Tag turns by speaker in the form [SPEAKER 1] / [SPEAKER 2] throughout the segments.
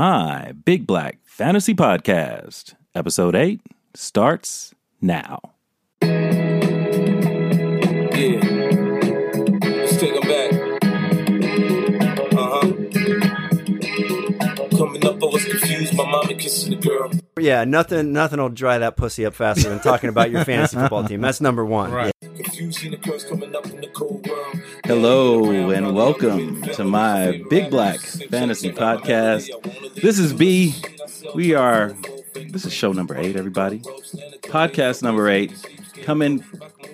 [SPEAKER 1] My Big Black Fantasy Podcast, Episode 8, starts now.
[SPEAKER 2] Yeah. Let's take 'em back. Uh huh. Coming up, I was confused. My mommy kissing the girl.
[SPEAKER 3] Yeah, nothing nothing will dry that pussy up faster than talking about your fantasy football team. That's number one.
[SPEAKER 4] Right.
[SPEAKER 2] Confusing the girls coming up in the cold world.
[SPEAKER 1] Hello, and welcome to my Big Black Fantasy Podcast. This is B. We are, this is show number 8, everybody. Podcast number 8, coming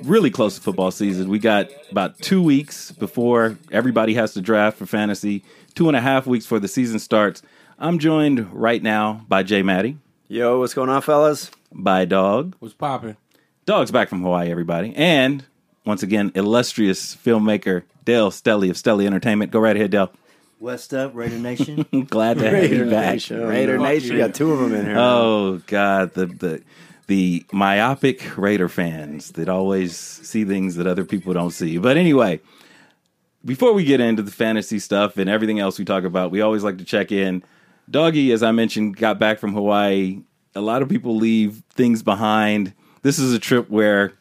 [SPEAKER 1] really close to football season. We got about two weeks before everybody has to draft for fantasy, two and a half weeks before the season starts. I'm joined right now by Jay Maddie,
[SPEAKER 3] Yo, what's going on, fellas?
[SPEAKER 1] by Dog.
[SPEAKER 4] What's popping?
[SPEAKER 1] Dog's back from Hawaii, everybody. And once again, illustrious filmmaker Dale Stelly of Stelly Entertainment. Go right ahead, Dale.
[SPEAKER 5] What's up, Raider Nation?
[SPEAKER 1] Glad to have you back.
[SPEAKER 3] Raider Nation. We got two of them in here.
[SPEAKER 1] Oh God, the the the myopic Raider fans that always see things that other people don't see. But anyway, before we get into the fantasy stuff and everything else we talk about, we always like to check in. Doggy, as I mentioned, got back from Hawaii. A lot of people leave things behind. This is a trip where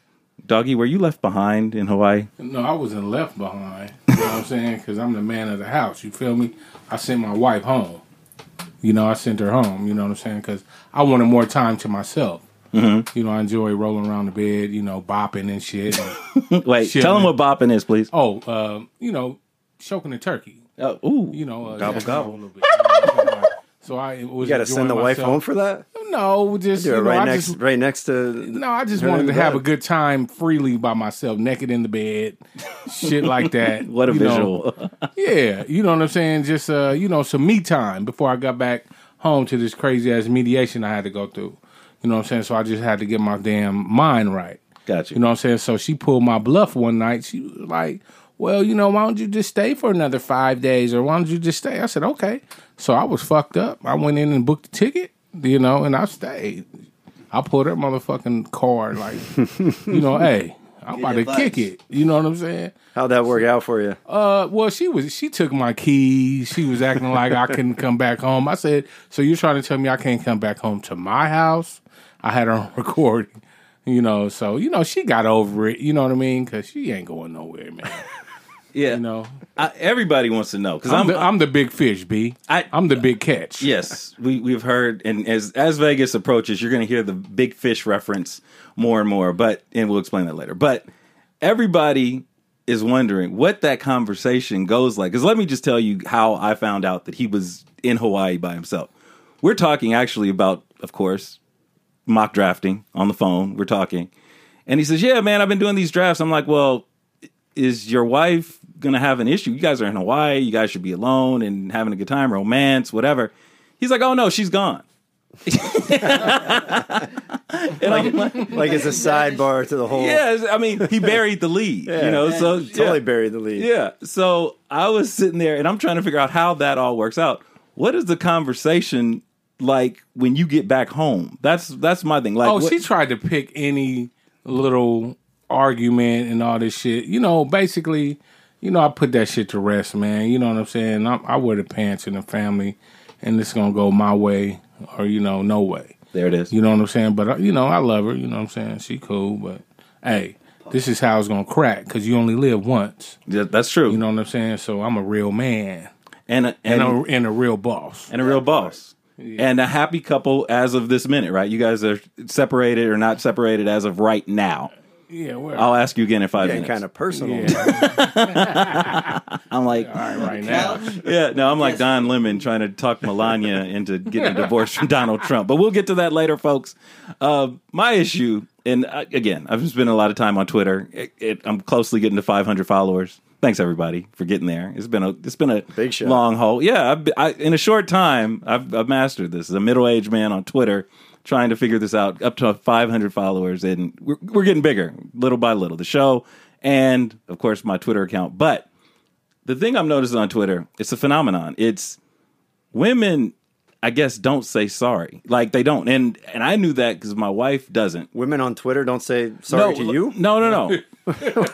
[SPEAKER 1] Doggy, were you left behind in Hawaii?
[SPEAKER 4] No, I wasn't left behind. You know what I'm saying? Because I'm the man of the house. You feel me? I sent my wife home. You know, I sent her home. You know what I'm saying? Because I wanted more time to myself.
[SPEAKER 3] Mm-hmm.
[SPEAKER 4] You know, I enjoy rolling around the bed. You know, bopping and shit.
[SPEAKER 1] Wait,
[SPEAKER 4] Shit,
[SPEAKER 1] tell them
[SPEAKER 4] man.
[SPEAKER 1] what bopping is, please.
[SPEAKER 4] oh, uh, you know, choking the turkey.
[SPEAKER 1] Uh, ooh,
[SPEAKER 4] You know, uh,
[SPEAKER 1] Gobble,
[SPEAKER 4] jacking off
[SPEAKER 1] gobble.
[SPEAKER 4] A little bit, you know what I'm saying? Like, so I was
[SPEAKER 3] you got to send the wife home for that?
[SPEAKER 4] No, just
[SPEAKER 3] Do it
[SPEAKER 4] you know,
[SPEAKER 3] right
[SPEAKER 4] I
[SPEAKER 3] next
[SPEAKER 4] just
[SPEAKER 3] right next to
[SPEAKER 4] No, I just
[SPEAKER 3] Turn
[SPEAKER 4] wanted
[SPEAKER 3] in
[SPEAKER 4] to
[SPEAKER 3] the
[SPEAKER 4] have a
[SPEAKER 3] bed.
[SPEAKER 4] good time freely by myself, naked in the bed, shit like that.
[SPEAKER 1] what a
[SPEAKER 4] you know.
[SPEAKER 1] visual.
[SPEAKER 4] Yeah, you know what I'm saying? Just uh, you know, some me time before I got back home to this crazy ass mediation I had to go through. You know what I'm saying? So I just had to get my damn mind right.
[SPEAKER 1] Gotcha.
[SPEAKER 4] You know what I'm saying? So she pulled my bluff one night. She was like, Well, you know, why don't you just stay for another five days or why don't you just stay? I said, Okay. So I was fucked up. I went in and booked a ticket, you know, and I stayed. I pulled her motherfucking card, like, you know, hey, I'm about to
[SPEAKER 5] advice.
[SPEAKER 4] kick it. You know what I'm saying?
[SPEAKER 3] how'd that work out for you?
[SPEAKER 4] Uh, well, she was. She took my keys. She was acting like I couldn't come back home. I said, "So you're trying to tell me I can't come back home to my house?" I had her on recording, you know. So you know, she got over it. You know what I mean? Because she ain't going nowhere, man.
[SPEAKER 1] yeah,
[SPEAKER 4] You know,
[SPEAKER 1] I, everybody wants to know because
[SPEAKER 4] I'm
[SPEAKER 1] I'm,
[SPEAKER 4] the, I'm the big fish, B.
[SPEAKER 1] I-
[SPEAKER 4] am the big catch.
[SPEAKER 1] yes, we we've heard, and as as Vegas approaches, you're going to hear the big fish reference more and more. But and we'll explain that later. But everybody is wondering what that conversation goes like. Because let me just tell you how I found out that he was in Hawaii by himself. We're talking actually about, of course, mock drafting on the phone. We're talking, and he says, "Yeah, man, I've been doing these drafts." I'm like, "Well." is your wife gonna have an issue? You guys are in Hawaii. You guys should be alone and having a good time, romance, whatever. He's like, oh no, she's gone. and I'm like,
[SPEAKER 3] Like it's a sidebar to the whole.
[SPEAKER 1] yeah, I mean, he buried the lead, you know. So
[SPEAKER 3] Totally
[SPEAKER 1] yeah.
[SPEAKER 3] buried the lead.
[SPEAKER 1] Yeah. So I was sitting there and I'm trying to figure out how that all works out. What is the conversation like when you get back home? That's that's my thing. Like,
[SPEAKER 4] Oh,
[SPEAKER 1] what-
[SPEAKER 4] she tried to pick any little argument and all this shit. You know, basically, you know, I put that shit to rest, man. You know what I'm saying? I, I wear the pants in the family, and it's gonna go my way or you know, no way.
[SPEAKER 1] there it is.
[SPEAKER 4] You know what I'm saying? But uh, you know, I love her. You know what I'm saying? She cool, but hey, this is how it's gonna crack because you only live once.
[SPEAKER 1] Yeah, that's true.
[SPEAKER 4] You know what I'm saying? So I'm a real man
[SPEAKER 1] and and,
[SPEAKER 4] and a, and a real boss.
[SPEAKER 1] and a real boss and a happy couple as of this minute right you guys are separated or not separated as of right now
[SPEAKER 4] Yeah, we're
[SPEAKER 1] i'll ask you again in five
[SPEAKER 3] And
[SPEAKER 1] minutes
[SPEAKER 3] kind of personal.
[SPEAKER 4] yeah,
[SPEAKER 1] i'm like
[SPEAKER 4] right now.
[SPEAKER 1] yeah no i'm like don lemon trying to talk melania into getting a divorce from donald trump but we'll get to that later folks uh, my issue and uh, again i've spent a lot of time on twitter it, it, i'm closely getting to 500 followers thanks everybody for getting there it's been a it's been a
[SPEAKER 3] Big shout.
[SPEAKER 1] long haul yeah I've, been- I, in a short time I've, I've mastered this as a middle-aged man on twitter trying to figure this out up to 500 followers and we're, we're getting bigger little by little the show and of course my twitter account but the thing I'm noticing on Twitter, it's a phenomenon. It's women, I guess, don't say sorry. Like they don't, and and I knew that because my wife doesn't.
[SPEAKER 3] Women on Twitter don't say sorry to
[SPEAKER 4] uh,
[SPEAKER 3] you.
[SPEAKER 1] No, no, no.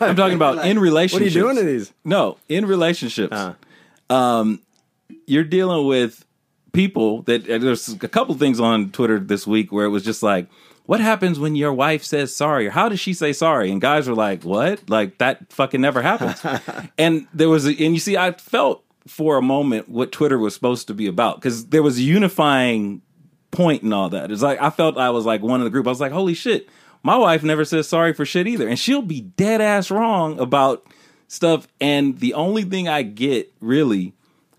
[SPEAKER 1] I'm talking about in
[SPEAKER 3] What are you
[SPEAKER 1] relationships.
[SPEAKER 3] doing to these? Uh.
[SPEAKER 1] No, in relationships, um, you're dealing with people that and there's a couple things on Twitter this week where it was just like, what happens when your wife says sorry or how does she say sorry? And guys were like, what? Like that fucking never happens. and there was, a, and you see, I felt for a moment what Twitter was supposed to be about because there was a unifying point and all that. It's like I felt I was like one of the group. I was like, holy shit, my wife never says sorry for shit either, and she'll be dead ass wrong about stuff. And the only thing I get really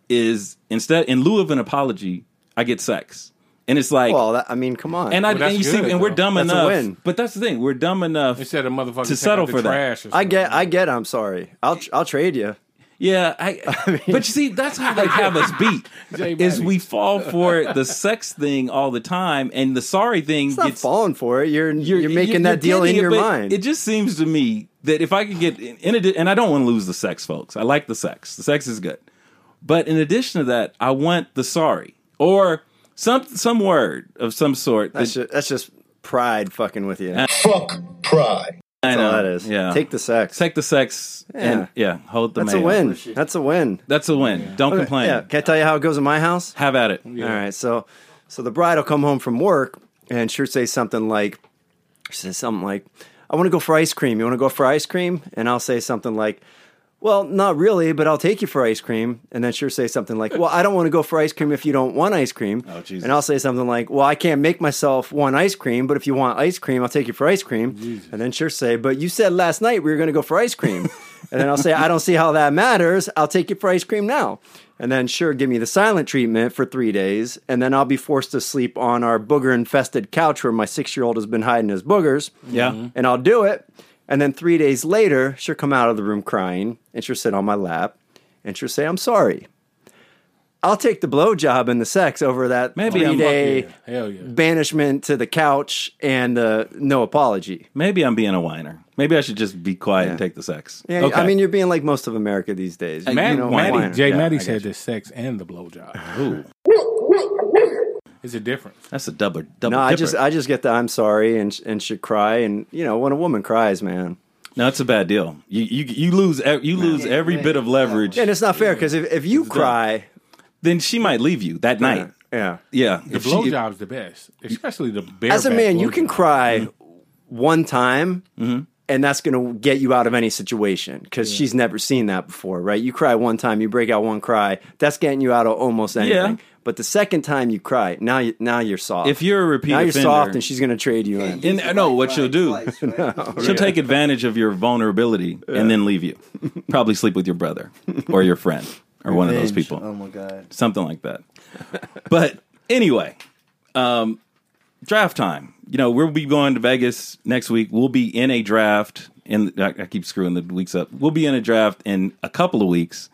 [SPEAKER 1] is instead in lieu of an apology, I get sex, and it's like.
[SPEAKER 3] Well, that, I mean, come on.
[SPEAKER 1] and I
[SPEAKER 4] that's
[SPEAKER 1] and you
[SPEAKER 4] good,
[SPEAKER 1] see, and we're dumb
[SPEAKER 3] That's a
[SPEAKER 1] enough.
[SPEAKER 3] win.
[SPEAKER 1] But that's the thing, we're dumb enough.
[SPEAKER 4] Instead of motherfucker
[SPEAKER 1] To settle for that.
[SPEAKER 4] trash or
[SPEAKER 3] I
[SPEAKER 4] something.
[SPEAKER 3] get, I get. I'm sorry. I'll, tr- I'll trade you.
[SPEAKER 1] Yeah, I, but you see, that's how they have us beat.
[SPEAKER 4] Jay
[SPEAKER 1] is
[SPEAKER 4] Maddie.
[SPEAKER 1] we fall for the sex thing all the time, and the sorry thing
[SPEAKER 3] It's not
[SPEAKER 1] gets
[SPEAKER 3] falling for it. You're, you're, making
[SPEAKER 1] you're
[SPEAKER 3] that deal in
[SPEAKER 1] getting it,
[SPEAKER 3] your
[SPEAKER 1] but
[SPEAKER 3] mind.
[SPEAKER 1] It just seems to me that if I could get in addi- and I don't want to lose the sex, folks. I like the sex. The sex is good, but in addition to that, I want the sorry or some some word of some sort.
[SPEAKER 3] that's, just, that's just pride fucking with you. That's
[SPEAKER 2] Fuck pride.
[SPEAKER 1] I
[SPEAKER 3] all that is.
[SPEAKER 1] Yeah,
[SPEAKER 3] Take the sex.
[SPEAKER 1] take the sex and yeah, hold the.
[SPEAKER 3] that's a
[SPEAKER 1] mayo.
[SPEAKER 3] win. That's a win.
[SPEAKER 1] That's a win. Don't complain.
[SPEAKER 3] Yeah. Can I tell you how it goes in my house?
[SPEAKER 1] Have at it.
[SPEAKER 3] All right. So, so the bride will come home from work and she'll say something like, she says something like, I want to go for ice cream. You want to go for ice cream? And I'll say something like, well, not really, but I'll take you for ice cream. And then she'll say something like, well, I don't want to go for ice cream if you don't want ice cream. Oh,
[SPEAKER 1] Jesus.
[SPEAKER 3] And I'll say something like, well, I can't make myself want ice cream, but if you want ice cream, I'll take you for ice cream. And then she'll say, but you said last night we were going to go for ice cream. and then I'll say, I don't see how that matters. I'll take you for ice cream now. And then sure, give me the silent treatment for three days. And then I'll be forced to sleep on our booger infested couch where my six year old has been hiding his boogers
[SPEAKER 1] Yeah.
[SPEAKER 3] and I'll do it. And then three days later, she'll come out of the room crying and she'll sit on my lap and she'll say, I'm sorry. I'll take the blowjob and the sex over that
[SPEAKER 1] Maybe I'm
[SPEAKER 3] three day
[SPEAKER 4] yeah. Hell yeah.
[SPEAKER 3] banishment to the couch and uh, no apology.
[SPEAKER 1] Maybe I'm being a whiner. Maybe I should just be quiet and take the sex.
[SPEAKER 3] Yeah, I mean, you're being like most of America these days. You
[SPEAKER 1] Matt-
[SPEAKER 3] know,
[SPEAKER 1] Matty-
[SPEAKER 3] whiner.
[SPEAKER 4] Jay
[SPEAKER 1] Yeah,
[SPEAKER 4] Maddie
[SPEAKER 1] I
[SPEAKER 4] said the sex and the blowjob.
[SPEAKER 1] Ooh,
[SPEAKER 4] It's a difference.
[SPEAKER 1] that's a double double.
[SPEAKER 3] no, I
[SPEAKER 1] dipper.
[SPEAKER 3] just I just get the I'm sorry and sh- and should cry and you know when a woman cries, man,
[SPEAKER 1] No, it's a bad deal. You you you lose ev- you lose every bit of leverage.
[SPEAKER 3] and it's not fair because if, if you cry, uh,
[SPEAKER 1] Then she might leave you that night.
[SPEAKER 3] yeah,
[SPEAKER 1] Yeah,
[SPEAKER 4] The
[SPEAKER 1] If she- if-
[SPEAKER 4] blowjob's the best, especially the bare.
[SPEAKER 3] as a man, you can cry one time, and that's going to get you out of any situation because she's never seen that before, right? You cry one time, you break out one cry, that's getting you out of almost anything. But the second time you cry, now you, now you're soft.
[SPEAKER 1] if you're a repeat
[SPEAKER 3] now you're
[SPEAKER 1] offender,
[SPEAKER 3] soft, and she's going to trade you in.
[SPEAKER 1] in, no, what she'll do,
[SPEAKER 5] Twice, right?
[SPEAKER 1] she'll take advantage of your vulnerability and then leave you. Probably sleep with your brother or your friend or one of those
[SPEAKER 5] Revenge.
[SPEAKER 1] people.
[SPEAKER 5] Oh my god.
[SPEAKER 1] something like that. but anyway, um, draft time. You know, we'll be going to Vegas next week. We'll be in a draft, and I, I keep screwing the weeks up. We'll be in a draft in a couple of weeks,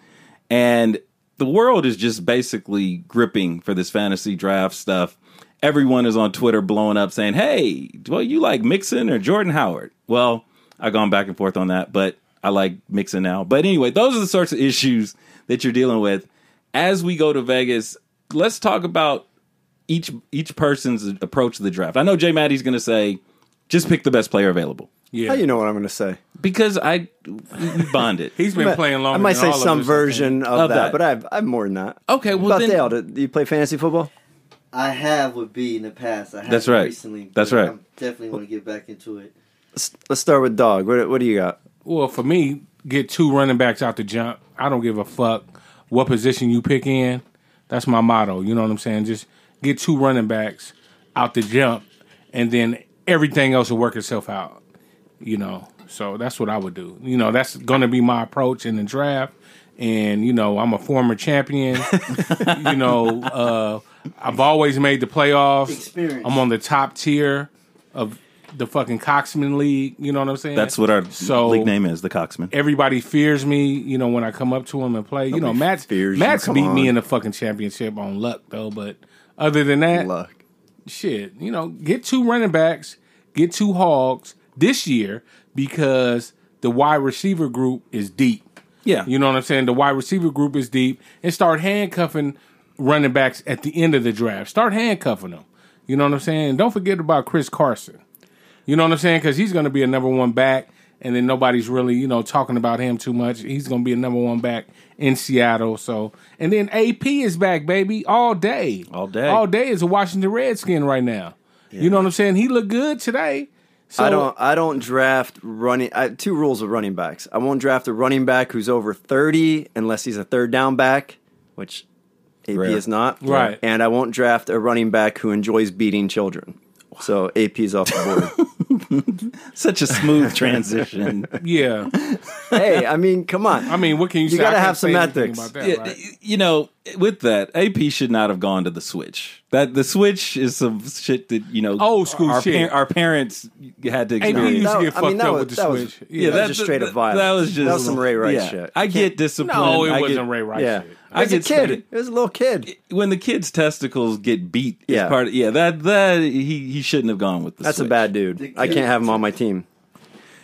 [SPEAKER 1] and the world is just basically gripping for this fantasy draft stuff. Everyone is on Twitter blowing up saying, "Hey, well, you like Mixon or Jordan Howard?" Well, I've gone back and forth on that, but I like Mixon now. But anyway, those are the sorts of issues that you're dealing with as we go to Vegas, let's talk about each each person's approach to the draft. I know Jay Maddie's going to say, just pick the best player available
[SPEAKER 4] yeah,
[SPEAKER 3] How you know what I'm going to say?
[SPEAKER 1] because I we bonded.
[SPEAKER 4] he's been playing longer.
[SPEAKER 3] I might
[SPEAKER 4] than
[SPEAKER 3] say
[SPEAKER 4] all of
[SPEAKER 3] some
[SPEAKER 4] us.
[SPEAKER 3] version of,
[SPEAKER 1] Of
[SPEAKER 3] that,
[SPEAKER 1] that.
[SPEAKER 3] but I've I've more than that.
[SPEAKER 1] okay, well
[SPEAKER 3] About
[SPEAKER 1] then,
[SPEAKER 3] Dale, do, do you play fantasy football?
[SPEAKER 5] I have with B in the past. I have
[SPEAKER 1] That's right.
[SPEAKER 5] recently.
[SPEAKER 1] That's
[SPEAKER 5] but
[SPEAKER 1] right.
[SPEAKER 5] I'm definitely want to get back into it.
[SPEAKER 3] Let's, let's start with dog. What, what do you got?
[SPEAKER 4] Well, for me, get two running backs out the jump. I don't give a fuck what position you pick in. That's my motto. You know what I'm saying? Just get two running backs out the jump, and then everything else will work itself out. You know, so that's what I would do. You know, that's going to be my approach in the draft. And you know, I'm a former champion. you know, uh, I've always made the playoffs.
[SPEAKER 5] Experience.
[SPEAKER 4] I'm on the top tier of the fucking Coxman League. You know what I'm saying?
[SPEAKER 1] that's what our
[SPEAKER 4] So-
[SPEAKER 1] league name is, the Coxman.
[SPEAKER 4] everybody fears me, you know, when I come up to him and play. You know, Matt's
[SPEAKER 3] fears you.
[SPEAKER 4] Matt's
[SPEAKER 3] Come
[SPEAKER 4] beat
[SPEAKER 3] on.
[SPEAKER 4] me in the fucking championship on luck though, but other than that,
[SPEAKER 3] Luck.
[SPEAKER 4] shit, you know, get two running backs, get two hogs this year because the wide receiver group is deep.
[SPEAKER 1] Yeah,
[SPEAKER 4] You know what I'm saying? The wide receiver group is deep and start handcuffing running backs at the end of the draft. Start handcuffing them. You know what I'm saying? And don't forget about Chris Carson. You know what I'm saying? Because he's going to be a number one back. and then nobody's really you know talking about him too much. He's gonna be a number one back in Seattle. So and then AP is back, baby, all day,
[SPEAKER 1] All day.
[SPEAKER 4] all day is a Washington Redskin right now. You know what I'm saying? He looked good today. So
[SPEAKER 3] I don't. I don't draft running. I, two rules of running backs. I won't draft a running back who's over thirty unless he's a third down back, which AP
[SPEAKER 1] Rare.
[SPEAKER 3] is not.
[SPEAKER 4] Right.
[SPEAKER 3] And I won't draft a running back who enjoys beating children. So AP's off the board.
[SPEAKER 1] Such a smooth transition.
[SPEAKER 4] Yeah,
[SPEAKER 3] hey, I mean, come on.
[SPEAKER 4] I mean, what can you? say? I
[SPEAKER 3] gotta
[SPEAKER 4] can't
[SPEAKER 3] have some
[SPEAKER 4] say anything
[SPEAKER 3] ethics.
[SPEAKER 4] About that,
[SPEAKER 1] Yeah,
[SPEAKER 4] right?
[SPEAKER 1] y- You know, with that, AP should not have gone to the Switch. That the Switch is some shit that you know,
[SPEAKER 4] Old school
[SPEAKER 1] our,
[SPEAKER 4] Oh, shit.
[SPEAKER 1] our parents had to.
[SPEAKER 4] AP
[SPEAKER 1] Experience.
[SPEAKER 4] used to
[SPEAKER 3] That-
[SPEAKER 4] get
[SPEAKER 3] I
[SPEAKER 4] fucked
[SPEAKER 3] mean, that
[SPEAKER 4] up
[SPEAKER 3] was-
[SPEAKER 4] with the
[SPEAKER 3] that was-
[SPEAKER 4] Switch.
[SPEAKER 3] yeah, that
[SPEAKER 4] yeah,
[SPEAKER 3] was just straight up violence.
[SPEAKER 1] That was just
[SPEAKER 3] That was some Ray Rice
[SPEAKER 1] yeah.
[SPEAKER 3] shit.
[SPEAKER 1] I
[SPEAKER 3] You
[SPEAKER 1] get disciplined.
[SPEAKER 4] no, it
[SPEAKER 1] I
[SPEAKER 4] wasn't
[SPEAKER 1] get-
[SPEAKER 4] Ray Rice.
[SPEAKER 3] yeah,
[SPEAKER 4] shit.
[SPEAKER 1] I
[SPEAKER 3] as a
[SPEAKER 1] get
[SPEAKER 3] kid,
[SPEAKER 1] spank-
[SPEAKER 3] it was a little kid.
[SPEAKER 1] when the kid's testicles get beat yeah.
[SPEAKER 3] Yeah.
[SPEAKER 1] is part of yeah that that he he shouldn't have gone with the
[SPEAKER 3] That's a
[SPEAKER 1] Switch.
[SPEAKER 3] bad dude. I can't have him on my team.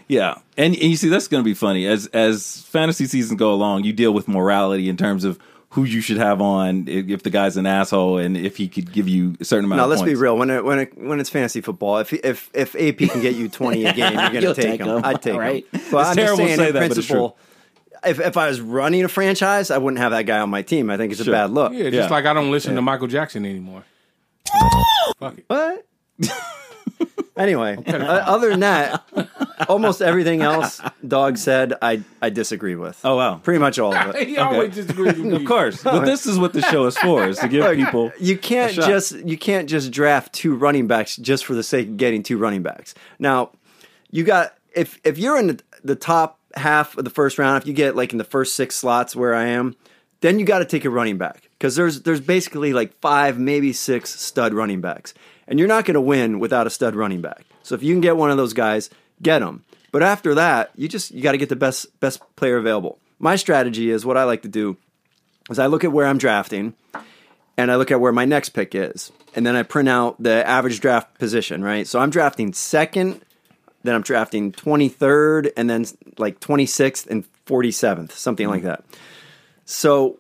[SPEAKER 1] yeah and, and you see that's going to be funny as as fantasy seasons go along you deal with morality in terms of who you should have on if, if the guy's an asshole and if he could give you a certain amount
[SPEAKER 3] Now
[SPEAKER 1] of
[SPEAKER 3] let's
[SPEAKER 1] points.
[SPEAKER 3] be real. When it, when it, when it's fantasy football, if if if AP can get you twenty a game, you're
[SPEAKER 1] You'll
[SPEAKER 3] gonna take
[SPEAKER 1] take
[SPEAKER 3] him.
[SPEAKER 1] 'em.
[SPEAKER 3] I'd take
[SPEAKER 1] Right.
[SPEAKER 3] him.
[SPEAKER 1] It's terrible to
[SPEAKER 3] saying
[SPEAKER 1] say
[SPEAKER 3] in
[SPEAKER 1] that, but it's
[SPEAKER 3] principle, If if I was running a franchise, I wouldn't have that guy on my team. I think it's
[SPEAKER 1] Sure.
[SPEAKER 3] a bad look.
[SPEAKER 4] Yeah, just
[SPEAKER 1] Yeah.
[SPEAKER 4] like I don't listen to Michael Jackson anymore. Fuck it.
[SPEAKER 3] What? anyway, uh, other than that, almost everything else Dog said, I I disagree with.
[SPEAKER 1] oh wow
[SPEAKER 3] pretty much all of it.
[SPEAKER 4] He always disagrees with me.
[SPEAKER 1] Of course, but this is what the show is for: is to give people.
[SPEAKER 3] You can't
[SPEAKER 1] shot.
[SPEAKER 3] just you can't just draft two running backs just for the sake of getting two running backs. Now, you got if if you're in the, the top half of the first round, if you get like in the first six slots where I am, then you got to take a running back because there's there's basically like five maybe six stud running backs, and you're not going to win without a stud running back. So if you can get one of those guys, get them. But after that, you just you got to get the best best player available. My strategy is what I like to do is I look at where I'm drafting and I look at where my next pick is, and then I print out the average draft position, right? So I'm drafting second, then I'm drafting 23rd, and then like 26th and 47th, something like that. So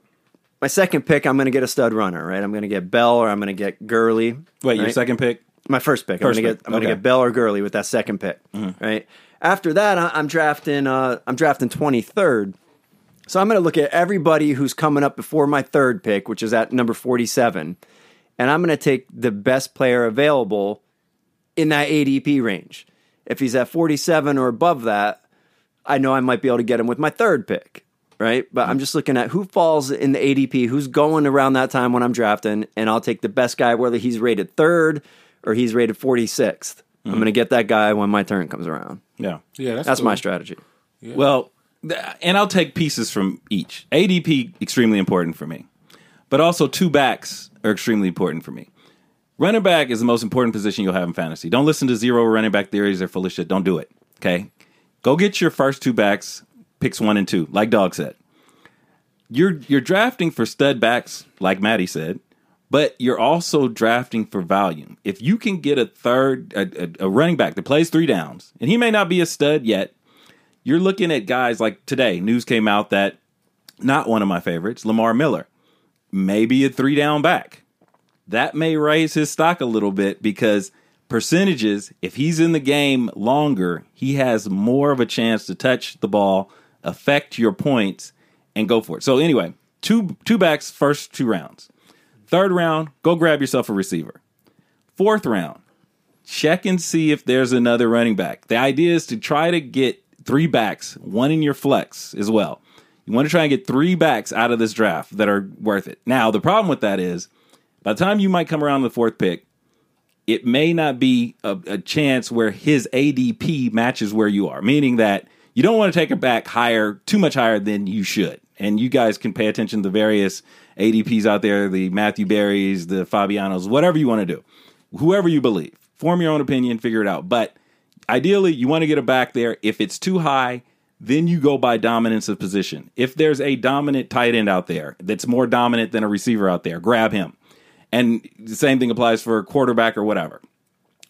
[SPEAKER 3] my second pick, I'm going to get a stud runner, right? I'm going to get Bell or I'm going to get Gurley.
[SPEAKER 1] Wait, your
[SPEAKER 3] right?
[SPEAKER 1] second pick?
[SPEAKER 3] my first pick.
[SPEAKER 1] First
[SPEAKER 3] I'm gonna
[SPEAKER 1] pick,
[SPEAKER 3] get I'm
[SPEAKER 1] okay. Mm-hmm.
[SPEAKER 3] gonna get Bell or Gurley with that second pick, right? After that, I, I'm drafting uh, I'm drafting 23rd. So I'm gonna look at everybody who's coming up before my third pick, which is at number 47, and I'm gonna take the best player available in that ADP range. If he's at 47 or above that, I know I might be able to get him with my third pick, right? But
[SPEAKER 1] Mm-hmm.
[SPEAKER 3] I'm just looking at who falls in the ADP, who's going around that time when I'm drafting, and I'll take the best guy, whether he's rated third or he's rated 46th.
[SPEAKER 1] Mm-hmm.
[SPEAKER 3] I'm going to get that guy when my turn comes around.
[SPEAKER 1] Yeah.
[SPEAKER 4] Yeah, that's,
[SPEAKER 3] That's
[SPEAKER 4] cool.
[SPEAKER 3] my strategy.
[SPEAKER 1] Well, th- and I'll take pieces from each. ADP extremely important for me, but also two backs are extremely important for me. Running back is the most important position you'll have in fantasy. Don't listen to zero running back theories; they're full of shit. Don't do it. Okay, go get your first two backs, picks one and two, like Dog said. You're you're drafting for stud backs, like Maddie said, but you're also drafting for volume. If you can get a third, a, a, a running back that plays three downs, and he may not be a stud yet, you're looking at guys like today, news came out that not one of my favorites, Lamar Miller, maybe a three down back. That may raise his stock a little bit because percentages, if he's in the game longer, he has more of a chance to touch the ball, affect your points, and go for it. So anyway, two two backs first two rounds. Third round, go grab yourself a receiver. Fourth round, check and see if there's another running back. The idea is to try to get three backs, one in your flex as well. You want to try and get three backs out of this draft that are worth it. Now, the problem with that is by the time you might come around to the fourth pick, it may not be a, a chance where his ADP matches where you are, meaning that you don't want to take a back higher, too much higher than you should. And you guys can pay attention to the various ADPs out there, the Matthew Berries, the Fabianos, whatever you want to do. Whoever you believe, form your own opinion, figure it out. But ideally, you want to get a back there. If it's too high, then you go by dominance of position. If there's a dominant tight end out there that's more dominant than a receiver out there, grab him. And the same thing applies for a quarterback or whatever.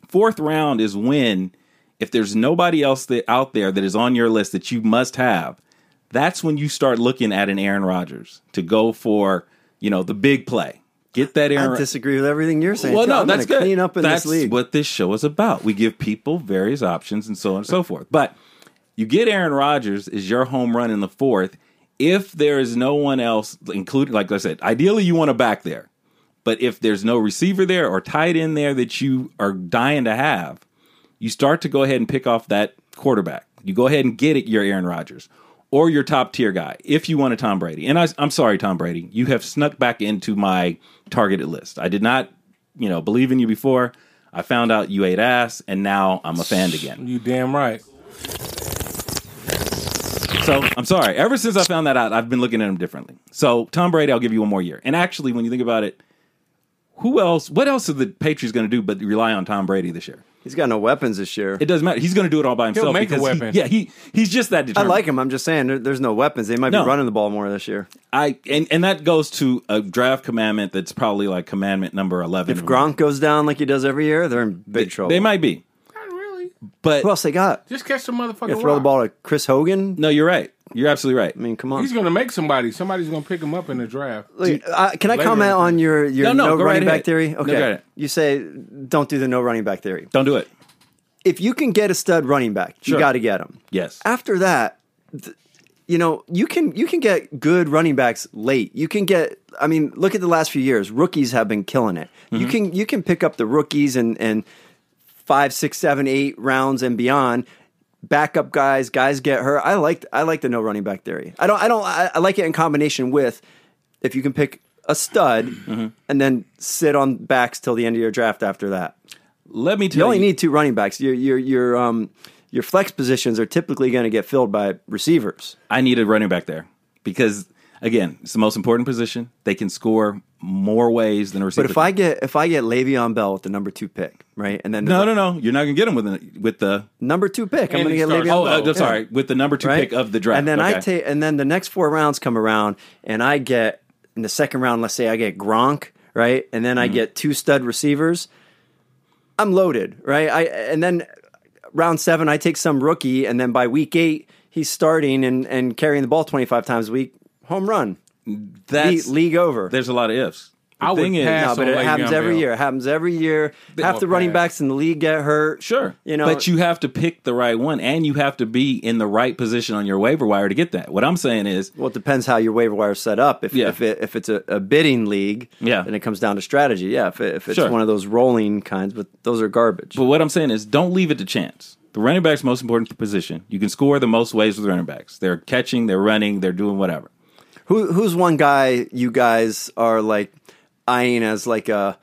[SPEAKER 1] Fourth round is when, if there's nobody else that, out there that is on your list that you must have, that's when you start looking at an Aaron Rodgers to go for, you know, the big play. Get that Aaron
[SPEAKER 3] I disagree with everything you're saying.
[SPEAKER 1] well,
[SPEAKER 3] too.
[SPEAKER 1] no,
[SPEAKER 3] I'm
[SPEAKER 1] that's
[SPEAKER 3] gonna
[SPEAKER 1] good.
[SPEAKER 3] Clean up in
[SPEAKER 1] that's
[SPEAKER 3] this league.
[SPEAKER 1] what this show is about. We give people various options and so on and so forth. But You get Aaron Rodgers is your home run in the fourth. If there is no one else, including like I said, ideally you want to back there. But if there's no receiver there or tight end there that you are dying to have, you start to go ahead and pick off that quarterback. You go ahead and get it your Aaron Rodgers or your top tier guy if you want a Tom Brady. And I, I'm sorry, Tom Brady, you have snuck back into my targeted list. I did not, you know, believe in you before. I found out you ate ass, and now I'm a fan again.
[SPEAKER 4] You damn right.
[SPEAKER 1] So I'm sorry. Ever since I found that out, I've been looking at him differently. So Tom Brady, I'll give you one more year. And actually, when you think about it, who else? What else are the Patriots going to do but rely on Tom Brady this year?
[SPEAKER 3] He's got no weapons this year.
[SPEAKER 1] It doesn't matter. He's going to do it all by himself.
[SPEAKER 4] make a
[SPEAKER 1] because he-
[SPEAKER 4] weapon.
[SPEAKER 1] yeah, he he's just that
[SPEAKER 3] I
[SPEAKER 1] determined.
[SPEAKER 3] like him. I'm just saying there, there's no weapons. They might
[SPEAKER 1] No.
[SPEAKER 3] be running the ball more this year.
[SPEAKER 1] I and and that goes to a draft commandment that's probably like commandment number eleven.
[SPEAKER 3] If Gronk goes down like he does every year, they're in big trouble.
[SPEAKER 1] they might be,
[SPEAKER 4] Not really.
[SPEAKER 1] but
[SPEAKER 3] Who else they got?
[SPEAKER 4] Just catch the motherfucker.
[SPEAKER 3] Gonna throw the ball to Chris Hogan?
[SPEAKER 1] no, you're right. You're absolutely right.
[SPEAKER 3] I mean, come on.
[SPEAKER 4] He's gonna make somebody. Somebody's gonna pick him up in the draft.
[SPEAKER 3] Look, uh, can I
[SPEAKER 4] later
[SPEAKER 3] comment
[SPEAKER 4] on.
[SPEAKER 3] on your, your
[SPEAKER 1] No,
[SPEAKER 3] no,
[SPEAKER 1] no, go right
[SPEAKER 3] running
[SPEAKER 1] ahead.
[SPEAKER 3] back theory?
[SPEAKER 1] No,
[SPEAKER 3] Okay.
[SPEAKER 1] go ahead.
[SPEAKER 3] You say don't do the no running back theory.
[SPEAKER 1] Don't do it.
[SPEAKER 3] If you can get a stud running back,
[SPEAKER 1] Sure.
[SPEAKER 3] you got to get him.
[SPEAKER 1] Yes.
[SPEAKER 3] After that, th- you know, you can you can get good running backs late. You can get I mean, look at the last few years. Rookies have been killing it. You can you can pick up the rookies and and five, six, seven, eight rounds and beyond. Backup guys, guys get hurt. I like I like the no running back theory. I don't I don't I, I like it in combination with if you can pick a stud and then sit on backs till the end of your draft after that.
[SPEAKER 1] Let me tell
[SPEAKER 3] You only need two running backs. Your your your um your flex positions are typically going to get filled by receivers.
[SPEAKER 1] I need a running back there because again, it's the most important position. They can score more ways than a receiver.
[SPEAKER 3] But if I get if I get Le'Veon Bell with the number two pick, right, and then
[SPEAKER 1] no, no, no, you're not gonna get him with the, with the
[SPEAKER 3] number two pick, I'm going
[SPEAKER 4] And
[SPEAKER 3] to
[SPEAKER 4] he
[SPEAKER 3] get
[SPEAKER 4] starts-
[SPEAKER 3] Le'Veon
[SPEAKER 1] oh,
[SPEAKER 3] Bell,
[SPEAKER 1] uh, sorry, with the number two
[SPEAKER 3] right?
[SPEAKER 1] pick of the draft.
[SPEAKER 3] and then I
[SPEAKER 1] Okay.
[SPEAKER 3] take and then the next four rounds come around, and I get in the second round. Let's say I get Gronk, right, and then I
[SPEAKER 1] Mm-hmm.
[SPEAKER 3] get two stud receivers. I'm loaded, right? I and then round seven, I take some rookie, and then by week eight, he's starting and and carrying the ball 25 times a week, home run.
[SPEAKER 1] that's
[SPEAKER 3] Le- league over.
[SPEAKER 1] there's a lot of ifs. The
[SPEAKER 4] I would
[SPEAKER 1] thing is,
[SPEAKER 4] pass
[SPEAKER 3] No,
[SPEAKER 4] That's
[SPEAKER 3] but
[SPEAKER 4] on
[SPEAKER 3] it
[SPEAKER 4] Le'Veon
[SPEAKER 3] happens every
[SPEAKER 4] Bell.
[SPEAKER 3] year. It happens every year. Half the
[SPEAKER 4] Or
[SPEAKER 3] running
[SPEAKER 4] pass.
[SPEAKER 3] backs in the league get hurt.
[SPEAKER 1] Sure.
[SPEAKER 3] you know.
[SPEAKER 1] but you have to pick the right one and you have to be in the right position on your waiver wire to get that. What I'm saying is,
[SPEAKER 3] Well, it depends how your waiver wire is set up. If
[SPEAKER 1] Yeah.
[SPEAKER 3] if, it, if it's a, a bidding league,
[SPEAKER 1] Yeah.
[SPEAKER 3] then it comes down to strategy. Yeah, if, it, if it's
[SPEAKER 1] Sure.
[SPEAKER 3] one of those rolling kinds, but those are garbage.
[SPEAKER 1] but what I'm saying is, don't leave it to chance. The running back's most important position. You can score the most ways with running backs. They're catching, they're running, they're doing whatever.
[SPEAKER 3] Who who's one guy you guys are like eyeing as like a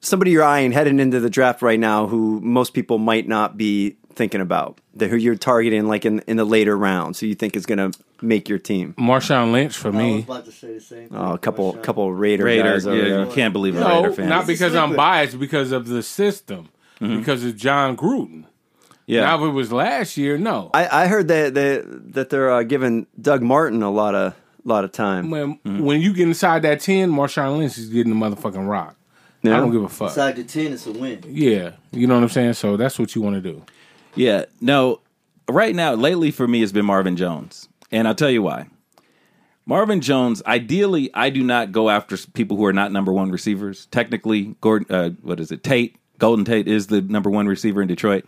[SPEAKER 3] somebody you're eyeing heading into the draft right now who most people might not be thinking about that who you're targeting like in in the later rounds who you think is going to make your team.
[SPEAKER 4] Marshawn Lynch for
[SPEAKER 5] I was
[SPEAKER 4] me.
[SPEAKER 5] about to say the same. thing.
[SPEAKER 3] Oh, a couple,
[SPEAKER 5] Marshawn.
[SPEAKER 3] couple Raider,
[SPEAKER 1] Raider,
[SPEAKER 3] guys over
[SPEAKER 1] yeah,
[SPEAKER 3] there.
[SPEAKER 1] you can't believe a
[SPEAKER 4] No,
[SPEAKER 1] Raider fan.
[SPEAKER 4] not because I'm
[SPEAKER 5] Sleeper.
[SPEAKER 4] biased, because of the system, because of John Gruden.
[SPEAKER 1] yeah.
[SPEAKER 4] Now if it was last year, no.
[SPEAKER 3] I, I heard that they, that they're uh, giving Doug Martin a lot of lot of time.
[SPEAKER 4] when when you get inside that ten, Marshawn Lynch is getting the motherfucking rock. I
[SPEAKER 3] Yeah.
[SPEAKER 4] don't give a fuck.
[SPEAKER 5] Inside the ten is a win.
[SPEAKER 4] Yeah, you know what I'm saying. So that's what you want to do.
[SPEAKER 1] Yeah. No, right now, lately for me, it's been Marvin Jones. And I'll tell you why. Marvin Jones, ideally, I do not go after s- people who are not number one receivers. Technically, Gordon, uh, what is it? Tate, Golden Tate is the number one receiver in Detroit.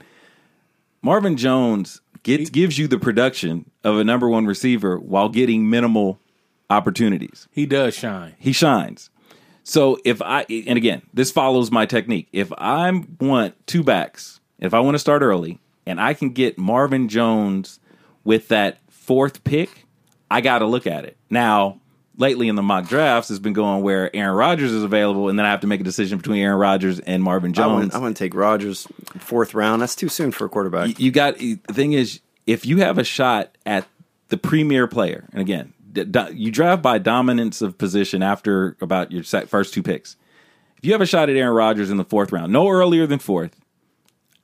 [SPEAKER 1] Marvin Jones gets, gives you the production of a number one receiver while getting minimal opportunities
[SPEAKER 4] He does shine.
[SPEAKER 1] he shines. So if I and again, this follows my technique. If I want two backs, if I want to start early, and I can get Marvin Jones with that fourth pick, I got to look at it. Now, lately in the mock drafts, it's been going where Aaron Rodgers is available, and then I have to make a decision between Aaron Rodgers and Marvin
[SPEAKER 3] I
[SPEAKER 1] Jones.
[SPEAKER 3] wouldn't, I wouldn't take Rogers fourth round. That's too soon for a quarterback.
[SPEAKER 1] You got the thing is, if you have a shot at the premier player, and again, d- do- you draft by dominance of position after about your sec- first two picks. If you have a shot at Aaron Rodgers in the fourth round, no earlier than fourth,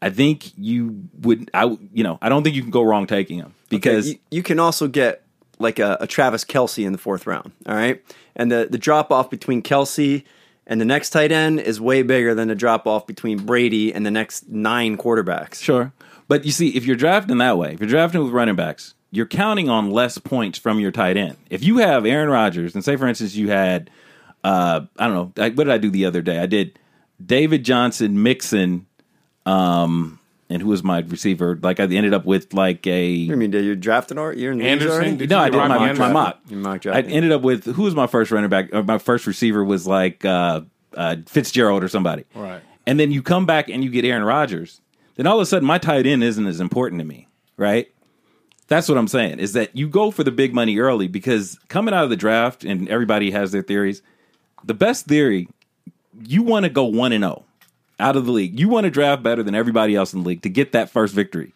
[SPEAKER 1] I think you would. I w- you know I don't think you can go wrong taking him because
[SPEAKER 3] you, you can also get like a, a Travis Kelsey in the fourth round. All right, and the the drop off between Kelsey and the next tight end is way bigger than the drop off between Brady and the next nine quarterbacks.
[SPEAKER 1] Sure. But you see, if you're drafting that way, if you're drafting with running backs, you're counting on less points from your tight end. If you have Aaron Rodgers, and say, for instance, you had, uh, I don't know, I, what did I do the other day? I did David Johnson, Mixon, um, and who was my receiver. Like I ended up with like a
[SPEAKER 3] I mean, did you draft an art? You're in the leagues
[SPEAKER 4] Anderson,
[SPEAKER 3] already?
[SPEAKER 4] did
[SPEAKER 1] no,
[SPEAKER 4] you
[SPEAKER 1] I did
[SPEAKER 4] do
[SPEAKER 1] my, my
[SPEAKER 4] mock draft?
[SPEAKER 1] mock.
[SPEAKER 3] You mock
[SPEAKER 1] I
[SPEAKER 3] draft, yeah.
[SPEAKER 1] ended up with who was my first running back? Or my first receiver was like uh, uh, Fitzgerald or somebody.
[SPEAKER 4] Right.
[SPEAKER 1] And then you come back and you get Aaron Rodgers. Then all of a sudden, my tight end isn't as important to me, right? That's what I'm saying is that you go for the big money early because coming out of the draft and everybody has their theories. The best theory, you want to go one and zero out of the league. You want to draft better than everybody else in the league to get that first victory.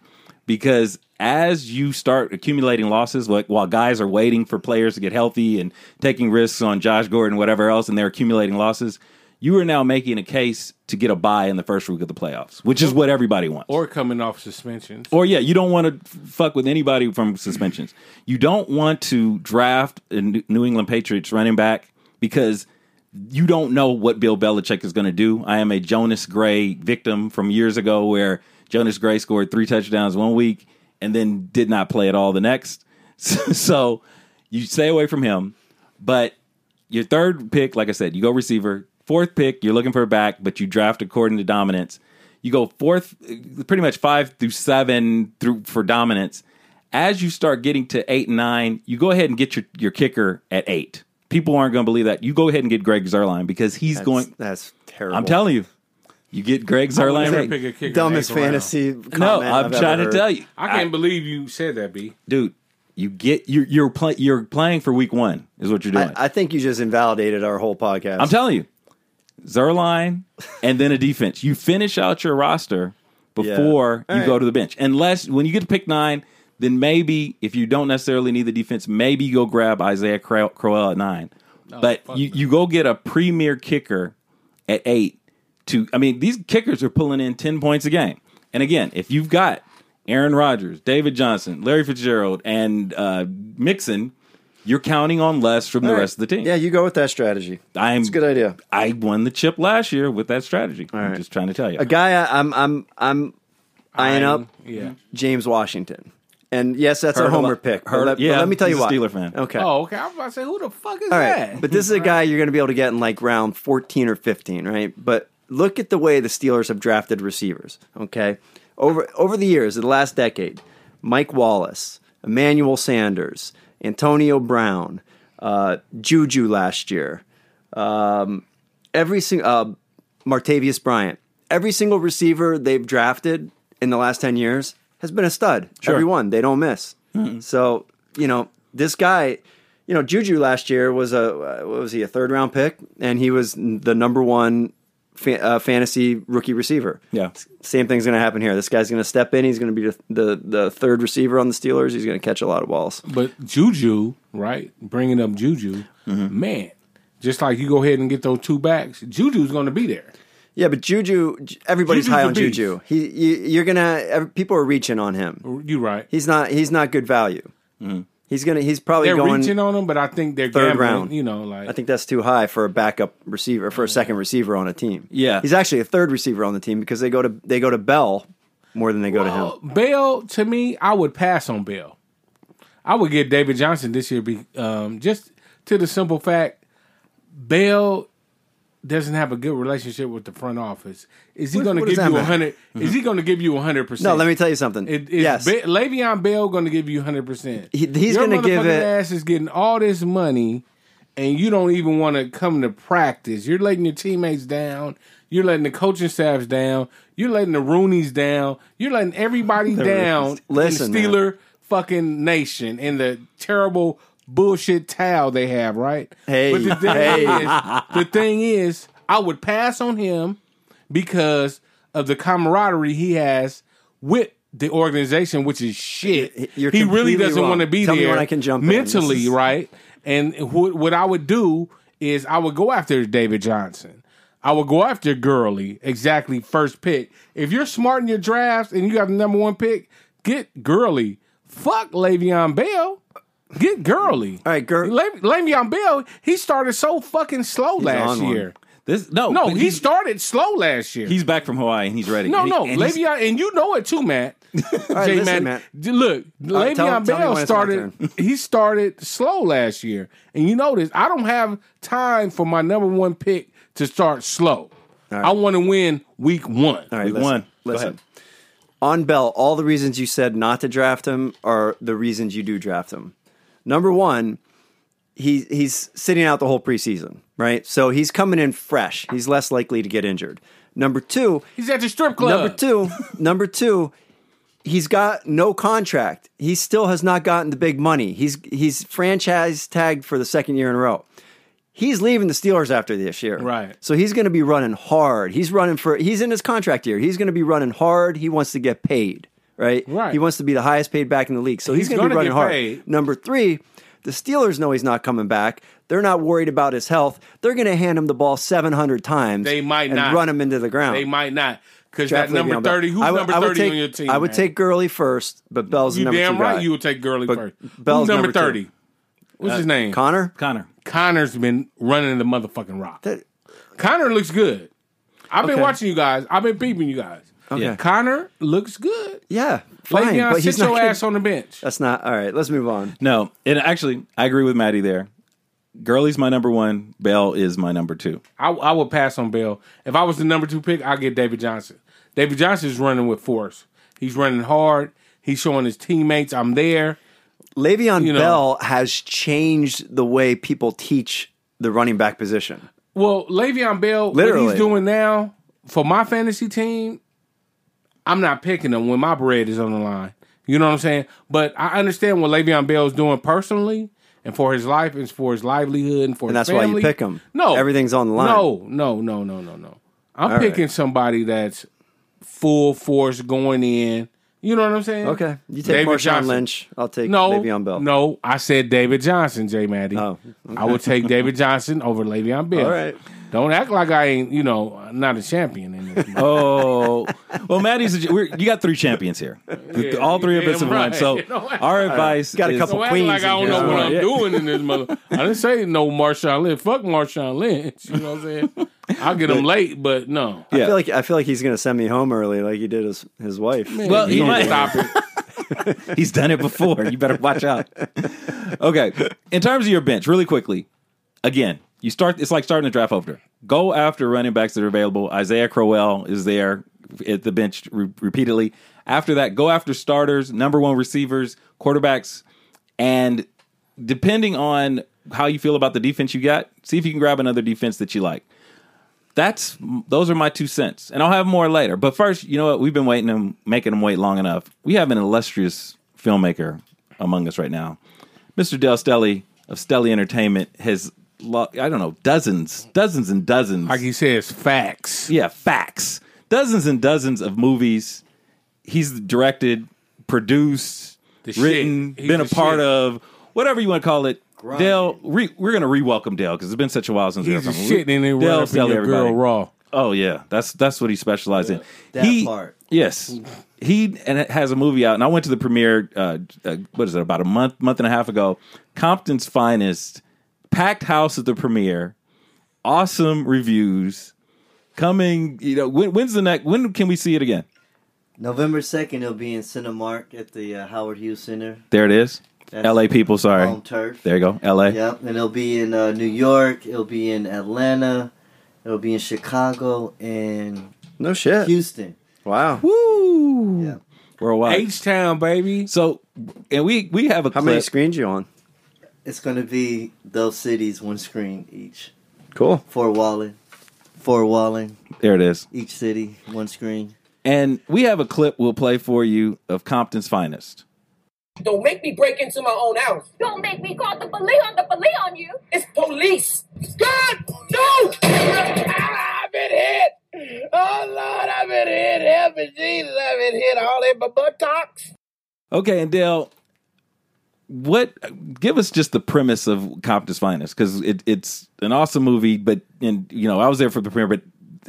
[SPEAKER 1] Because as you start accumulating losses, like while guys are waiting for players to get healthy and taking risks on Josh Gordon, whatever else, and they're accumulating losses, you are now making a case to get a buy in the first week of the playoffs, which is what everybody wants.
[SPEAKER 4] Or coming off suspensions.
[SPEAKER 1] Or yeah, you don't want to fuck with anybody from suspensions. You don't want to draft a New New England Patriots running back because you don't know what Bill Belichick is going to do. I am a Jonas Gray victim from years ago where Jonas Gray scored three touchdowns one week and then did not play at all the next. So you stay away from him. But your third pick, like I said, you go receiver. Fourth pick, you're looking for a back, but you draft according to dominance. You go fourth, uh, pretty much five through seven through for dominance. As you start getting to eight and nine, you go ahead and get your, your kicker at eight. People aren't going to believe that. You go ahead and get Greg Zerline because he's
[SPEAKER 3] That's,
[SPEAKER 1] going.
[SPEAKER 3] That's terrible.
[SPEAKER 1] I'm telling you, you get Greg
[SPEAKER 4] wouldn't
[SPEAKER 1] Zerline.
[SPEAKER 4] say pick a kicker in
[SPEAKER 3] Dumbest
[SPEAKER 4] the eighth round.
[SPEAKER 3] fantasy.
[SPEAKER 1] No,
[SPEAKER 3] comment
[SPEAKER 1] I'm
[SPEAKER 3] I've
[SPEAKER 1] trying
[SPEAKER 3] ever
[SPEAKER 1] to
[SPEAKER 3] heard.
[SPEAKER 1] tell you,
[SPEAKER 4] I can't believe you said that, B.
[SPEAKER 1] dude. You get you're you're, play, you're playing for week one is what you're doing.
[SPEAKER 3] I, I think you just invalidated our whole podcast.
[SPEAKER 1] I'm telling you, Zerline and then a defense. You finish out your roster before
[SPEAKER 3] Yeah.
[SPEAKER 1] you
[SPEAKER 3] All
[SPEAKER 1] go
[SPEAKER 3] right.
[SPEAKER 1] to the bench. Unless when you get to pick nine, then maybe if you don't necessarily need the defense, maybe you go grab Isaiah Crow- Crowell at nine. but
[SPEAKER 4] fuck
[SPEAKER 1] you, you go get a premier kicker at eight. To I mean, these kickers are pulling in ten points a game. And again, if you've got Aaron Rodgers, David Johnson, Larry Fitzgerald, and uh, Mixon, you're counting on less from the
[SPEAKER 3] All right.
[SPEAKER 1] rest of the team.
[SPEAKER 3] Yeah, you go with that strategy.
[SPEAKER 1] I'm
[SPEAKER 3] It's a good idea.
[SPEAKER 1] I won the chip last year with that strategy. I'm
[SPEAKER 3] right.
[SPEAKER 1] just trying to tell you.
[SPEAKER 3] A guy I, I'm I'm I'm eyeing up
[SPEAKER 4] Yeah.
[SPEAKER 3] James Washington. And yes, that's
[SPEAKER 1] Heard
[SPEAKER 3] a
[SPEAKER 1] of
[SPEAKER 3] homer
[SPEAKER 1] it.
[SPEAKER 3] pick. but
[SPEAKER 1] Heard-
[SPEAKER 3] let, but
[SPEAKER 1] yeah,
[SPEAKER 3] let me tell
[SPEAKER 1] he's
[SPEAKER 3] you
[SPEAKER 1] a
[SPEAKER 3] why.
[SPEAKER 1] Steeler fan.
[SPEAKER 3] Mm-hmm. Okay.
[SPEAKER 4] Oh, okay. I was about to say, who the fuck is
[SPEAKER 3] All right.
[SPEAKER 4] that?
[SPEAKER 3] But this is a guy you're going to be able to get in like round 14 or 15, right? But look at the way the Steelers have drafted receivers, okay? Over over the years, the last decade, Mike Wallace, Emmanuel Sanders, Antonio Brown, uh, Juju last year, um, every single uh, Martavius Bryant, every single receiver they've drafted in the last 10 years has been a stud. Every one, they don't miss. So, you know, this guy, you know, Juju last year was a, uh, what was he, a third round pick? And he was n- the number one fa- uh, fantasy rookie receiver.
[SPEAKER 1] Yeah.
[SPEAKER 3] S- Same thing's going to happen here. This guy's going to step in. He's going to be the, the, the third receiver on the Steelers. He's going to catch a lot of balls.
[SPEAKER 4] But Juju, right? Bringing up Juju,
[SPEAKER 3] Mm-hmm.
[SPEAKER 4] man, just like you go ahead and get those two backs, Juju's going to be there.
[SPEAKER 3] Yeah, but Juju, J- everybody's
[SPEAKER 4] Juju's
[SPEAKER 3] high
[SPEAKER 4] the
[SPEAKER 3] on
[SPEAKER 4] beast.
[SPEAKER 3] Juju. He, you, you're going to, people are reaching on him.
[SPEAKER 4] You right?
[SPEAKER 3] He's not. He's not good value. He's gonna. He's probably
[SPEAKER 4] they're
[SPEAKER 3] going.
[SPEAKER 4] reaching on him, but I think they're
[SPEAKER 3] Third
[SPEAKER 4] gambling,
[SPEAKER 3] round.
[SPEAKER 4] You know, like
[SPEAKER 3] I think that's too high for a backup receiver for a second receiver on a team.
[SPEAKER 1] Yeah.
[SPEAKER 3] he's actually a third receiver on the team because they go to they go to Bell more than they go to him.
[SPEAKER 4] Bell to me, I would pass on Bell. I would get David Johnson this year, be, um, just to the simple fact, Bell doesn't have a good relationship with the front office. Is he
[SPEAKER 3] What-
[SPEAKER 4] going to
[SPEAKER 3] what does
[SPEAKER 4] give
[SPEAKER 3] that
[SPEAKER 4] you a
[SPEAKER 3] matter?
[SPEAKER 4] 100 Is he going to give you a hundred percent?
[SPEAKER 3] No, let me tell you something.
[SPEAKER 4] It, is
[SPEAKER 3] yes,
[SPEAKER 4] Be- Le'Veon Bell going to give you hundred percent?
[SPEAKER 3] He- he's gonna give it-
[SPEAKER 4] Ass is getting all this money, and you don't even want to come to practice. You're letting your teammates down. You're letting the coaching staffs down. You're letting the Roonies down. You're letting everybody down.
[SPEAKER 3] Listen,
[SPEAKER 4] in the
[SPEAKER 3] man.
[SPEAKER 4] Steeler fucking nation and the terrible bullshit towel they have. Right?
[SPEAKER 3] Hey,
[SPEAKER 4] but the thing
[SPEAKER 3] hey.
[SPEAKER 4] is, the thing is, I would pass on him because of the camaraderie he has with the organization, which is shit.
[SPEAKER 3] You're
[SPEAKER 4] he really
[SPEAKER 3] completely
[SPEAKER 4] doesn't
[SPEAKER 3] wrong.
[SPEAKER 4] want to be
[SPEAKER 3] Tell me
[SPEAKER 4] there.
[SPEAKER 3] when I can jump in.
[SPEAKER 4] mentally,
[SPEAKER 3] This is-
[SPEAKER 4] right? And wh- what I would do is I would go after David Johnson. I would go after Gurley exactly first pick. If you're smart in your drafts and you have the number one pick, get Gurley. Fuck Le'Veon Bell. Get Gurley.
[SPEAKER 3] All right, Gur-
[SPEAKER 4] Le- Le'Veon Bell. He started so fucking slow last
[SPEAKER 3] on one.
[SPEAKER 4] year.
[SPEAKER 1] this no,
[SPEAKER 4] No,
[SPEAKER 1] but
[SPEAKER 4] he started slow last year.
[SPEAKER 1] he's back from Hawaii and he's ready.
[SPEAKER 4] No,
[SPEAKER 1] And he-
[SPEAKER 4] no,
[SPEAKER 1] and he's-
[SPEAKER 4] Le'Veon, and you know it too, Matt.
[SPEAKER 3] right,
[SPEAKER 4] Jay,
[SPEAKER 3] listen,
[SPEAKER 4] Matt,
[SPEAKER 3] Matt.
[SPEAKER 4] d- Look, Le'Veon
[SPEAKER 3] tell- tell me
[SPEAKER 4] Bell
[SPEAKER 3] when it's my
[SPEAKER 4] started.
[SPEAKER 3] turn.
[SPEAKER 4] He started slow last year, and you notice I don't have time for my number one pick to start slow. I want to win week one.
[SPEAKER 3] All right,
[SPEAKER 1] Week
[SPEAKER 3] listen,
[SPEAKER 1] one. Go
[SPEAKER 3] Listen,
[SPEAKER 1] ahead.
[SPEAKER 3] on Bell, all the reasons you said not to draft him are the reasons you do draft him. Number one, he he's sitting out the whole preseason, right? So he's coming in fresh. He's less likely to get injured. Number two,
[SPEAKER 4] He's at the strip club.
[SPEAKER 3] Number two, number two, he's got no contract. He still has not gotten the big money. He's he's franchise tagged for the second year in a row. He's leaving the Steelers after this year.
[SPEAKER 4] Right.
[SPEAKER 3] So he's going to be running hard. He's running for he's in his contract year. He's going to be running hard. He wants to get paid, right?
[SPEAKER 4] Right.
[SPEAKER 3] He wants to be the highest paid back in the league. So he's,
[SPEAKER 4] He's
[SPEAKER 3] going to be
[SPEAKER 4] gonna
[SPEAKER 3] running
[SPEAKER 4] get
[SPEAKER 3] hard.
[SPEAKER 4] paid.
[SPEAKER 3] Number 3, the Steelers know he's not coming back. They're not worried about his health. They're going to hand him the ball 700 times
[SPEAKER 4] They might
[SPEAKER 3] and
[SPEAKER 4] not.
[SPEAKER 3] run him into the ground.
[SPEAKER 4] They might not. Because that
[SPEAKER 3] Definitely
[SPEAKER 4] number
[SPEAKER 3] beyond Bell.
[SPEAKER 4] 30, who's
[SPEAKER 3] I would-
[SPEAKER 4] number
[SPEAKER 3] I would
[SPEAKER 4] 30
[SPEAKER 3] take-
[SPEAKER 4] on your team?
[SPEAKER 3] I would
[SPEAKER 4] man?
[SPEAKER 3] take Gurley first, but Bell's the
[SPEAKER 4] You
[SPEAKER 3] number
[SPEAKER 4] damn
[SPEAKER 3] two
[SPEAKER 4] right
[SPEAKER 3] guy.
[SPEAKER 4] you would take Gurley
[SPEAKER 3] But
[SPEAKER 4] first.
[SPEAKER 3] Bell's
[SPEAKER 4] Who's
[SPEAKER 3] number
[SPEAKER 4] number,
[SPEAKER 3] two. Uh,
[SPEAKER 4] 30? What's his name?
[SPEAKER 3] Connor.
[SPEAKER 1] Connor.
[SPEAKER 4] Connor's been running the motherfucking rock.
[SPEAKER 3] That-
[SPEAKER 4] Connor looks good. I've been
[SPEAKER 3] Okay.
[SPEAKER 4] watching you guys. I've been peeping you guys.
[SPEAKER 3] Okay.
[SPEAKER 1] Yeah.
[SPEAKER 4] Connor looks good.
[SPEAKER 3] Yeah, fine,
[SPEAKER 4] Fine,
[SPEAKER 3] but
[SPEAKER 4] Le'Veon,
[SPEAKER 3] he's
[SPEAKER 4] sit
[SPEAKER 3] not.
[SPEAKER 4] your
[SPEAKER 3] gonna-
[SPEAKER 4] ass on the bench.
[SPEAKER 3] That's not all right. Let's move on.
[SPEAKER 1] No, and actually, I agree with Maddie there. Gurley's my number one. Bell is my number two.
[SPEAKER 4] I, I would pass on Bell. If I was the number two pick, I'd get David Johnson. David Johnson is running with force. He's running hard. He's showing his teammates, I'm there.
[SPEAKER 3] Le'Veon
[SPEAKER 4] You know-
[SPEAKER 3] Bell has changed the way people teach the running back position.
[SPEAKER 4] Well, Le'Veon Bell, what
[SPEAKER 3] Literally.
[SPEAKER 4] he's doing now for my fantasy team, I'm not picking him when my bread is on the line. You know what I'm saying? But I understand what Le'Veon Bell's doing personally and for his life and for his livelihood and for
[SPEAKER 3] And
[SPEAKER 4] his
[SPEAKER 3] that's why you
[SPEAKER 4] family.
[SPEAKER 3] pick him.
[SPEAKER 4] No,
[SPEAKER 3] Everything's on the line.
[SPEAKER 4] No, no, no, no, no, no. I'm
[SPEAKER 3] All right.
[SPEAKER 4] picking somebody that's full force going in. You know what I'm saying?
[SPEAKER 3] Okay, you take
[SPEAKER 4] David
[SPEAKER 3] Marshawn
[SPEAKER 4] Johnson.
[SPEAKER 3] Lynch. I'll take
[SPEAKER 4] No,
[SPEAKER 3] Le'Veon Bell.
[SPEAKER 4] no, I said David Johnson, J. Maddie.
[SPEAKER 3] Oh,
[SPEAKER 4] I would take David Johnson over Le'Veon Bell.
[SPEAKER 3] All right.
[SPEAKER 4] Don't act like I ain't, you know, not a champion in this. man.
[SPEAKER 1] Oh, well, Maddie's. A, we're, you got three champions here.
[SPEAKER 4] Yeah,
[SPEAKER 1] All three of
[SPEAKER 4] yeah,
[SPEAKER 1] us have won.
[SPEAKER 4] right.
[SPEAKER 1] So
[SPEAKER 4] You know what?
[SPEAKER 1] our advice
[SPEAKER 3] Got a
[SPEAKER 1] is-
[SPEAKER 3] couple
[SPEAKER 4] Don't act
[SPEAKER 3] Queens
[SPEAKER 4] like I
[SPEAKER 3] in here
[SPEAKER 4] don't know what I'm
[SPEAKER 3] somewhere.
[SPEAKER 4] doing in this mother. I didn't say no Marshawn Lynch. Fuck Marshawn Lynch. You know what I'm saying? I'll get him late, but no.
[SPEAKER 3] I
[SPEAKER 1] Yeah.
[SPEAKER 3] feel like I feel like he's going to send me home early, like he did his his wife.
[SPEAKER 1] Well, he
[SPEAKER 4] You don't
[SPEAKER 1] might-
[SPEAKER 4] stop it.
[SPEAKER 1] He's done it before. You better watch out. Okay. In terms of your bench, really quickly, again, you start. It's like starting a draft opener. Go after running backs that are available. Isaiah Crowell is there at the bench re- repeatedly. After that, go after starters, number one receivers, quarterbacks, and depending on how you feel about the defense you got, see if you can grab another defense that you like. That's those are my two cents, and I'll have more later. But first, you know what? We've been waiting them, making them wait long enough. We have an illustrious filmmaker among us right now, Mr. Del Stelly of Stelly Entertainment has, lo- I don't know, dozens, dozens and dozens.
[SPEAKER 4] Like he says, facts.
[SPEAKER 1] yeah, facts, dozens and dozens of movies. He's directed, produced,
[SPEAKER 4] The shit.
[SPEAKER 1] written,
[SPEAKER 4] He's
[SPEAKER 1] been a
[SPEAKER 4] the
[SPEAKER 1] part
[SPEAKER 4] shit.
[SPEAKER 1] of, whatever you want to call it. Dale, re, we're gonna re-welcome Dale because it's been such a while since we
[SPEAKER 4] He's
[SPEAKER 1] had
[SPEAKER 4] just
[SPEAKER 1] him.
[SPEAKER 4] shitting and then
[SPEAKER 1] Dale
[SPEAKER 4] run up in
[SPEAKER 1] Stelly,
[SPEAKER 4] your
[SPEAKER 1] everybody.
[SPEAKER 4] girl raw.
[SPEAKER 1] Oh yeah, that's that's what he specialized in.
[SPEAKER 5] that
[SPEAKER 1] he,
[SPEAKER 5] part.
[SPEAKER 1] Yes, he and it has a movie out, and I went to the premiere. Uh, uh, what is it? About a month, month and a half ago. Compton's finest, packed house at the premiere, awesome reviews. Coming, you know, when, when's the next? When can we see it again?
[SPEAKER 5] November 2nd, it'll be in Cinemark at the uh, Howard Hughes Center,
[SPEAKER 1] There it is.
[SPEAKER 5] That's
[SPEAKER 1] L.A. people, sorry.
[SPEAKER 5] home turf.
[SPEAKER 1] there you go, L.A.
[SPEAKER 5] Yep, and it'll be in uh, New York, it'll be in Atlanta, it'll be in Chicago, and
[SPEAKER 3] No shit.
[SPEAKER 5] Houston.
[SPEAKER 3] Wow.
[SPEAKER 1] Woo!
[SPEAKER 5] Yeah.
[SPEAKER 1] Worldwide.
[SPEAKER 4] H Town, baby.
[SPEAKER 1] so, and we we have a
[SPEAKER 3] How
[SPEAKER 1] clip.
[SPEAKER 3] many screens you on?
[SPEAKER 5] It's going to be those cities, one screen each.
[SPEAKER 3] Cool.
[SPEAKER 5] Fort Wallen, Fort Wallen,
[SPEAKER 1] there it is.
[SPEAKER 5] each city, one screen.
[SPEAKER 1] And we have a clip we'll play for you of Compton's finest.
[SPEAKER 6] Don't make me break into my own house.
[SPEAKER 7] Don't make me call the police on the police on you.
[SPEAKER 6] It's police. God, no! Ah, I've been hit. Oh, Lord, I've been hit. Help me, Jesus. I've been hit all in my buttocks.
[SPEAKER 1] Okay, and Dale, what? Give us just the premise of Compton's Finest because it, it's an awesome movie, but and you know I was there for the premiere, but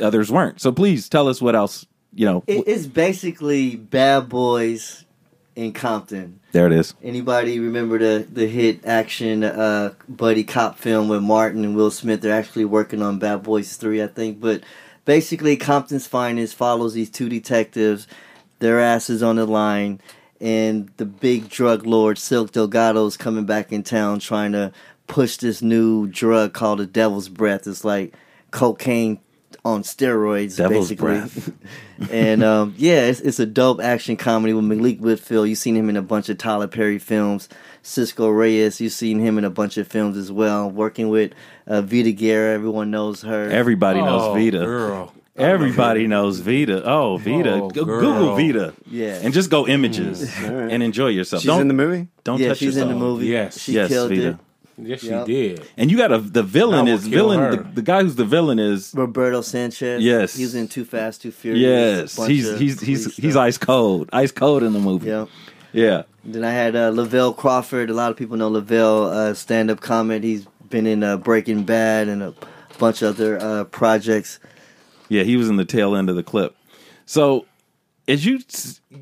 [SPEAKER 1] others weren't. So please tell us what else. You know,
[SPEAKER 5] It, it's basically Bad Boys in Compton.
[SPEAKER 1] there it is.
[SPEAKER 5] Anybody remember the the hit action uh, buddy cop film with Martin and Will Smith? They're actually working on Bad Boys Three, I think. But basically, Compton's Finest follows these two detectives, their asses on the line, and the big drug lord Silk Delgado's coming back in town trying to push this new drug called the Devil's Breath. It's like cocaine on steroids,
[SPEAKER 1] Devil's
[SPEAKER 5] basically.
[SPEAKER 1] Breath.
[SPEAKER 5] and um, yeah, it's, it's a dope action comedy with Malik Whitfield. You've seen him in a bunch of Tyler Perry films, Cisco Reyes. You've seen him in a bunch of films as well. Working with uh, Vita Guerra, everyone knows her.
[SPEAKER 1] Everybody knows Vita.
[SPEAKER 4] Oh, Girl.
[SPEAKER 1] Everybody knows Vita. Oh, Vita.
[SPEAKER 4] Oh,
[SPEAKER 1] Go-
[SPEAKER 4] girl.
[SPEAKER 1] Google Vita.
[SPEAKER 5] Yeah. Mm.
[SPEAKER 1] And just go images and enjoy yourself.
[SPEAKER 3] She's
[SPEAKER 1] don't
[SPEAKER 3] in the movie.
[SPEAKER 1] don't
[SPEAKER 5] yeah,
[SPEAKER 1] touch
[SPEAKER 5] she's in
[SPEAKER 1] yourself.
[SPEAKER 5] the movie.
[SPEAKER 4] Yes.
[SPEAKER 5] she
[SPEAKER 1] yes,
[SPEAKER 5] killed
[SPEAKER 1] Vita.
[SPEAKER 5] it.
[SPEAKER 4] Yes, she
[SPEAKER 5] Yep.
[SPEAKER 4] did.
[SPEAKER 1] And you got a the villain
[SPEAKER 4] That
[SPEAKER 1] is
[SPEAKER 4] will kill
[SPEAKER 1] villain.
[SPEAKER 4] her.
[SPEAKER 1] The, the guy who's the villain is
[SPEAKER 5] Roberto Sanchez.
[SPEAKER 1] Yes.
[SPEAKER 5] he was in Too Fast, Too Furious.
[SPEAKER 1] yes.
[SPEAKER 5] a bunch
[SPEAKER 1] He's
[SPEAKER 5] of
[SPEAKER 1] he's
[SPEAKER 5] police
[SPEAKER 1] he's he's
[SPEAKER 5] stuff.
[SPEAKER 1] ice cold. Ice cold in the movie.
[SPEAKER 5] Yep.
[SPEAKER 1] Yeah.
[SPEAKER 5] Then I had uh, Lavelle Crawford. A lot of people know Lavelle, uh, stand-up comic. He's been in uh, Breaking Bad and a bunch of other uh, projects.
[SPEAKER 1] Yeah, he was in the tail end of the clip. So, as you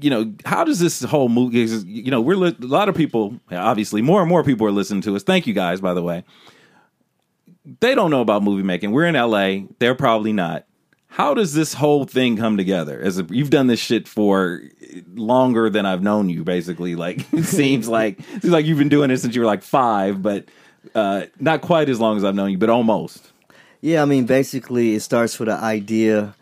[SPEAKER 1] you know, how does this whole movie? You know, we're li- a lot of people. Obviously, more and more people are listening to us. Thank you guys, by the way. They don't know about movie making. We're in L.A. They're probably not. How does this whole thing come together? As a, you've done this shit for longer than I've known you, basically. Like it seems like it seems like you've been doing it since you were like five, but uh, not quite as long as I've known you, but almost.
[SPEAKER 5] Yeah, I mean, basically, it starts with an idea,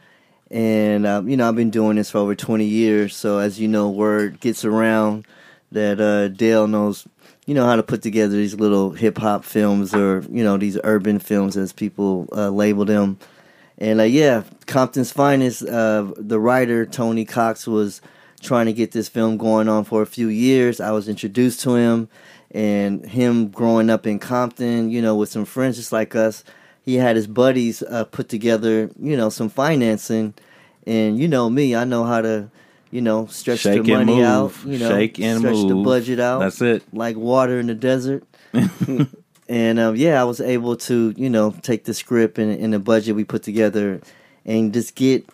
[SPEAKER 5] and um, you know, I've been doing this for over twenty years. So, as you know, word gets around that uh, Dale knows, you know, how to put together these little hip hop films or you know these urban films as people uh, label them. And uh, yeah, Compton's Finest, uh, the writer Tony Cox was trying to get this film going on for a few years. I was introduced to him and him growing up in Compton, you know, with some friends just like us. He had his buddies uh, put together, you know, some financing. And you know me, I know how to, you know, stretch
[SPEAKER 1] Shake
[SPEAKER 5] the
[SPEAKER 1] and
[SPEAKER 5] money
[SPEAKER 1] move.
[SPEAKER 5] out, you know,
[SPEAKER 1] Shake and
[SPEAKER 5] stretch the
[SPEAKER 1] move.
[SPEAKER 5] budget out.
[SPEAKER 1] That's it.
[SPEAKER 5] Like water in the desert. and um, yeah, I was able to you know take the script and, and the budget we put together, and just get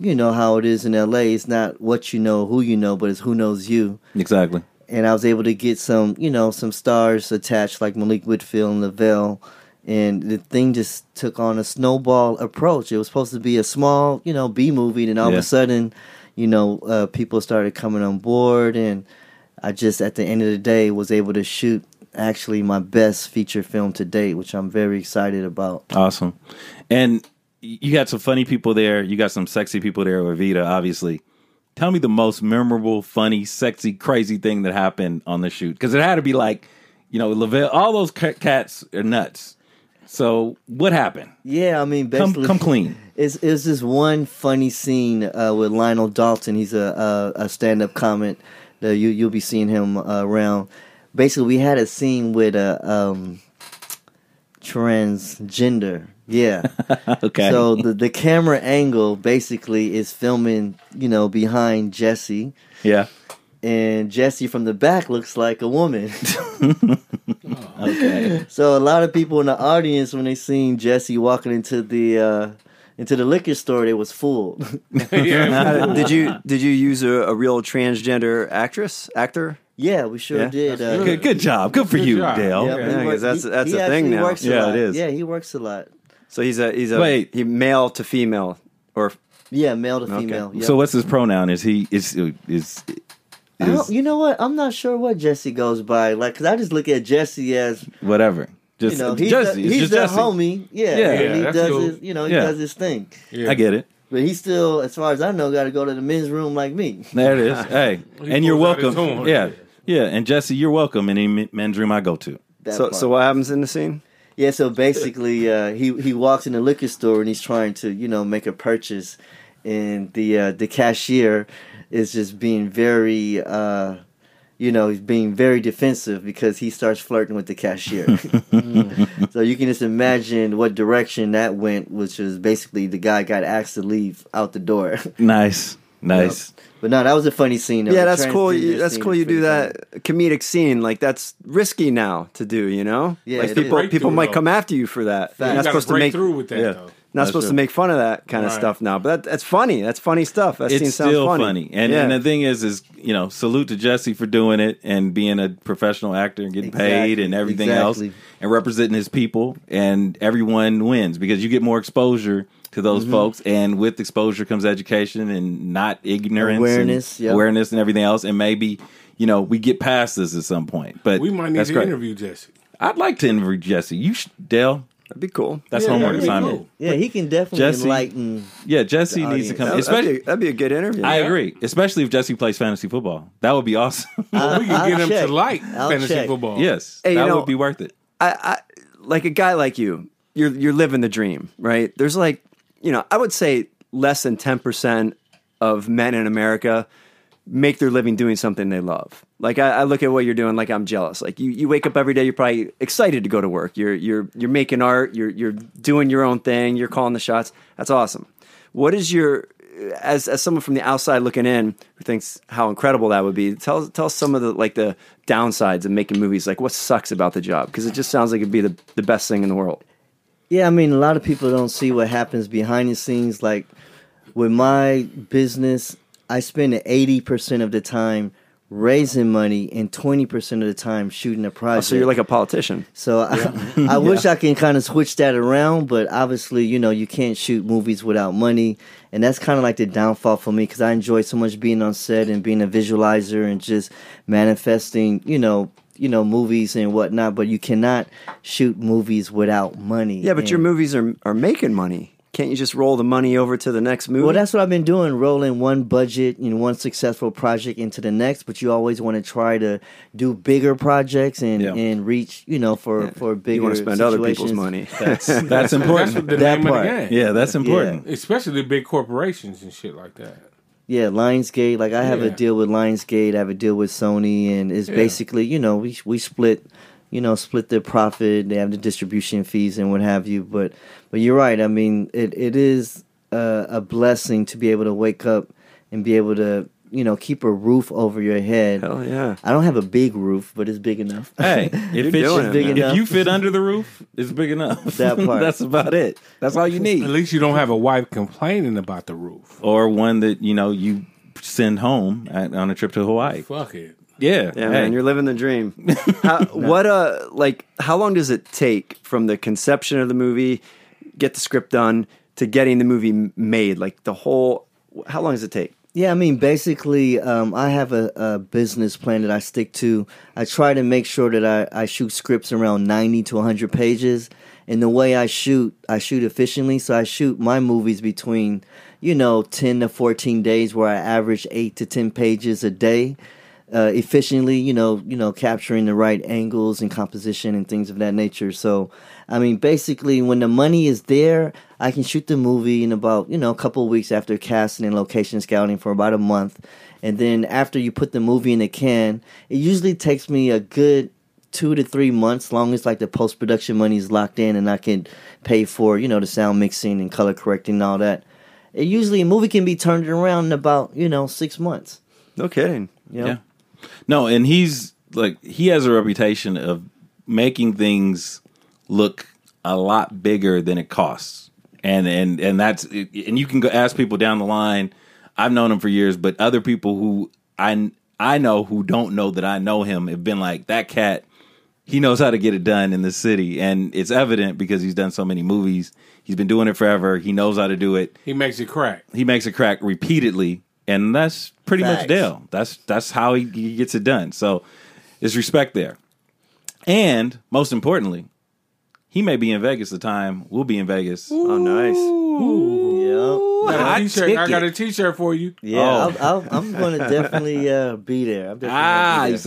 [SPEAKER 5] you know how it is in L.A. It's not what you know, who you know, but it's who knows you.
[SPEAKER 1] Exactly.
[SPEAKER 5] And I was able to get some you know some stars attached like Malik Whitfield and Lavelle, and the thing just took on a snowball approach. It was supposed to be a small you know B movie, and all
[SPEAKER 1] Yeah.
[SPEAKER 5] of a sudden, you know, uh, people started coming on board and. I just at the end of the day was able to shoot actually my best feature film to date, which I'm very excited about.
[SPEAKER 1] Awesome. And you got some funny people there. You got some sexy people there with Vita, obviously. Tell me the most memorable, funny, sexy, crazy thing that happened on the shoot. Because it had to be like, you know, Lavelle, all those ca- cats are nuts. So what happened?
[SPEAKER 5] Yeah, I mean,
[SPEAKER 1] Come,
[SPEAKER 5] basically,
[SPEAKER 1] come clean.
[SPEAKER 5] It's, it's this one funny scene uh, with Lionel Dalton. He's a a, a stand up comic. That you you'll be seeing him uh, around. Basically, we had a scene with a um, transgender. Yeah.
[SPEAKER 1] Okay.
[SPEAKER 5] So the the camera angle basically is filming, you know, behind Jesse.
[SPEAKER 1] yeah.
[SPEAKER 5] and Jesse from the back looks like a woman. okay. So a lot of people in the audience when they seen Jesse walking into the uh into the liquor store, they was fooled.
[SPEAKER 4] yeah.
[SPEAKER 3] Uh, did you did you use a, a real transgender actress actor?
[SPEAKER 5] yeah, we sure
[SPEAKER 3] Yeah.
[SPEAKER 5] did.
[SPEAKER 4] That's
[SPEAKER 5] uh,
[SPEAKER 1] Good, good job. Good for
[SPEAKER 4] Good
[SPEAKER 1] you,
[SPEAKER 4] job.
[SPEAKER 1] Dale.
[SPEAKER 5] yeah, we
[SPEAKER 3] Yeah, I
[SPEAKER 5] work-
[SPEAKER 3] guess that's-
[SPEAKER 5] he-
[SPEAKER 3] that's
[SPEAKER 5] he
[SPEAKER 3] a thing
[SPEAKER 5] actually
[SPEAKER 3] now.
[SPEAKER 5] Works a
[SPEAKER 1] Yeah, it
[SPEAKER 5] lot.
[SPEAKER 1] is.
[SPEAKER 5] Yeah, he works a lot.
[SPEAKER 3] So he's a he's a
[SPEAKER 1] Wait.
[SPEAKER 3] he male to female or
[SPEAKER 5] Yeah, male to female. yep.
[SPEAKER 1] So what's his pronoun? Is he is is
[SPEAKER 5] I don't-
[SPEAKER 1] is
[SPEAKER 5] you know what? I'm not sure what Jesse goes by. Like, cause I just look at Jesse as
[SPEAKER 1] whatever? Just
[SPEAKER 5] you know he's
[SPEAKER 1] Jesse.
[SPEAKER 5] the,
[SPEAKER 1] it's just
[SPEAKER 5] he's the
[SPEAKER 1] Jesse.
[SPEAKER 5] homie. Yeah,
[SPEAKER 1] Yeah.
[SPEAKER 5] and
[SPEAKER 4] Yeah,
[SPEAKER 5] he
[SPEAKER 4] that's
[SPEAKER 5] does
[SPEAKER 4] cool.
[SPEAKER 5] his you know he
[SPEAKER 1] Yeah.
[SPEAKER 5] does his thing.
[SPEAKER 1] I get it.
[SPEAKER 5] But he still, as far as I know, got to go to the men's room like me.
[SPEAKER 1] There it is. Hey, and
[SPEAKER 4] pulls
[SPEAKER 1] you're
[SPEAKER 4] out his
[SPEAKER 1] welcome.
[SPEAKER 4] horn.
[SPEAKER 1] Yeah, yeah. And Jesse, you're welcome in any men's room I go to.
[SPEAKER 5] That
[SPEAKER 3] so
[SPEAKER 5] part.
[SPEAKER 3] so what happens in the scene?
[SPEAKER 5] yeah, so basically, uh, he he walks in the liquor store and he's trying to you know make a purchase, and the uh, the cashier is just being very. Uh, you know, he's being very defensive because he starts flirting with the cashier. so you can just imagine what direction that went, which was basically the guy got asked to leave out the door.
[SPEAKER 1] Nice, nice.
[SPEAKER 5] but no, that was a funny scene. though.
[SPEAKER 3] yeah,
[SPEAKER 5] The
[SPEAKER 3] that's cool. You,
[SPEAKER 5] transgender
[SPEAKER 3] that's
[SPEAKER 5] scene
[SPEAKER 3] cool.
[SPEAKER 5] is
[SPEAKER 3] You do
[SPEAKER 5] pretty funny.
[SPEAKER 3] that comedic scene. Like that's risky now to do. You know,
[SPEAKER 5] Yeah,
[SPEAKER 3] like
[SPEAKER 5] it
[SPEAKER 3] people
[SPEAKER 5] is.
[SPEAKER 3] people
[SPEAKER 4] Breakthrough,
[SPEAKER 3] might
[SPEAKER 4] though.
[SPEAKER 3] come after you for that. You're
[SPEAKER 5] You
[SPEAKER 3] not
[SPEAKER 4] You
[SPEAKER 3] supposed
[SPEAKER 4] gotta
[SPEAKER 3] to
[SPEAKER 4] break
[SPEAKER 3] make
[SPEAKER 4] through with that
[SPEAKER 1] yeah.
[SPEAKER 4] though.
[SPEAKER 3] not
[SPEAKER 1] That's
[SPEAKER 3] supposed to
[SPEAKER 1] true.
[SPEAKER 3] make fun of that kind of
[SPEAKER 4] Right.
[SPEAKER 3] stuff now. But that, that's funny. That's funny stuff. That scene
[SPEAKER 1] It's
[SPEAKER 3] sounds
[SPEAKER 1] still
[SPEAKER 3] funny.
[SPEAKER 1] funny, and
[SPEAKER 3] yeah.
[SPEAKER 1] and the thing is, is you know, salute to Jesse for doing it and being a professional actor and getting paid
[SPEAKER 5] Exactly,
[SPEAKER 1] and everything else,
[SPEAKER 5] exactly.
[SPEAKER 1] and representing his people, and everyone wins because you get more exposure to those folks, and with exposure comes education and not ignorance, and
[SPEAKER 5] Awareness, yep.
[SPEAKER 1] awareness, and everything else, and maybe. You know, we get past this at some point, but
[SPEAKER 4] We might need
[SPEAKER 1] that's
[SPEAKER 4] to
[SPEAKER 1] great.
[SPEAKER 4] interview Jesse.
[SPEAKER 1] I'd like to interview Jesse. You, sh- Dale,
[SPEAKER 3] That'd be cool.
[SPEAKER 1] That's
[SPEAKER 4] Yeah,
[SPEAKER 1] homework
[SPEAKER 4] that'd be
[SPEAKER 1] assignment.
[SPEAKER 4] cool.
[SPEAKER 5] Yeah, he can definitely
[SPEAKER 1] Jesse-
[SPEAKER 5] enlighten.
[SPEAKER 1] Yeah, Jesse needs to come.
[SPEAKER 5] audience.
[SPEAKER 3] That, that'd,
[SPEAKER 1] Especially,
[SPEAKER 3] be, that'd be a good interview.
[SPEAKER 1] I agree. Especially if Jesse plays fantasy football, that would be awesome.
[SPEAKER 5] I'll-
[SPEAKER 4] we can
[SPEAKER 5] I'll
[SPEAKER 4] get him
[SPEAKER 5] check.
[SPEAKER 4] to like
[SPEAKER 5] I'll
[SPEAKER 4] fantasy
[SPEAKER 5] check.
[SPEAKER 4] football.
[SPEAKER 1] yes,
[SPEAKER 3] Hey, you
[SPEAKER 1] that
[SPEAKER 3] know-
[SPEAKER 1] would be worth it.
[SPEAKER 3] I, I like a guy like you. You're you're living the dream, right? There's like, you know, I would say less than ten percent of men in America make their living doing something they love. Like I, I look at what you're doing, like I'm jealous. Like you, you wake up every day, you're probably excited to go to work. You're you're you're making art. You're you're doing your own thing. You're calling the shots. That's awesome. What is your as as someone from the outside looking in who thinks how incredible that would be? Tell tell us some of the like the downsides of making movies. Like what sucks about the job? Because it just sounds like it'd be the the best thing in the world.
[SPEAKER 5] Yeah, I mean, a lot of people don't see what happens behind the scenes. Like with my business, I spend 80% of the time raising money and 20% of the time shooting a project.
[SPEAKER 3] Oh, So you're like a politician.
[SPEAKER 5] So I, I wish I can kind of switch that around, but obviously, you know, you can't shoot movies without money, and that's kind of like the downfall for me because I enjoy so much being on set and being a visualizer and just manifesting, you know, you know, movies and whatnot. But you cannot shoot movies without money.
[SPEAKER 3] Yeah, but
[SPEAKER 5] And-
[SPEAKER 3] your movies are are making money. Can't you just roll the money over to the next movie?
[SPEAKER 5] Well, that's what I've been doing, rolling one budget and one successful project into the next. But you always want to try to do bigger projects and,
[SPEAKER 1] Yeah.
[SPEAKER 5] and reach, you know, for for bigger.
[SPEAKER 3] you want to spend other people's
[SPEAKER 5] situations.
[SPEAKER 3] money.
[SPEAKER 1] That's that's
[SPEAKER 4] That's what
[SPEAKER 1] important.
[SPEAKER 4] the
[SPEAKER 5] That
[SPEAKER 4] name
[SPEAKER 5] part.
[SPEAKER 4] of the game.
[SPEAKER 1] Yeah, that's important.
[SPEAKER 4] Especially the big corporations and shit like that.
[SPEAKER 5] Yeah, Lionsgate. Like I have a
[SPEAKER 4] Yeah.
[SPEAKER 5] deal with Lionsgate. I have a deal with Sony, and it's
[SPEAKER 4] Yeah.
[SPEAKER 5] basically you know we we split, you know split their profit. They have the distribution fees and what have you. But but you're right. I mean it it is a, a blessing to be able to wake up and be able to you know keep a roof over your head.
[SPEAKER 3] Hell yeah.
[SPEAKER 5] I don't have a big roof, but it's big enough.
[SPEAKER 1] Hey, if, it's,
[SPEAKER 3] doing it,
[SPEAKER 5] man.
[SPEAKER 1] if you fit under the roof, it's big enough.
[SPEAKER 5] That part.
[SPEAKER 1] that's about it. That's all you
[SPEAKER 4] At
[SPEAKER 1] need.
[SPEAKER 4] least you don't have a wife complaining about the roof.
[SPEAKER 1] Or one that you know you send home at, on a trip to Hawaii.
[SPEAKER 4] Fuck it.
[SPEAKER 1] Yeah,
[SPEAKER 3] Yeah, man, you're living the dream. How, What uh, like, how long does it take from the conception of the movie, get the script done, to getting the movie m- made? Like the whole, how long does it take?
[SPEAKER 5] Yeah, I mean, basically, um, I have a, a business plan that I stick to. I try to make sure that I, I shoot scripts around 90 to 100 pages. And the way I shoot, I shoot efficiently. So I shoot my movies between, you know, 10 to 14 days where I average 8 to 10 pages a day uh, efficiently, you know, you know, capturing the right angles and composition and things of that nature. So, I mean, basically, when the money is there, I can shoot the movie in about you know a couple of weeks after casting and location scouting for about a month, and then after you put the movie in the can, it usually takes me a good two to three months, long as like the post production money is locked in and I can pay for you know the sound mixing and color correcting and all that. It usually a movie can be turned around in about you know six months.
[SPEAKER 3] No kidding.
[SPEAKER 5] You know?
[SPEAKER 1] Yeah. No, and he's like he has a reputation of making things look a lot bigger than it costs. And and and that's and you can go ask people down the line. I've known him for years, but other people who I I know who don't know that I know him have been like that cat he knows how to get it done in the city and it's evident because he's done so many movies. He's been doing it forever. He knows how to do it
[SPEAKER 4] He makes it crack.
[SPEAKER 1] he makes a crack repeatedly, and that's pretty
[SPEAKER 5] Facts.
[SPEAKER 1] much Dale. That's that's how he, he gets it done. So there's respect there, and most importantly, he may be in Vegas the time we'll be in Vegas.
[SPEAKER 3] Oh, nice.
[SPEAKER 5] Yeah.
[SPEAKER 4] I got
[SPEAKER 1] Hot
[SPEAKER 4] a t-shirt. I got a
[SPEAKER 1] ticket.
[SPEAKER 4] t-shirt for you.
[SPEAKER 5] Yeah,
[SPEAKER 1] Oh.
[SPEAKER 5] I'll, I'll, I'm going to definitely uh, be there. I'm definitely gonna
[SPEAKER 1] Ah,
[SPEAKER 5] be
[SPEAKER 1] you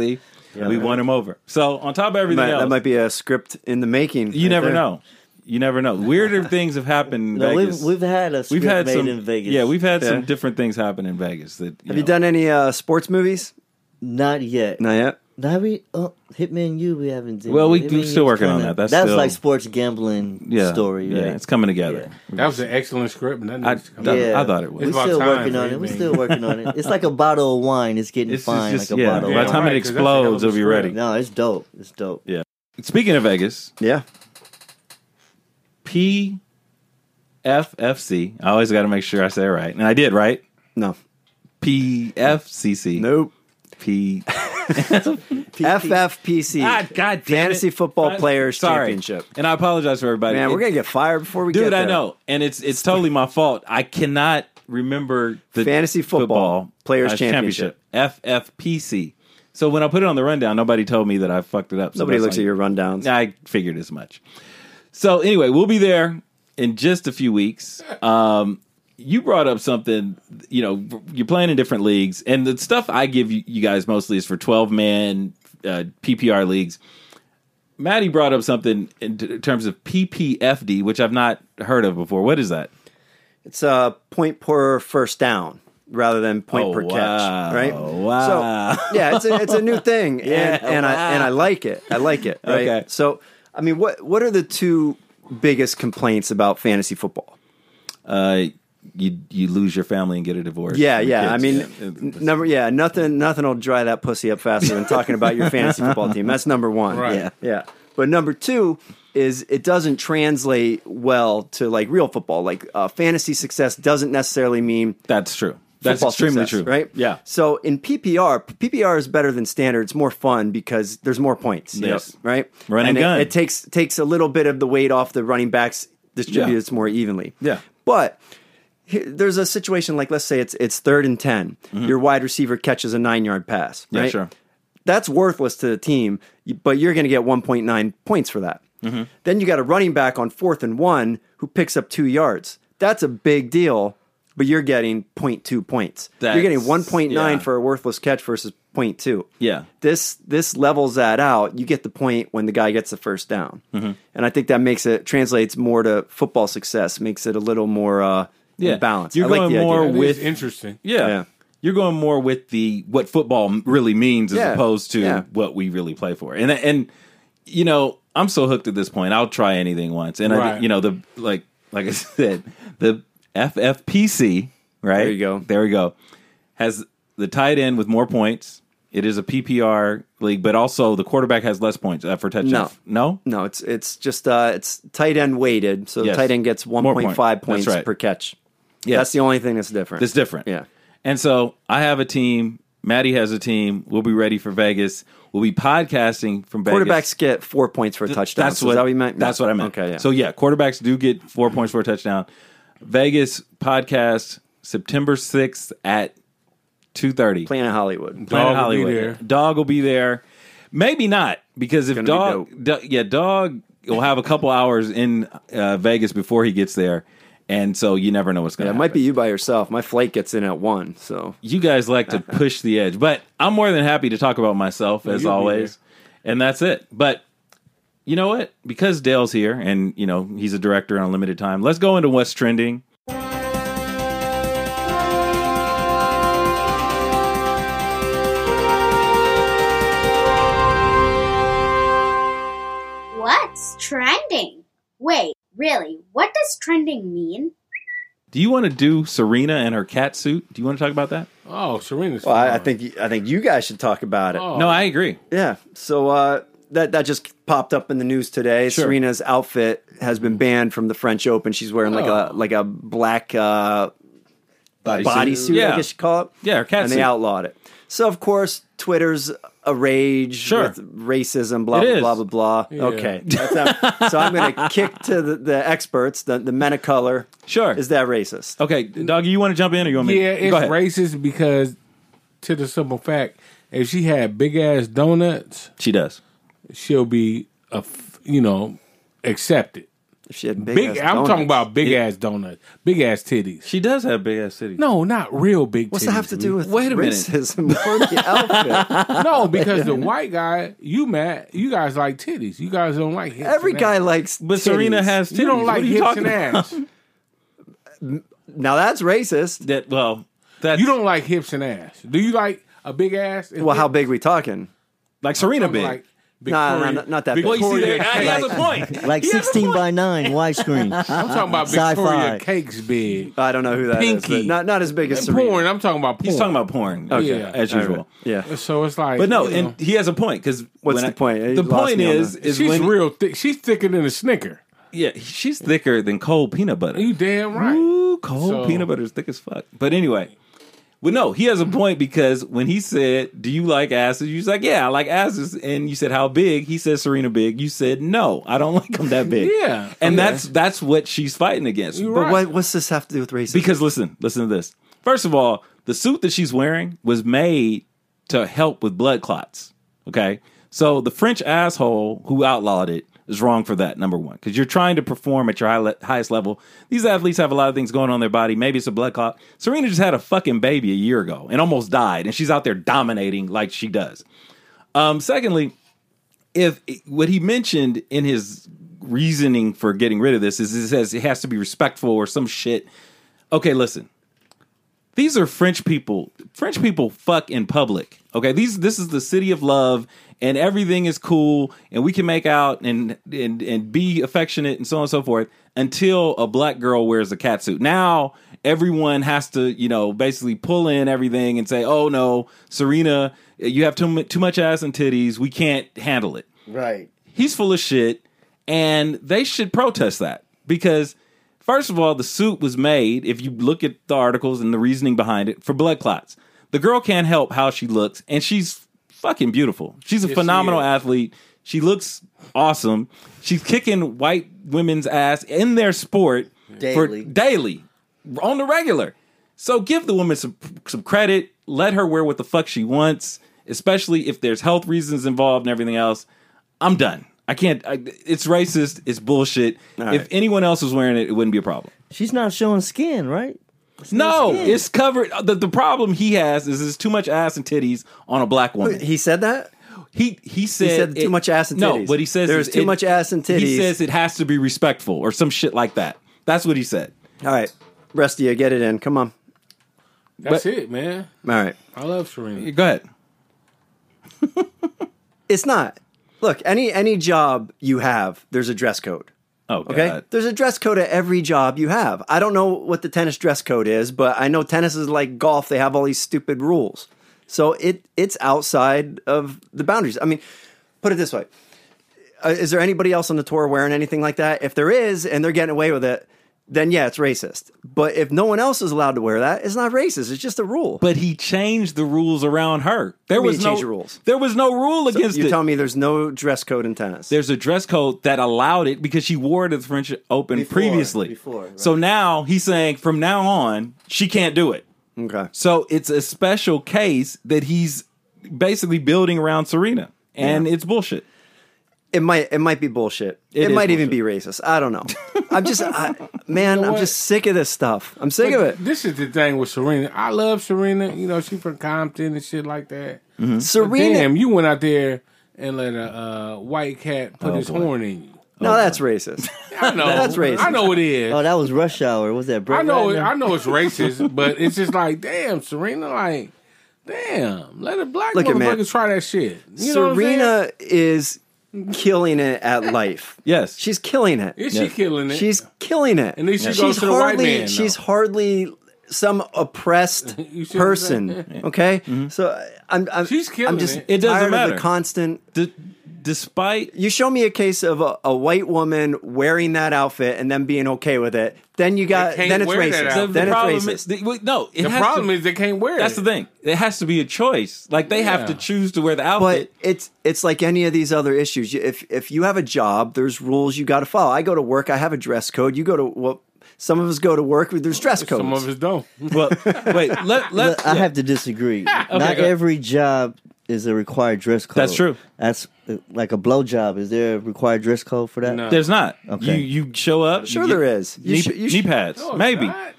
[SPEAKER 5] there.
[SPEAKER 1] see, we won him over. So on top of everything
[SPEAKER 3] Might-
[SPEAKER 1] else,
[SPEAKER 3] that might be a script in the making.
[SPEAKER 1] you
[SPEAKER 3] right
[SPEAKER 1] never
[SPEAKER 3] there.
[SPEAKER 1] know. You never know. Weirder things have happened in
[SPEAKER 5] No,
[SPEAKER 1] Vegas.
[SPEAKER 5] we've, we've had a script
[SPEAKER 1] We've had
[SPEAKER 5] made
[SPEAKER 1] some
[SPEAKER 5] in Vegas.
[SPEAKER 1] Yeah, we've had
[SPEAKER 3] Yeah.
[SPEAKER 1] some different things happen in Vegas. That
[SPEAKER 3] Have you done any uh, sports movies?
[SPEAKER 5] not yet.
[SPEAKER 3] Not yet.
[SPEAKER 5] Not we. Oh, Hitman U, we haven't done.
[SPEAKER 1] Well, we-
[SPEAKER 5] Hitman
[SPEAKER 1] we're
[SPEAKER 5] U's
[SPEAKER 1] still working on
[SPEAKER 5] kinda-
[SPEAKER 1] that. That's still-
[SPEAKER 5] like sports gambling
[SPEAKER 1] Yeah,
[SPEAKER 5] story.
[SPEAKER 1] Yeah,
[SPEAKER 5] Right?
[SPEAKER 1] it's coming together.
[SPEAKER 4] That was an excellent script. And that
[SPEAKER 1] I,
[SPEAKER 4] needs to come
[SPEAKER 1] I-
[SPEAKER 4] out.
[SPEAKER 5] Yeah.
[SPEAKER 1] I thought it
[SPEAKER 5] We're
[SPEAKER 1] was.
[SPEAKER 4] It's about
[SPEAKER 5] still
[SPEAKER 4] time,
[SPEAKER 5] working on it.
[SPEAKER 4] man.
[SPEAKER 5] We're still working on it. It's like a bottle of wine. It's getting
[SPEAKER 1] It's just-
[SPEAKER 5] fine,
[SPEAKER 1] just-
[SPEAKER 5] like a
[SPEAKER 1] yeah,
[SPEAKER 5] bottle.
[SPEAKER 1] by
[SPEAKER 5] of
[SPEAKER 1] the
[SPEAKER 4] Yeah,
[SPEAKER 5] wine.
[SPEAKER 1] time it
[SPEAKER 4] right, 'cause that's a hell of
[SPEAKER 1] explodes,
[SPEAKER 4] a
[SPEAKER 1] it'll be
[SPEAKER 4] script.
[SPEAKER 1] ready.
[SPEAKER 5] No, it's dope. It's dope.
[SPEAKER 1] Yeah. Speaking of Vegas,
[SPEAKER 3] Yeah.
[SPEAKER 1] PFFC. I always got to make sure I say it right, and I did right.
[SPEAKER 3] No.
[SPEAKER 1] PFCC.
[SPEAKER 3] Nope.
[SPEAKER 1] P. E
[SPEAKER 3] FFPC.
[SPEAKER 1] God
[SPEAKER 3] Fantasy Football Players
[SPEAKER 1] Sorry.
[SPEAKER 3] Championship.
[SPEAKER 1] And I apologize for everybody.
[SPEAKER 3] Man, we're
[SPEAKER 1] It-
[SPEAKER 3] gonna get fired before we get
[SPEAKER 1] dude.
[SPEAKER 3] there.
[SPEAKER 1] I know, and it's it's totally my fault. I cannot remember the
[SPEAKER 3] Fantasy Football Players' Championship.
[SPEAKER 1] Championship, FFPC. So when I put it on the rundown, nobody told me that I fucked it up. So
[SPEAKER 3] Nobody
[SPEAKER 1] that's
[SPEAKER 3] looks
[SPEAKER 1] on
[SPEAKER 3] at your rundowns.
[SPEAKER 1] I figured as much. So anyway, we'll be there in just a few weeks. Um, you brought up something, you know, you're playing in different leagues, and the stuff I give you, you guys mostly is for 12 man uh, PPR leagues. Maddie brought up something in t- terms of PPFD, which I've not heard of before. What is that?
[SPEAKER 3] It's a point per first down rather than point
[SPEAKER 1] Oh,
[SPEAKER 3] per
[SPEAKER 1] wow.
[SPEAKER 3] catch, right?
[SPEAKER 1] Wow.
[SPEAKER 3] So, yeah, it's a, it's a new thing, and,
[SPEAKER 1] Yeah,
[SPEAKER 3] and
[SPEAKER 1] wow.
[SPEAKER 3] I and I like it. I like it. Right?
[SPEAKER 1] Okay.
[SPEAKER 3] So, I mean, what what are the two biggest complaints about fantasy football?
[SPEAKER 1] Uh, you you lose your family and get a divorce.
[SPEAKER 3] Yeah,
[SPEAKER 1] Your
[SPEAKER 3] yeah. I
[SPEAKER 1] kids,
[SPEAKER 3] mean,
[SPEAKER 1] yeah.
[SPEAKER 3] n- number yeah, nothing nothing will dry that pussy up faster than talking about your fantasy football team. That's number one.
[SPEAKER 4] Right.
[SPEAKER 3] Yeah, yeah. But number two is it doesn't translate well to like real football. Like uh, fantasy success doesn't necessarily mean
[SPEAKER 1] that's true. That's
[SPEAKER 3] football
[SPEAKER 1] extremely
[SPEAKER 3] success,
[SPEAKER 1] true.
[SPEAKER 3] right?
[SPEAKER 1] Yeah.
[SPEAKER 3] So in PPR, PPR is better than standard. It's more fun because there's more points. you
[SPEAKER 1] Yes.
[SPEAKER 3] know, right.
[SPEAKER 1] Run and
[SPEAKER 3] it-
[SPEAKER 1] gun.
[SPEAKER 3] It, takes takes a little bit of the weight off the running backs. Distributes more evenly.
[SPEAKER 1] Yeah.
[SPEAKER 3] But here- there's a situation like let's say it's it's third and 10 Your wide receiver catches a nine yard pass.
[SPEAKER 1] Mm-hmm. Yeah,
[SPEAKER 3] Right?
[SPEAKER 1] sure.
[SPEAKER 3] That's worthless to the team, but you're going to get 1.9 points for that.
[SPEAKER 1] Mm-hmm.
[SPEAKER 3] Then you got a running back on fourth and one who picks up two yards. That's a big deal, but you're getting 0.2 points. you're getting
[SPEAKER 1] That's-
[SPEAKER 3] 1.9
[SPEAKER 1] yeah.
[SPEAKER 3] for a worthless catch versus 0.2.
[SPEAKER 1] Yeah.
[SPEAKER 3] This this levels that out. You get the point when the guy gets the first down,
[SPEAKER 1] Mm-hmm.
[SPEAKER 3] and I think that makes it translates more to football success. Makes it a little more uh,
[SPEAKER 1] Yeah.
[SPEAKER 3] in balance.
[SPEAKER 1] You're
[SPEAKER 3] I like
[SPEAKER 1] going
[SPEAKER 3] the idea.
[SPEAKER 1] more
[SPEAKER 4] That is
[SPEAKER 1] With-
[SPEAKER 4] interesting.
[SPEAKER 1] Yeah.
[SPEAKER 3] Yeah.
[SPEAKER 1] You're going more with the what football m- really means as
[SPEAKER 3] Yeah.
[SPEAKER 1] opposed to
[SPEAKER 3] Yeah.
[SPEAKER 1] what we really play for. And and you know, I'm so hooked at this point. I'll try anything once. And I
[SPEAKER 4] Right.
[SPEAKER 1] you know, the like like I said, the FFPC, right?
[SPEAKER 3] There you go.
[SPEAKER 1] There we go. Has the tight end with more points. It is a PPR league, but also the quarterback has less points uh, for touchdown. No?
[SPEAKER 3] No, it's it's just uh, it's tight end weighted, so
[SPEAKER 1] Yes.
[SPEAKER 3] tight end gets
[SPEAKER 1] More
[SPEAKER 3] one
[SPEAKER 1] point.
[SPEAKER 3] point five
[SPEAKER 1] That's
[SPEAKER 3] points
[SPEAKER 1] right.
[SPEAKER 3] per catch.
[SPEAKER 1] Yeah.
[SPEAKER 3] That's the only thing that's different.
[SPEAKER 1] It's different.
[SPEAKER 3] Yeah.
[SPEAKER 1] And so I have a team. Maddie has a team. We'll be ready for Vegas. We'll be podcasting from Vegas.
[SPEAKER 3] Quarterbacks get four points for a touchdown.
[SPEAKER 1] That's
[SPEAKER 3] so
[SPEAKER 1] what,
[SPEAKER 3] is that what you meant?
[SPEAKER 1] That's what I meant.
[SPEAKER 3] Okay. Yeah.
[SPEAKER 1] So yeah, quarterbacks do get four points for a touchdown. Vegas podcast September sixth at two thirty.
[SPEAKER 3] Planet Hollywood.
[SPEAKER 4] Dog will be there.
[SPEAKER 1] Dog will be there. Maybe not because if
[SPEAKER 3] Gonna be
[SPEAKER 1] dog, Do- yeah, dog will have a couple hours in uh, Vegas before he gets there, and so you never know what's going to
[SPEAKER 3] Yeah, it
[SPEAKER 1] happen.
[SPEAKER 3] might be you by yourself. My flight gets in at one, so
[SPEAKER 1] you guys like to push the edge, but I'm more than happy to talk about myself as
[SPEAKER 4] you'll be
[SPEAKER 1] always. And that's it. But you know what? Because Dale's here and you know, he's a director on limited time. Let's go into what's trending.
[SPEAKER 8] What's trending? Wait, really, what does trending mean?
[SPEAKER 1] Do you want to do Serena and her cat suit? Do you want to talk about that?
[SPEAKER 4] Oh, Serena's.
[SPEAKER 3] well, I, I
[SPEAKER 4] fine.
[SPEAKER 3] think you- I think you guys should talk about it.
[SPEAKER 4] Oh.
[SPEAKER 1] No, I agree.
[SPEAKER 3] Yeah. So uh, that that just popped up in the news today.
[SPEAKER 1] Sure.
[SPEAKER 3] Serena's outfit has been banned from the French Open. She's wearing like a
[SPEAKER 1] Oh.
[SPEAKER 3] like a black uh,
[SPEAKER 5] Bodysuit.
[SPEAKER 3] bodysuit,
[SPEAKER 1] Yeah.
[SPEAKER 3] I guess you call it.
[SPEAKER 1] Yeah, or cat
[SPEAKER 3] and
[SPEAKER 1] suit.
[SPEAKER 3] they outlawed it. So of course, Twitter's a rage
[SPEAKER 1] Sure.
[SPEAKER 3] with racism, blah
[SPEAKER 1] It
[SPEAKER 3] blah,
[SPEAKER 1] is.
[SPEAKER 3] blah blah blah Okay, That's not- so I'm going to kick to the, the experts, the, the men of color.
[SPEAKER 1] Sure.
[SPEAKER 3] is that racist?
[SPEAKER 1] Okay, dog, you want to jump in or you want me
[SPEAKER 4] Yeah,
[SPEAKER 1] to go
[SPEAKER 4] it's
[SPEAKER 1] ahead.
[SPEAKER 4] racist because, to the simple fact, if she had big ass donuts,
[SPEAKER 1] She does.
[SPEAKER 4] she'll be a f- you know accepted.
[SPEAKER 3] If she had big,
[SPEAKER 4] Big,
[SPEAKER 3] ass
[SPEAKER 4] I'm
[SPEAKER 3] donuts.
[SPEAKER 4] talking about big ass donuts, big ass titties.
[SPEAKER 1] She does have big ass cities.
[SPEAKER 4] No, not real big.
[SPEAKER 3] What's
[SPEAKER 4] titties,
[SPEAKER 3] that have to
[SPEAKER 4] B.
[SPEAKER 3] do with
[SPEAKER 1] Wait a minute.
[SPEAKER 3] racism or the outfit?
[SPEAKER 4] No, because the white guy, you mad? You guys like titties. You guys don't like hips
[SPEAKER 3] Every
[SPEAKER 4] and
[SPEAKER 3] guy
[SPEAKER 4] ass.
[SPEAKER 3] likes.
[SPEAKER 1] But Serena
[SPEAKER 3] titties.
[SPEAKER 1] has titties.
[SPEAKER 4] You don't
[SPEAKER 1] What
[SPEAKER 4] like
[SPEAKER 1] are you
[SPEAKER 4] hips
[SPEAKER 1] talking
[SPEAKER 4] and ass.
[SPEAKER 3] Now that's racist.
[SPEAKER 1] That well, that's
[SPEAKER 4] You don't like hips and ass. Do you like a big ass? and
[SPEAKER 3] Well, how
[SPEAKER 4] hips?
[SPEAKER 3] big we talking?
[SPEAKER 1] like Serena
[SPEAKER 4] I'm
[SPEAKER 1] big.
[SPEAKER 4] Like
[SPEAKER 3] Nah, nah,
[SPEAKER 4] Victoria-
[SPEAKER 3] nah, not that big.
[SPEAKER 1] well, you see there,
[SPEAKER 4] Victoria
[SPEAKER 1] now he has a
[SPEAKER 4] Cakes.
[SPEAKER 1] point.
[SPEAKER 5] Like
[SPEAKER 1] He has a
[SPEAKER 5] 16
[SPEAKER 1] point.
[SPEAKER 5] by 9 widescreen.
[SPEAKER 4] I'm talking about
[SPEAKER 5] Sci-fi.
[SPEAKER 4] Victoria Cakes big.
[SPEAKER 3] I don't know who that is. but
[SPEAKER 4] Pinky.
[SPEAKER 3] Not not as big as Serena.
[SPEAKER 4] Porn. I'm talking about porn.
[SPEAKER 1] He's talking about porn.
[SPEAKER 4] Okay.
[SPEAKER 1] Yeah, as usual.
[SPEAKER 3] Yeah.
[SPEAKER 4] So it's like,
[SPEAKER 1] But no,
[SPEAKER 4] you know,
[SPEAKER 1] and he has a point because
[SPEAKER 3] What's the point? You
[SPEAKER 1] the
[SPEAKER 3] lost
[SPEAKER 1] point
[SPEAKER 3] me on
[SPEAKER 1] is,
[SPEAKER 3] that.
[SPEAKER 1] is
[SPEAKER 4] she's
[SPEAKER 1] when,
[SPEAKER 4] real thick. She's thicker than a Snicker.
[SPEAKER 1] Yeah, she's thicker than cold peanut butter.
[SPEAKER 4] You damn right.
[SPEAKER 1] Ooh, cold
[SPEAKER 4] So-
[SPEAKER 1] peanut butter is thick as fuck. But anyway, well, no, he has a point because when he said, "Do you like asses?" You was like, "Yeah, I like asses," and you said, "How big?" He said, "Serena big." You said, "No, I don't like them that big."
[SPEAKER 4] Yeah.
[SPEAKER 1] and
[SPEAKER 4] Okay.
[SPEAKER 1] that's that's what she's fighting against.
[SPEAKER 4] You're
[SPEAKER 1] But
[SPEAKER 4] right.
[SPEAKER 3] What, what's this have to do with racism?
[SPEAKER 1] Because listen, listen to this. First of all, the suit that she's wearing was made to help with blood clots. Okay. So the French asshole who outlawed it is wrong for that, number one, because you're trying to perform at your high le- highest level. These athletes have a lot of things going on in their body. Maybe it's a blood clot. Serena just had a fucking baby a year ago and almost died, and she's out there dominating like she does. Um, secondly, if what he mentioned in his reasoning for getting rid of this is it says it has to be respectful or some shit. Okay, listen. These are French people. French people fuck in public. Okay, these this is the city of love, and everything is cool, and we can make out and and and be affectionate and so on and so forth until a black girl wears a catsuit. Now everyone has to you know basically pull in everything and say, oh no, Serena, you have too mu- too much ass and titties. We can't handle it
[SPEAKER 5] Right.
[SPEAKER 1] he's full of shit and they should protest that because first of all the suit was made if you look at the articles and the reasoning behind it for blood clots the girl can't help how she looks and she's fucking beautiful she's a phenomenal athlete she looks awesome she's kicking white women's ass in their sport
[SPEAKER 5] Daily.
[SPEAKER 1] for daily on the regular so give the woman some some credit. Let her wear what the fuck she wants, especially if there's health reasons involved and everything else. I'm done. I can't. I, it's racist. It's bullshit. If anyone else was wearing it, it wouldn't be a problem.
[SPEAKER 5] She's not showing skin, right?
[SPEAKER 1] No, it's covered. Uh, The, the problem he has is there's too much ass and titties on a black woman.
[SPEAKER 3] He said that?
[SPEAKER 1] He he said,
[SPEAKER 3] said too much ass and
[SPEAKER 1] No,
[SPEAKER 3] titties.
[SPEAKER 1] what he says
[SPEAKER 3] There's
[SPEAKER 1] is
[SPEAKER 3] too much ass and
[SPEAKER 1] He
[SPEAKER 3] titties.
[SPEAKER 1] says it has to be respectful or some shit like that. That's what he said.
[SPEAKER 3] All right. Rest of you, get it in. Come on.
[SPEAKER 4] That's it, man.
[SPEAKER 3] All right.
[SPEAKER 4] I love Serena.
[SPEAKER 1] Go ahead.
[SPEAKER 3] It's not. Look, any any job you have, there's a dress code.
[SPEAKER 1] Oh, God.
[SPEAKER 3] Okay. There's a dress code at every job you have. I don't know what the tennis dress code is, but I know tennis is like golf. They have all these stupid rules. So it it's outside of the boundaries. I mean, put it this way. Uh, is there anybody else on the tour wearing anything like that? If there is and they're getting away with it, then yeah, it's racist. But if no one else is allowed to wear that, it's not racist. It's just a rule.
[SPEAKER 1] But he changed the rules around her. There
[SPEAKER 3] What do you
[SPEAKER 1] was
[SPEAKER 3] mean
[SPEAKER 1] no
[SPEAKER 3] change the rules?
[SPEAKER 1] There was no rule against
[SPEAKER 3] you're
[SPEAKER 1] it.
[SPEAKER 3] telling me there's no dress code in tennis.
[SPEAKER 1] There's a dress code that allowed it because she wore it at the French Open
[SPEAKER 5] Before,
[SPEAKER 1] previously.
[SPEAKER 5] before, right.
[SPEAKER 1] So now he's saying from now on she can't do it.
[SPEAKER 3] okay.
[SPEAKER 1] So it's a special case that he's basically building around Serena, and it's bullshit.
[SPEAKER 3] It might it might be bullshit. It,
[SPEAKER 1] is
[SPEAKER 3] might even be racist. I don't know. I'm just I, man. I'm
[SPEAKER 4] what?
[SPEAKER 3] just sick of this stuff. I'm sick of it.
[SPEAKER 4] This is the thing with Serena. I love Serena. You know, she from Compton and shit like that.
[SPEAKER 3] Mm-hmm. Serena.
[SPEAKER 4] Damn, Oh. you went out there and let a uh, white cat put his horn in you.
[SPEAKER 3] No, that's racist.
[SPEAKER 4] I know.
[SPEAKER 3] Oh, That's racist.
[SPEAKER 4] I know it is.
[SPEAKER 5] Oh, that was rush hour. Was that Brett
[SPEAKER 4] I know. It,
[SPEAKER 5] Ratner?
[SPEAKER 4] I know it's racist, but it's just like, damn, Serena, like, damn, let a black
[SPEAKER 3] Look at man.
[SPEAKER 4] motherfucker try that shit. You know what I'm saying?
[SPEAKER 3] Serena is killing it at life.
[SPEAKER 1] Yes,
[SPEAKER 3] She's killing it.
[SPEAKER 4] is she killing it?
[SPEAKER 3] She's killing it.
[SPEAKER 4] And then she
[SPEAKER 3] she's
[SPEAKER 4] goes to the white
[SPEAKER 3] hardly
[SPEAKER 4] man, though.
[SPEAKER 3] she's hardly some oppressed
[SPEAKER 4] You see what I'm Mm-hmm.
[SPEAKER 3] person. Okay, so I'm, I'm
[SPEAKER 4] She's killing
[SPEAKER 3] I'm just
[SPEAKER 4] it.
[SPEAKER 1] It doesn't
[SPEAKER 3] tired of
[SPEAKER 1] matter.
[SPEAKER 3] the constant
[SPEAKER 1] D- despite
[SPEAKER 3] you show me a case of a, a white woman wearing that outfit and then being okay with it, then you got
[SPEAKER 4] can't
[SPEAKER 3] then it's
[SPEAKER 4] wear that
[SPEAKER 3] racist.
[SPEAKER 4] outfit.
[SPEAKER 1] the
[SPEAKER 3] Then it's
[SPEAKER 1] problem
[SPEAKER 3] racist.
[SPEAKER 1] is the, wait, no. It
[SPEAKER 4] the
[SPEAKER 1] has
[SPEAKER 4] problem
[SPEAKER 1] to,
[SPEAKER 4] is they can't wear
[SPEAKER 1] that's
[SPEAKER 4] it.
[SPEAKER 1] the thing. It has to be a choice. Like they have to
[SPEAKER 4] Yeah.
[SPEAKER 1] choose to wear the outfit.
[SPEAKER 3] but it's it's like any of these other issues. You- If if you have a job, there's rules you got to follow. I go to work, I have a dress code. You go to well, some of us go to work with there's dress codes.
[SPEAKER 4] Some of us don't.
[SPEAKER 1] well, wait. Let, let,
[SPEAKER 5] I have to disagree. Not
[SPEAKER 1] go.
[SPEAKER 5] every job is a required dress code.
[SPEAKER 1] That's true.
[SPEAKER 5] That's uh, like a blow job. Is there a required dress code for that?
[SPEAKER 4] No.
[SPEAKER 1] There's not.
[SPEAKER 5] Okay.
[SPEAKER 1] You you show up.
[SPEAKER 3] Uh, Sure
[SPEAKER 1] you
[SPEAKER 3] there
[SPEAKER 1] get
[SPEAKER 3] is. You
[SPEAKER 1] knee,
[SPEAKER 3] should- you
[SPEAKER 1] knee
[SPEAKER 3] should-
[SPEAKER 1] pads.
[SPEAKER 4] Oh,
[SPEAKER 1] Maybe.
[SPEAKER 3] Hell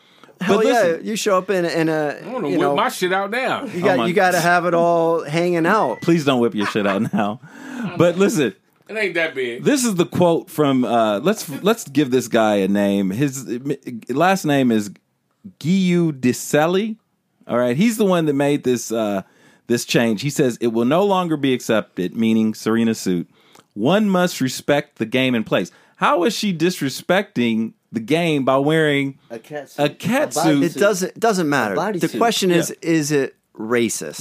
[SPEAKER 1] but listen.
[SPEAKER 3] yeah, you show up in in a
[SPEAKER 4] I want to
[SPEAKER 3] you
[SPEAKER 4] whip
[SPEAKER 3] know
[SPEAKER 4] my shit out now.
[SPEAKER 3] you got
[SPEAKER 1] my-
[SPEAKER 3] you got to have it all hanging out.
[SPEAKER 1] Please don't whip your shit out now. But listen,
[SPEAKER 4] It ain't that big.
[SPEAKER 1] this is the quote from. Uh, let's let's give this guy a name. His uh, last name is Guillou Deselli. All right, he's the one that made this uh, this change. He says it will no longer be accepted, meaning Serena's suit. One must respect the game and place. How is she disrespecting the game by wearing?
[SPEAKER 5] A cat suit.
[SPEAKER 1] A cat
[SPEAKER 5] bodysuit.
[SPEAKER 1] suit.
[SPEAKER 3] It doesn't it doesn't matter.
[SPEAKER 5] bodysuit.
[SPEAKER 3] The question is, is it racist?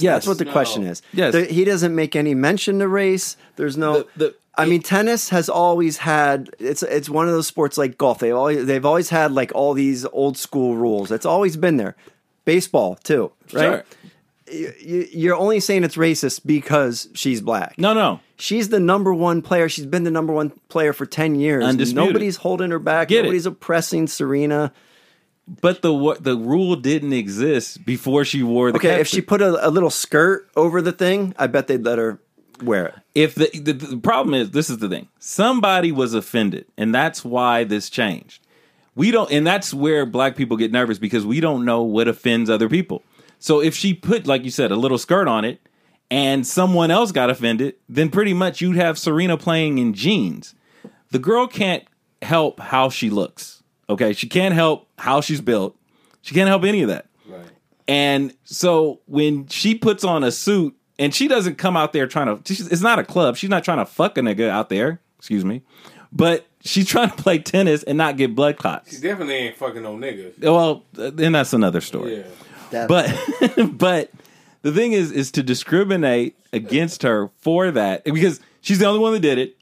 [SPEAKER 1] Yes.
[SPEAKER 3] That's what the
[SPEAKER 1] No.
[SPEAKER 3] question is.
[SPEAKER 1] Yes.
[SPEAKER 3] There- he doesn't make any mention to race. There's no.
[SPEAKER 1] The- the-
[SPEAKER 3] I mean, tennis has always had. It's it's one of those sports like golf. They always they've always had like all these old school rules. It's always been there. Baseball too, right?
[SPEAKER 1] Sure.
[SPEAKER 3] You, you're only saying it's racist because she's black.
[SPEAKER 1] No, no.
[SPEAKER 3] She's the number one player. She's been the number one player for ten years.
[SPEAKER 1] Undisputed.
[SPEAKER 3] Nobody's holding her back.
[SPEAKER 1] Get it.
[SPEAKER 3] Nobody's oppressing Serena.
[SPEAKER 1] But the wa- the rule didn't exist before she wore the.
[SPEAKER 3] Okay,
[SPEAKER 1] cat
[SPEAKER 3] if she
[SPEAKER 1] suit.
[SPEAKER 3] put a, a little skirt over the thing, I bet they'd let her wear it.
[SPEAKER 1] if the, the the problem is this is the thing somebody was offended and that's why this changed we don't and that's where black people get nervous because we don't know what offends other people so if she put like you said a little skirt on it and someone else got offended then pretty much you'd have serena playing in jeans the girl can't help how she looks okay she can't help how she's built she can't help any of that and so when she puts on a suit and she doesn't come out there trying to, she's- it's not a club. She's not trying to fuck a nigga out there, excuse me, but she's trying to play tennis and not get blood clots.
[SPEAKER 4] Definitely ain't fucking no niggas.
[SPEAKER 1] Well, then that's another story.
[SPEAKER 5] That-
[SPEAKER 1] But, but the thing is, is to discriminate against her for that because she's the only one that did it.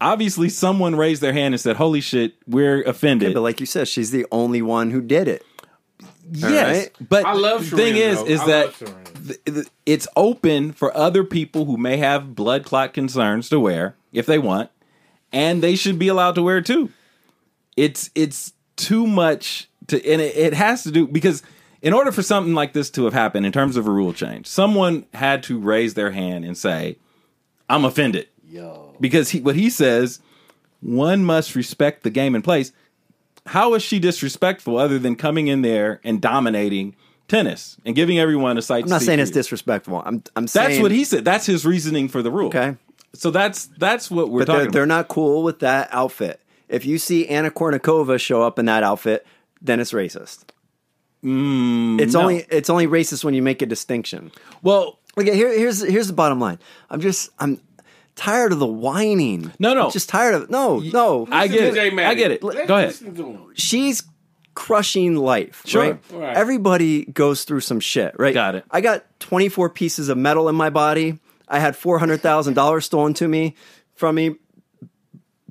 [SPEAKER 1] Obviously, someone raised their hand and said, "Holy shit, we're offended."
[SPEAKER 3] But like you said, she's the only one who did it.
[SPEAKER 1] Yes, but
[SPEAKER 4] I love
[SPEAKER 1] the thing
[SPEAKER 4] Serena,
[SPEAKER 1] is,
[SPEAKER 4] though.
[SPEAKER 1] is
[SPEAKER 4] I
[SPEAKER 1] that
[SPEAKER 4] love Serena.
[SPEAKER 1] th- th- it's open for other people who may have blood clot concerns to wear if they want, and they should be allowed to wear it too. It's it's too much to, and it, it has to do because in order for something like this to have happened in terms of a rule change, someone had to raise their hand and say, "I'm offended," because he, what he says, one must respect the game in place how is she disrespectful other than coming in there and dominating tennis and giving everyone a sight?
[SPEAKER 3] I'm not saying it's disrespectful. I'm I'm
[SPEAKER 1] That's
[SPEAKER 3] saying
[SPEAKER 1] what he said. That's his reasoning for the rule.
[SPEAKER 3] Okay.
[SPEAKER 1] So that's that's what we're
[SPEAKER 3] But
[SPEAKER 1] talking
[SPEAKER 3] they're, they're
[SPEAKER 1] about.
[SPEAKER 3] not cool with that outfit. If you see Anna Kournikova show up in that outfit, then it's racist. it's
[SPEAKER 1] Mm, no.
[SPEAKER 3] only it's only racist when you make a distinction.
[SPEAKER 1] Well,
[SPEAKER 3] Okay, here, here's here's the bottom line. I'm just I'm tired of the whining.
[SPEAKER 1] No, no.
[SPEAKER 3] I'm just tired of no, no.
[SPEAKER 1] I get it. I get it. Go ahead.
[SPEAKER 3] she's crushing life.
[SPEAKER 1] Sure.
[SPEAKER 3] Right?
[SPEAKER 4] Right.
[SPEAKER 3] Everybody goes through some shit, right?
[SPEAKER 1] Got it.
[SPEAKER 3] I got 24 pieces of metal in my body. I had $400,000 stolen to me from me.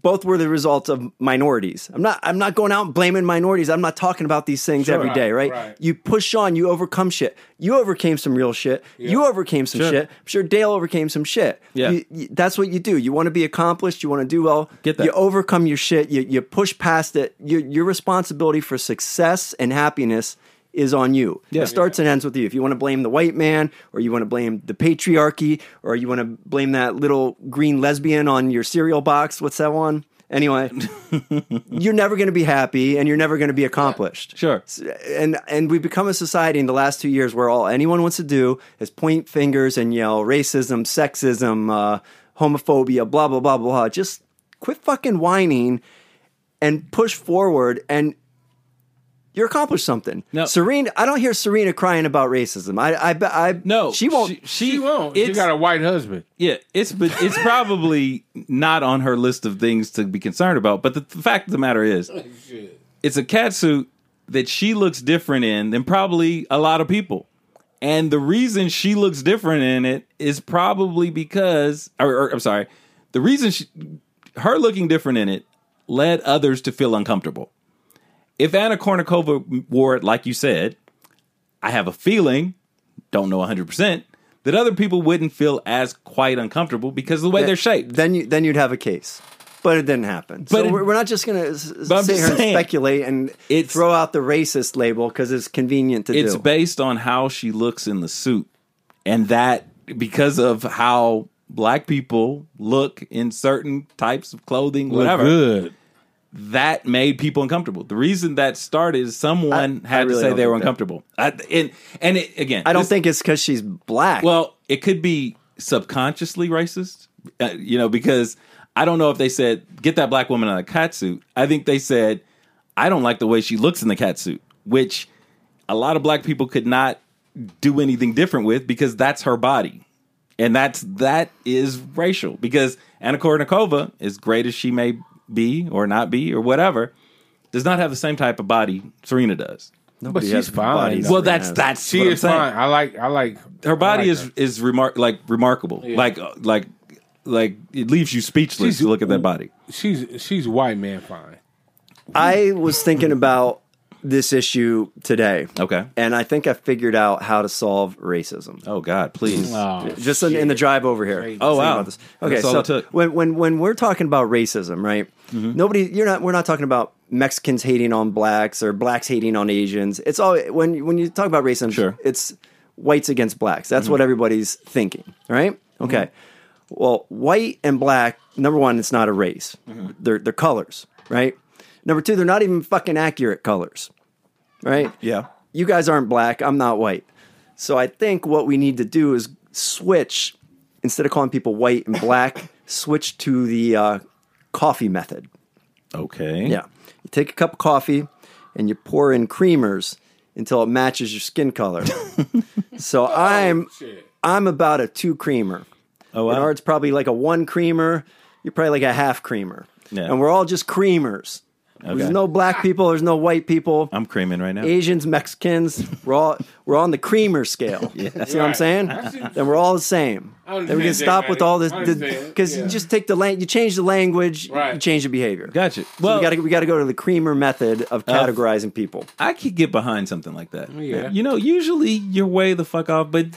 [SPEAKER 3] Both were the result of minorities. I'm not I'm not going out and blaming minorities. I'm not talking about these things every day, right?
[SPEAKER 4] Right, right.
[SPEAKER 3] You push on, you overcome shit. You overcame some real shit. You overcame some
[SPEAKER 1] Sure.
[SPEAKER 3] shit. I'm sure Dale overcame some shit.
[SPEAKER 1] Yeah.
[SPEAKER 3] You- you- that's what you do. You want to be accomplished, you want to do well.
[SPEAKER 1] Get that.
[SPEAKER 3] You overcome your shit. You, you push past it. Your, your responsibility for success and happiness is on you.
[SPEAKER 1] Yeah.
[SPEAKER 3] It starts and ends with you. If you want to blame the white man, or you want to blame the patriarchy, or you want to blame that little green lesbian on your cereal box, what's that one? Anyway, you're never going to be happy, and you're never going to be accomplished
[SPEAKER 1] sure.
[SPEAKER 3] and and we've become a society in the last two years where all anyone wants to do is point fingers and yell racism, sexism, uh, homophobia, blah blah blah blah. Just quit fucking whining and push forward and. You accomplish something.
[SPEAKER 1] No.
[SPEAKER 3] Serena, I don't hear Serena crying about racism. I, I, I
[SPEAKER 1] No,
[SPEAKER 3] she won't.
[SPEAKER 1] She, she-
[SPEAKER 4] She won't. She
[SPEAKER 1] It's,
[SPEAKER 4] got a white husband.
[SPEAKER 1] yeah, it's but it's probably not on her list of things to be concerned about. But the, the fact of the matter is, it's a cat suit that she looks different in than probably a lot of people. And the reason she looks different in it is probably because, or, or, I'm sorry, the reason she, her looking different in it led others to feel uncomfortable. If Anna Kournikova wore it, like you said, I have a feeling, don't know 100%, that other people wouldn't feel as quite uncomfortable because of the way they're shaped.
[SPEAKER 3] Then you then you'd have a case, but it didn't happen. But so
[SPEAKER 1] it-
[SPEAKER 3] we're, we're not just going to sit
[SPEAKER 1] But I'm
[SPEAKER 3] here
[SPEAKER 1] just
[SPEAKER 3] and
[SPEAKER 1] saying,
[SPEAKER 3] speculate and
[SPEAKER 1] it's-
[SPEAKER 3] throw out the racist label because it's convenient to
[SPEAKER 1] it's
[SPEAKER 3] do.
[SPEAKER 1] based on how she looks in the suit and that because of how black people look in certain types of clothing
[SPEAKER 4] Look
[SPEAKER 1] whatever
[SPEAKER 4] good.
[SPEAKER 1] that made people uncomfortable the reason that started is someone
[SPEAKER 3] I- I
[SPEAKER 1] had
[SPEAKER 3] really
[SPEAKER 1] to say
[SPEAKER 3] don't
[SPEAKER 1] they were
[SPEAKER 3] think that.
[SPEAKER 1] uncomfortable I, and and it, again
[SPEAKER 3] I don't
[SPEAKER 1] this-
[SPEAKER 3] think it's because she's black.
[SPEAKER 1] well it could be subconsciously racist uh, you know because i don't know if they said get that black woman out of a cat suit i think they said i don't like the way she looks in the cat suit which a lot of black people could not do anything different with because that's her body. And that's that is racial because Anna Kournikova, as great as she may be or not be or whatever, does not have the same type of body Serena does.
[SPEAKER 4] But
[SPEAKER 3] Nobody has
[SPEAKER 4] she's
[SPEAKER 3] the
[SPEAKER 4] fine.
[SPEAKER 3] bodies.
[SPEAKER 4] Well,
[SPEAKER 1] Well,
[SPEAKER 3] Serena
[SPEAKER 1] that's
[SPEAKER 3] has-
[SPEAKER 1] that's
[SPEAKER 4] she
[SPEAKER 1] what I'm
[SPEAKER 4] is
[SPEAKER 1] saying.
[SPEAKER 4] fine. I like. I like.
[SPEAKER 1] Her body
[SPEAKER 4] I like
[SPEAKER 1] is
[SPEAKER 4] her.
[SPEAKER 1] is remar- like remarkable. Like uh, like like it leaves you speechless
[SPEAKER 4] She's-
[SPEAKER 1] to look at that body.
[SPEAKER 4] She's she's white man fine.
[SPEAKER 3] I was thinking about this issue today.
[SPEAKER 1] Okay.
[SPEAKER 3] And I think I figured out how to solve racism.
[SPEAKER 1] Oh God, please.
[SPEAKER 4] Um,
[SPEAKER 3] Just in, in the drive over here.
[SPEAKER 1] Oh,
[SPEAKER 3] Thinking
[SPEAKER 1] wow.
[SPEAKER 3] about this. Okay,
[SPEAKER 1] That's all
[SPEAKER 3] so
[SPEAKER 1] it took.
[SPEAKER 3] when when when we're talking about racism, right? Nobody, you're not. We're not talking about Mexicans hating on blacks or blacks hating on Asians. It's all when when you talk about racism,
[SPEAKER 1] Sure.
[SPEAKER 3] Mm-hmm. it's whites against blacks. That's what everybody's thinking, right? Okay. Well, white and black, number one, it's not a race. They're, they're colors, right? Number two, they're not even fucking accurate colors, right?
[SPEAKER 1] Yeah.
[SPEAKER 3] you guys aren't black, I'm not white. So I think what we need to do is switch instead of calling people white and black, switch to the uh, coffee method.
[SPEAKER 1] Okay.
[SPEAKER 3] Yeah, you take a cup of coffee and you pour in creamers until it matches your skin color. so I'm I'm about a two creamer.
[SPEAKER 1] Oh,
[SPEAKER 3] Wow.
[SPEAKER 1] wow.
[SPEAKER 3] probably like a one creamer. You're probably like a half creamer.
[SPEAKER 1] Yeah.
[SPEAKER 3] And we're all just creamers. There's
[SPEAKER 1] Okay.
[SPEAKER 3] no black people. There's no white people.
[SPEAKER 1] I'm creaming right now.
[SPEAKER 3] Asians, Mexicans, we're all we're on the creamer scale. See what I'm
[SPEAKER 4] Right.
[SPEAKER 3] saying?
[SPEAKER 4] I see what
[SPEAKER 3] Then we're all the same.
[SPEAKER 4] I
[SPEAKER 3] Then we can
[SPEAKER 4] understand,
[SPEAKER 3] stop with
[SPEAKER 4] Jay,
[SPEAKER 3] all this
[SPEAKER 4] I understand,
[SPEAKER 3] because
[SPEAKER 4] yeah.
[SPEAKER 3] you just take the lang- you change the language, you
[SPEAKER 4] Right.
[SPEAKER 3] change the behavior.
[SPEAKER 1] Gotcha.
[SPEAKER 3] So
[SPEAKER 1] Well, Uh,
[SPEAKER 3] we got to we got to go to the creamer method of categorizing people.
[SPEAKER 1] I could get behind something like that.
[SPEAKER 4] Yeah.
[SPEAKER 1] You know, usually you're way the fuck off, but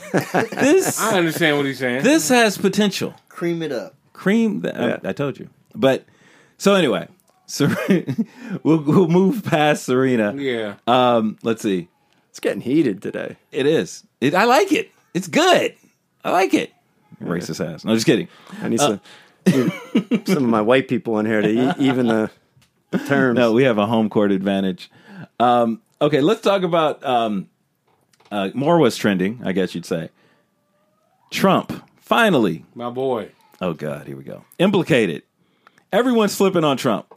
[SPEAKER 1] this
[SPEAKER 4] I understand what he's saying.
[SPEAKER 1] this has potential.
[SPEAKER 5] Cream it up.
[SPEAKER 1] cream. That,
[SPEAKER 3] Yeah.
[SPEAKER 1] I, I told you. But so anyway, Ser- we'll, we'll move past Serena.
[SPEAKER 4] yeah.
[SPEAKER 1] Um, let's see.
[SPEAKER 3] It's getting heated today.
[SPEAKER 1] It is. It, I like it. It's good. I like it. Racist ass. No, just kidding.
[SPEAKER 3] I need
[SPEAKER 1] Uh,
[SPEAKER 3] some some of my white people in here to e- even the terms.
[SPEAKER 1] No, we have a home court advantage. Um, okay, let's talk about um, uh, more was trending. I guess you'd say Trump finally
[SPEAKER 4] My boy.
[SPEAKER 1] Oh God, here we go. Implicated. Everyone's flipping on Trump.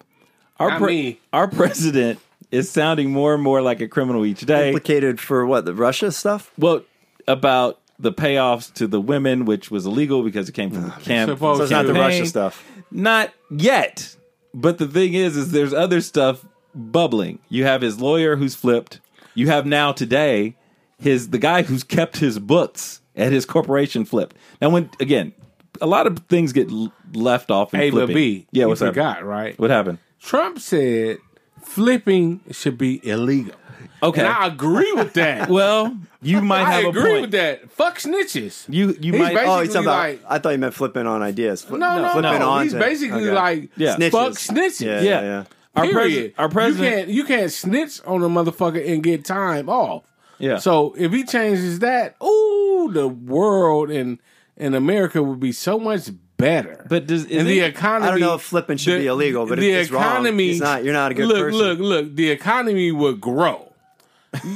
[SPEAKER 1] Our
[SPEAKER 4] Not me.
[SPEAKER 1] our president is sounding more and more like a criminal each day.
[SPEAKER 3] Implicated for what the Russia stuff?
[SPEAKER 1] well, about the payoffs to the women, which was illegal because it came from the camp.
[SPEAKER 4] Supposed Ah, So it's
[SPEAKER 3] Not the
[SPEAKER 4] Campaign.
[SPEAKER 3] Russia stuff.
[SPEAKER 1] Not yet. But the thing is, is there's other stuff bubbling. You have his lawyer who's flipped. You have now today his the guy who's kept his books at his corporation flipped. Now, when again, a lot of things get l- left off. In
[SPEAKER 4] A but
[SPEAKER 1] flipping.
[SPEAKER 4] B.
[SPEAKER 1] Yeah,
[SPEAKER 4] you
[SPEAKER 1] what's up?
[SPEAKER 4] forgot, right?
[SPEAKER 1] What happened?
[SPEAKER 4] Trump said flipping should be illegal.
[SPEAKER 1] Okay.
[SPEAKER 4] And I agree with that.
[SPEAKER 1] well, you might
[SPEAKER 4] I
[SPEAKER 1] have a
[SPEAKER 4] agree
[SPEAKER 1] point.
[SPEAKER 4] with that. Fuck snitches.
[SPEAKER 1] You you
[SPEAKER 4] He's
[SPEAKER 1] might.
[SPEAKER 4] basi-
[SPEAKER 3] Oh, he's talking about.
[SPEAKER 4] Basically, like-
[SPEAKER 3] I thought you meant flipping on ideas. Fli-
[SPEAKER 4] no, no,
[SPEAKER 3] flipping
[SPEAKER 4] no.
[SPEAKER 3] on
[SPEAKER 4] He's
[SPEAKER 3] to-
[SPEAKER 4] basically
[SPEAKER 3] okay.
[SPEAKER 4] like
[SPEAKER 1] Yeah.
[SPEAKER 3] Snitches.
[SPEAKER 4] fuck snitches.
[SPEAKER 3] Yeah,
[SPEAKER 1] Yeah.
[SPEAKER 3] yeah, yeah.
[SPEAKER 1] our, pres-
[SPEAKER 4] Period.
[SPEAKER 1] our president.
[SPEAKER 4] You can't, you can't snitch on a motherfucker and get time off.
[SPEAKER 1] Yeah.
[SPEAKER 4] So if he changes that, ooh, the world and and America would be so much better.
[SPEAKER 1] But does- is
[SPEAKER 4] and the
[SPEAKER 1] it-
[SPEAKER 4] economy?
[SPEAKER 3] I don't know if flipping should be illegal, but if it's wrong, it's not- you're not a good
[SPEAKER 4] look,
[SPEAKER 3] person.
[SPEAKER 4] Look, look, the economy would grow.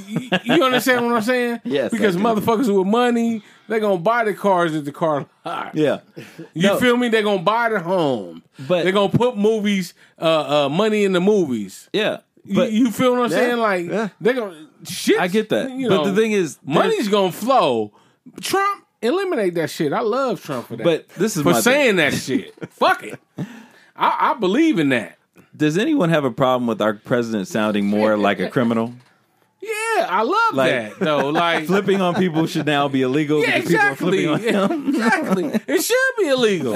[SPEAKER 4] you, you understand what I'm saying?
[SPEAKER 1] Yes,
[SPEAKER 4] Because
[SPEAKER 1] I do.
[SPEAKER 4] motherfuckers with money, they're gonna buy the cars at the car lot.
[SPEAKER 1] yeah.
[SPEAKER 4] You
[SPEAKER 1] No.
[SPEAKER 4] feel me? They're gonna buy the home.
[SPEAKER 1] But-
[SPEAKER 4] they're gonna put movies, uh, uh, money in the movies.
[SPEAKER 1] Yeah.
[SPEAKER 4] You-
[SPEAKER 1] But
[SPEAKER 4] you, feel what I'm saying? Like
[SPEAKER 3] yeah.
[SPEAKER 4] they're gonna shit.
[SPEAKER 1] I get that. But the thing is,
[SPEAKER 4] money's gonna flow. Trump eliminate that shit. I love Trump for that.
[SPEAKER 1] but this is
[SPEAKER 4] for
[SPEAKER 1] my thing.
[SPEAKER 4] saying that shit, fuck it. I, I believe in that.
[SPEAKER 1] Does anyone have a problem with our president sounding more like a criminal?
[SPEAKER 4] Yeah, I love
[SPEAKER 1] Like-
[SPEAKER 4] that though. Like
[SPEAKER 1] flipping on people should now be illegal.
[SPEAKER 4] Yeah,
[SPEAKER 1] because people are
[SPEAKER 4] exactly.
[SPEAKER 1] flipping on him.
[SPEAKER 4] exactly. It should be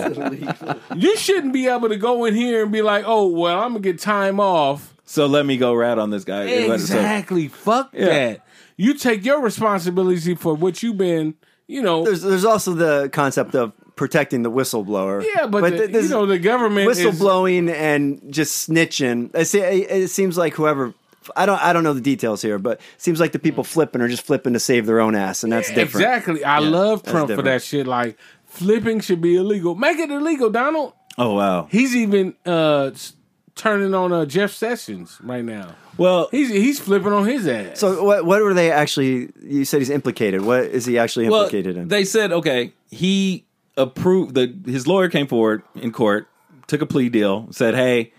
[SPEAKER 4] illegal. you shouldn't be able to go in here and be like, "Oh, well, I'm gonna get time off."
[SPEAKER 1] So let me go rat on this guy. and let it- so-
[SPEAKER 4] Exactly. Fuck that. You take your responsibility for what you've been. You know.
[SPEAKER 3] There's there's also the concept of protecting the whistleblower.
[SPEAKER 4] yeah, but, the,
[SPEAKER 3] th- this
[SPEAKER 4] you know the government is-
[SPEAKER 3] whistleblowing and just snitching. I see. It, it seems like whoever. I don't. I don't know the details here, but it seems like the people flipping are just flipping to save their own ass, and that's different.
[SPEAKER 4] Exactly. I love Trump for
[SPEAKER 3] different.
[SPEAKER 4] that shit. Like flipping should be illegal. Make it illegal, Donald.
[SPEAKER 1] Oh wow.
[SPEAKER 4] He's even uh s- turning on uh, Jeff Sessions right now.
[SPEAKER 1] Well,
[SPEAKER 4] He's he's flipping on his ass.
[SPEAKER 3] So what? What were they actually? You said he's implicated. What is he actually
[SPEAKER 1] well,
[SPEAKER 3] implicated in?
[SPEAKER 1] they said okay. He approved. The his lawyer came forward in court, took a plea deal, said, "Hey,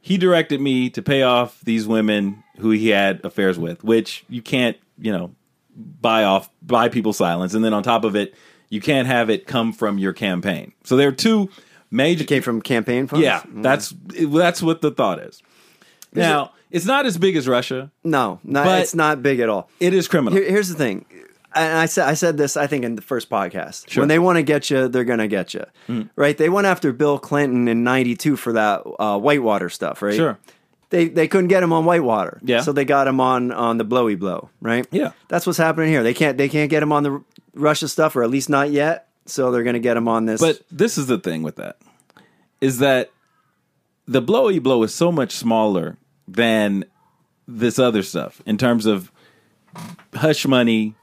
[SPEAKER 1] he directed me to pay off these women who he had affairs with, which you can't, you know, buy off buy people's silence, and then on top of it, you can't have it come from your campaign. So there are two major
[SPEAKER 3] Came from campaign funds.
[SPEAKER 1] Yeah, that's that's what the thought is. Now, it's not as big as Russia.
[SPEAKER 3] No, not,
[SPEAKER 1] But-
[SPEAKER 3] it's not big at all.
[SPEAKER 1] It is criminal.
[SPEAKER 3] Here, here's the thing. And I said I said this I think in the first podcast.
[SPEAKER 1] Sure.
[SPEAKER 3] When they want to get you, they're going to get you,
[SPEAKER 1] Mm.
[SPEAKER 3] right? They went after Bill Clinton in '92 for that uh, Whitewater stuff, right?
[SPEAKER 1] Sure.
[SPEAKER 3] They they couldn't get him on Whitewater,
[SPEAKER 1] Yeah.
[SPEAKER 3] So they got him on on the Blowy Blow, right?
[SPEAKER 1] Yeah.
[SPEAKER 3] That's what's happening here. They can't they can't get him on the R- Russia stuff, or at least not yet. So they're going to get him on this.
[SPEAKER 1] But this is the thing with that is that the blowy blow is so much smaller than this other stuff in terms of hush money,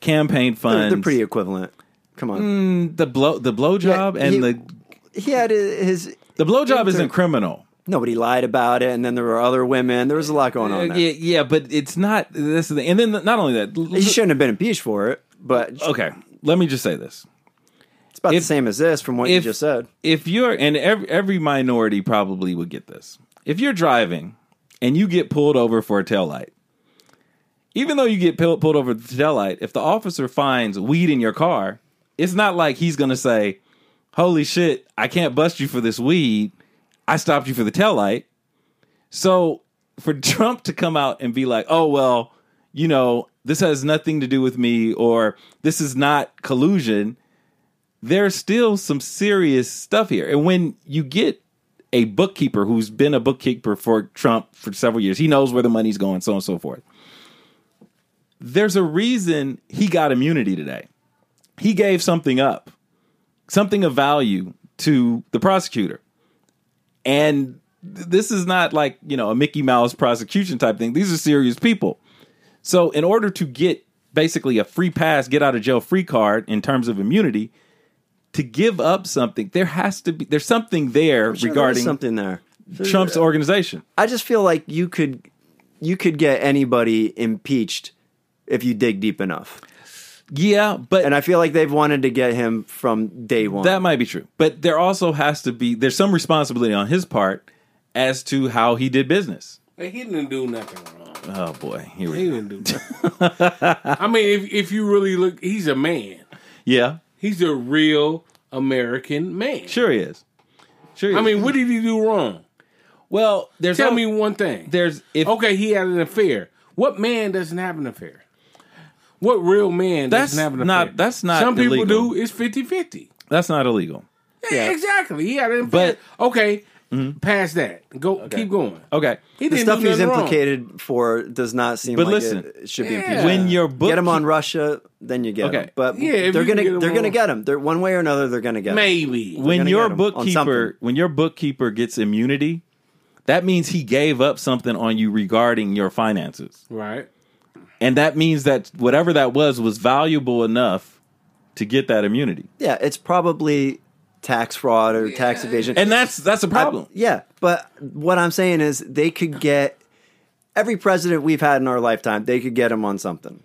[SPEAKER 1] campaign funds.
[SPEAKER 3] they're, they're pretty equivalent. Come on.
[SPEAKER 1] Mm, the blow the blowjob
[SPEAKER 3] Yeah,
[SPEAKER 1] and
[SPEAKER 3] he-
[SPEAKER 1] the
[SPEAKER 3] He had his
[SPEAKER 1] the blowjob isn't criminal.
[SPEAKER 3] nobody lied about it, and then there were other women. There was a lot going on.
[SPEAKER 1] Uh,
[SPEAKER 3] there.
[SPEAKER 1] yeah, yeah, but it's not. This is the, and then not only that. l-
[SPEAKER 3] He shouldn't have been impeached for it, but
[SPEAKER 1] okay, let me just say this:
[SPEAKER 3] it's about
[SPEAKER 1] if-
[SPEAKER 3] the same as this from what you
[SPEAKER 1] if-
[SPEAKER 3] just said.
[SPEAKER 1] if you're and every every minority probably would get this. If you're driving and you get pulled over for a taillight, even though you get pull, pulled over for the taillight, if the officer finds weed in your car, it's not like he's going to say, "Holy shit, I can't bust you for this weed. I stopped you for the taillight." So, for Trump to come out and be like, "Oh well, you know, this has nothing to do with me or this is not collusion." there's still some serious stuff here. And when you get a bookkeeper who's been a bookkeeper for Trump for several years, he knows where the money's going, so on and so forth. There's a reason he got immunity today. He gave something up, something of value to the prosecutor. And th- this is not like, you know, a Mickey Mouse prosecution type thing. These are serious people. So, in order to get basically a free pass, get out of jail free card in terms of immunity, to give up something, there has to be there's something there
[SPEAKER 3] Sure, there is
[SPEAKER 1] regarding
[SPEAKER 3] something there.
[SPEAKER 1] Trump's organization.
[SPEAKER 3] I just feel like you could you could get anybody impeached if you dig deep enough.
[SPEAKER 1] Yeah, but
[SPEAKER 3] And I feel like they've wanted to get him from day one.
[SPEAKER 1] that might be true. But there also has to be there's some responsibility on his part as to how he did business.
[SPEAKER 4] Like, he didn't do nothing wrong.
[SPEAKER 1] Oh boy, here we
[SPEAKER 4] He
[SPEAKER 1] go.
[SPEAKER 4] didn't do nothing. I mean, if if you really look, he's a man.
[SPEAKER 1] Yeah,
[SPEAKER 4] He's a real American man.
[SPEAKER 1] sure he is. Sure. He
[SPEAKER 4] I
[SPEAKER 1] is.
[SPEAKER 4] mean, what did he do wrong?
[SPEAKER 1] well, there's
[SPEAKER 4] Tell
[SPEAKER 1] al-
[SPEAKER 4] me one thing.
[SPEAKER 1] there's if
[SPEAKER 4] okay, he had an affair. What man doesn't have an affair? What real man
[SPEAKER 1] That's
[SPEAKER 4] doesn't have an affair?
[SPEAKER 1] not- that's not
[SPEAKER 4] Some people
[SPEAKER 1] illegal.
[SPEAKER 4] do. It's 50 50.
[SPEAKER 1] that's not illegal.
[SPEAKER 4] Yeah, exactly. He had an affair. okay, past that. Go keep going.
[SPEAKER 1] Mm-hmm. Okay.
[SPEAKER 4] He
[SPEAKER 3] the
[SPEAKER 4] didn't
[SPEAKER 3] stuff
[SPEAKER 4] do
[SPEAKER 3] he's
[SPEAKER 4] nothing wrong.
[SPEAKER 3] implicated for does not seem
[SPEAKER 1] But
[SPEAKER 3] like
[SPEAKER 1] listen,
[SPEAKER 3] it should be
[SPEAKER 4] Yeah.
[SPEAKER 3] impeached.
[SPEAKER 1] When your book
[SPEAKER 3] get him on Russia, then you get
[SPEAKER 1] Okay.
[SPEAKER 3] him. But
[SPEAKER 4] Yeah, if
[SPEAKER 3] they're
[SPEAKER 4] you can
[SPEAKER 3] gonna
[SPEAKER 4] get him
[SPEAKER 3] they're gonna
[SPEAKER 4] on-
[SPEAKER 3] get him. They're one way or another. They're gonna get him.
[SPEAKER 4] Maybe.
[SPEAKER 1] when
[SPEAKER 3] gonna
[SPEAKER 1] your
[SPEAKER 3] get 'em on
[SPEAKER 1] bookkeeper
[SPEAKER 3] something.
[SPEAKER 1] when your bookkeeper gets immunity, that means he gave up something on you regarding your finances.
[SPEAKER 4] Right.
[SPEAKER 1] And that means that whatever that was was valuable enough to get that immunity.
[SPEAKER 3] Yeah, it's probably tax fraud or tax evasion.
[SPEAKER 1] And that's that's a problem.
[SPEAKER 3] Oh, Yeah, but what I'm saying is they could get every president we've had in our lifetime. They could get him on something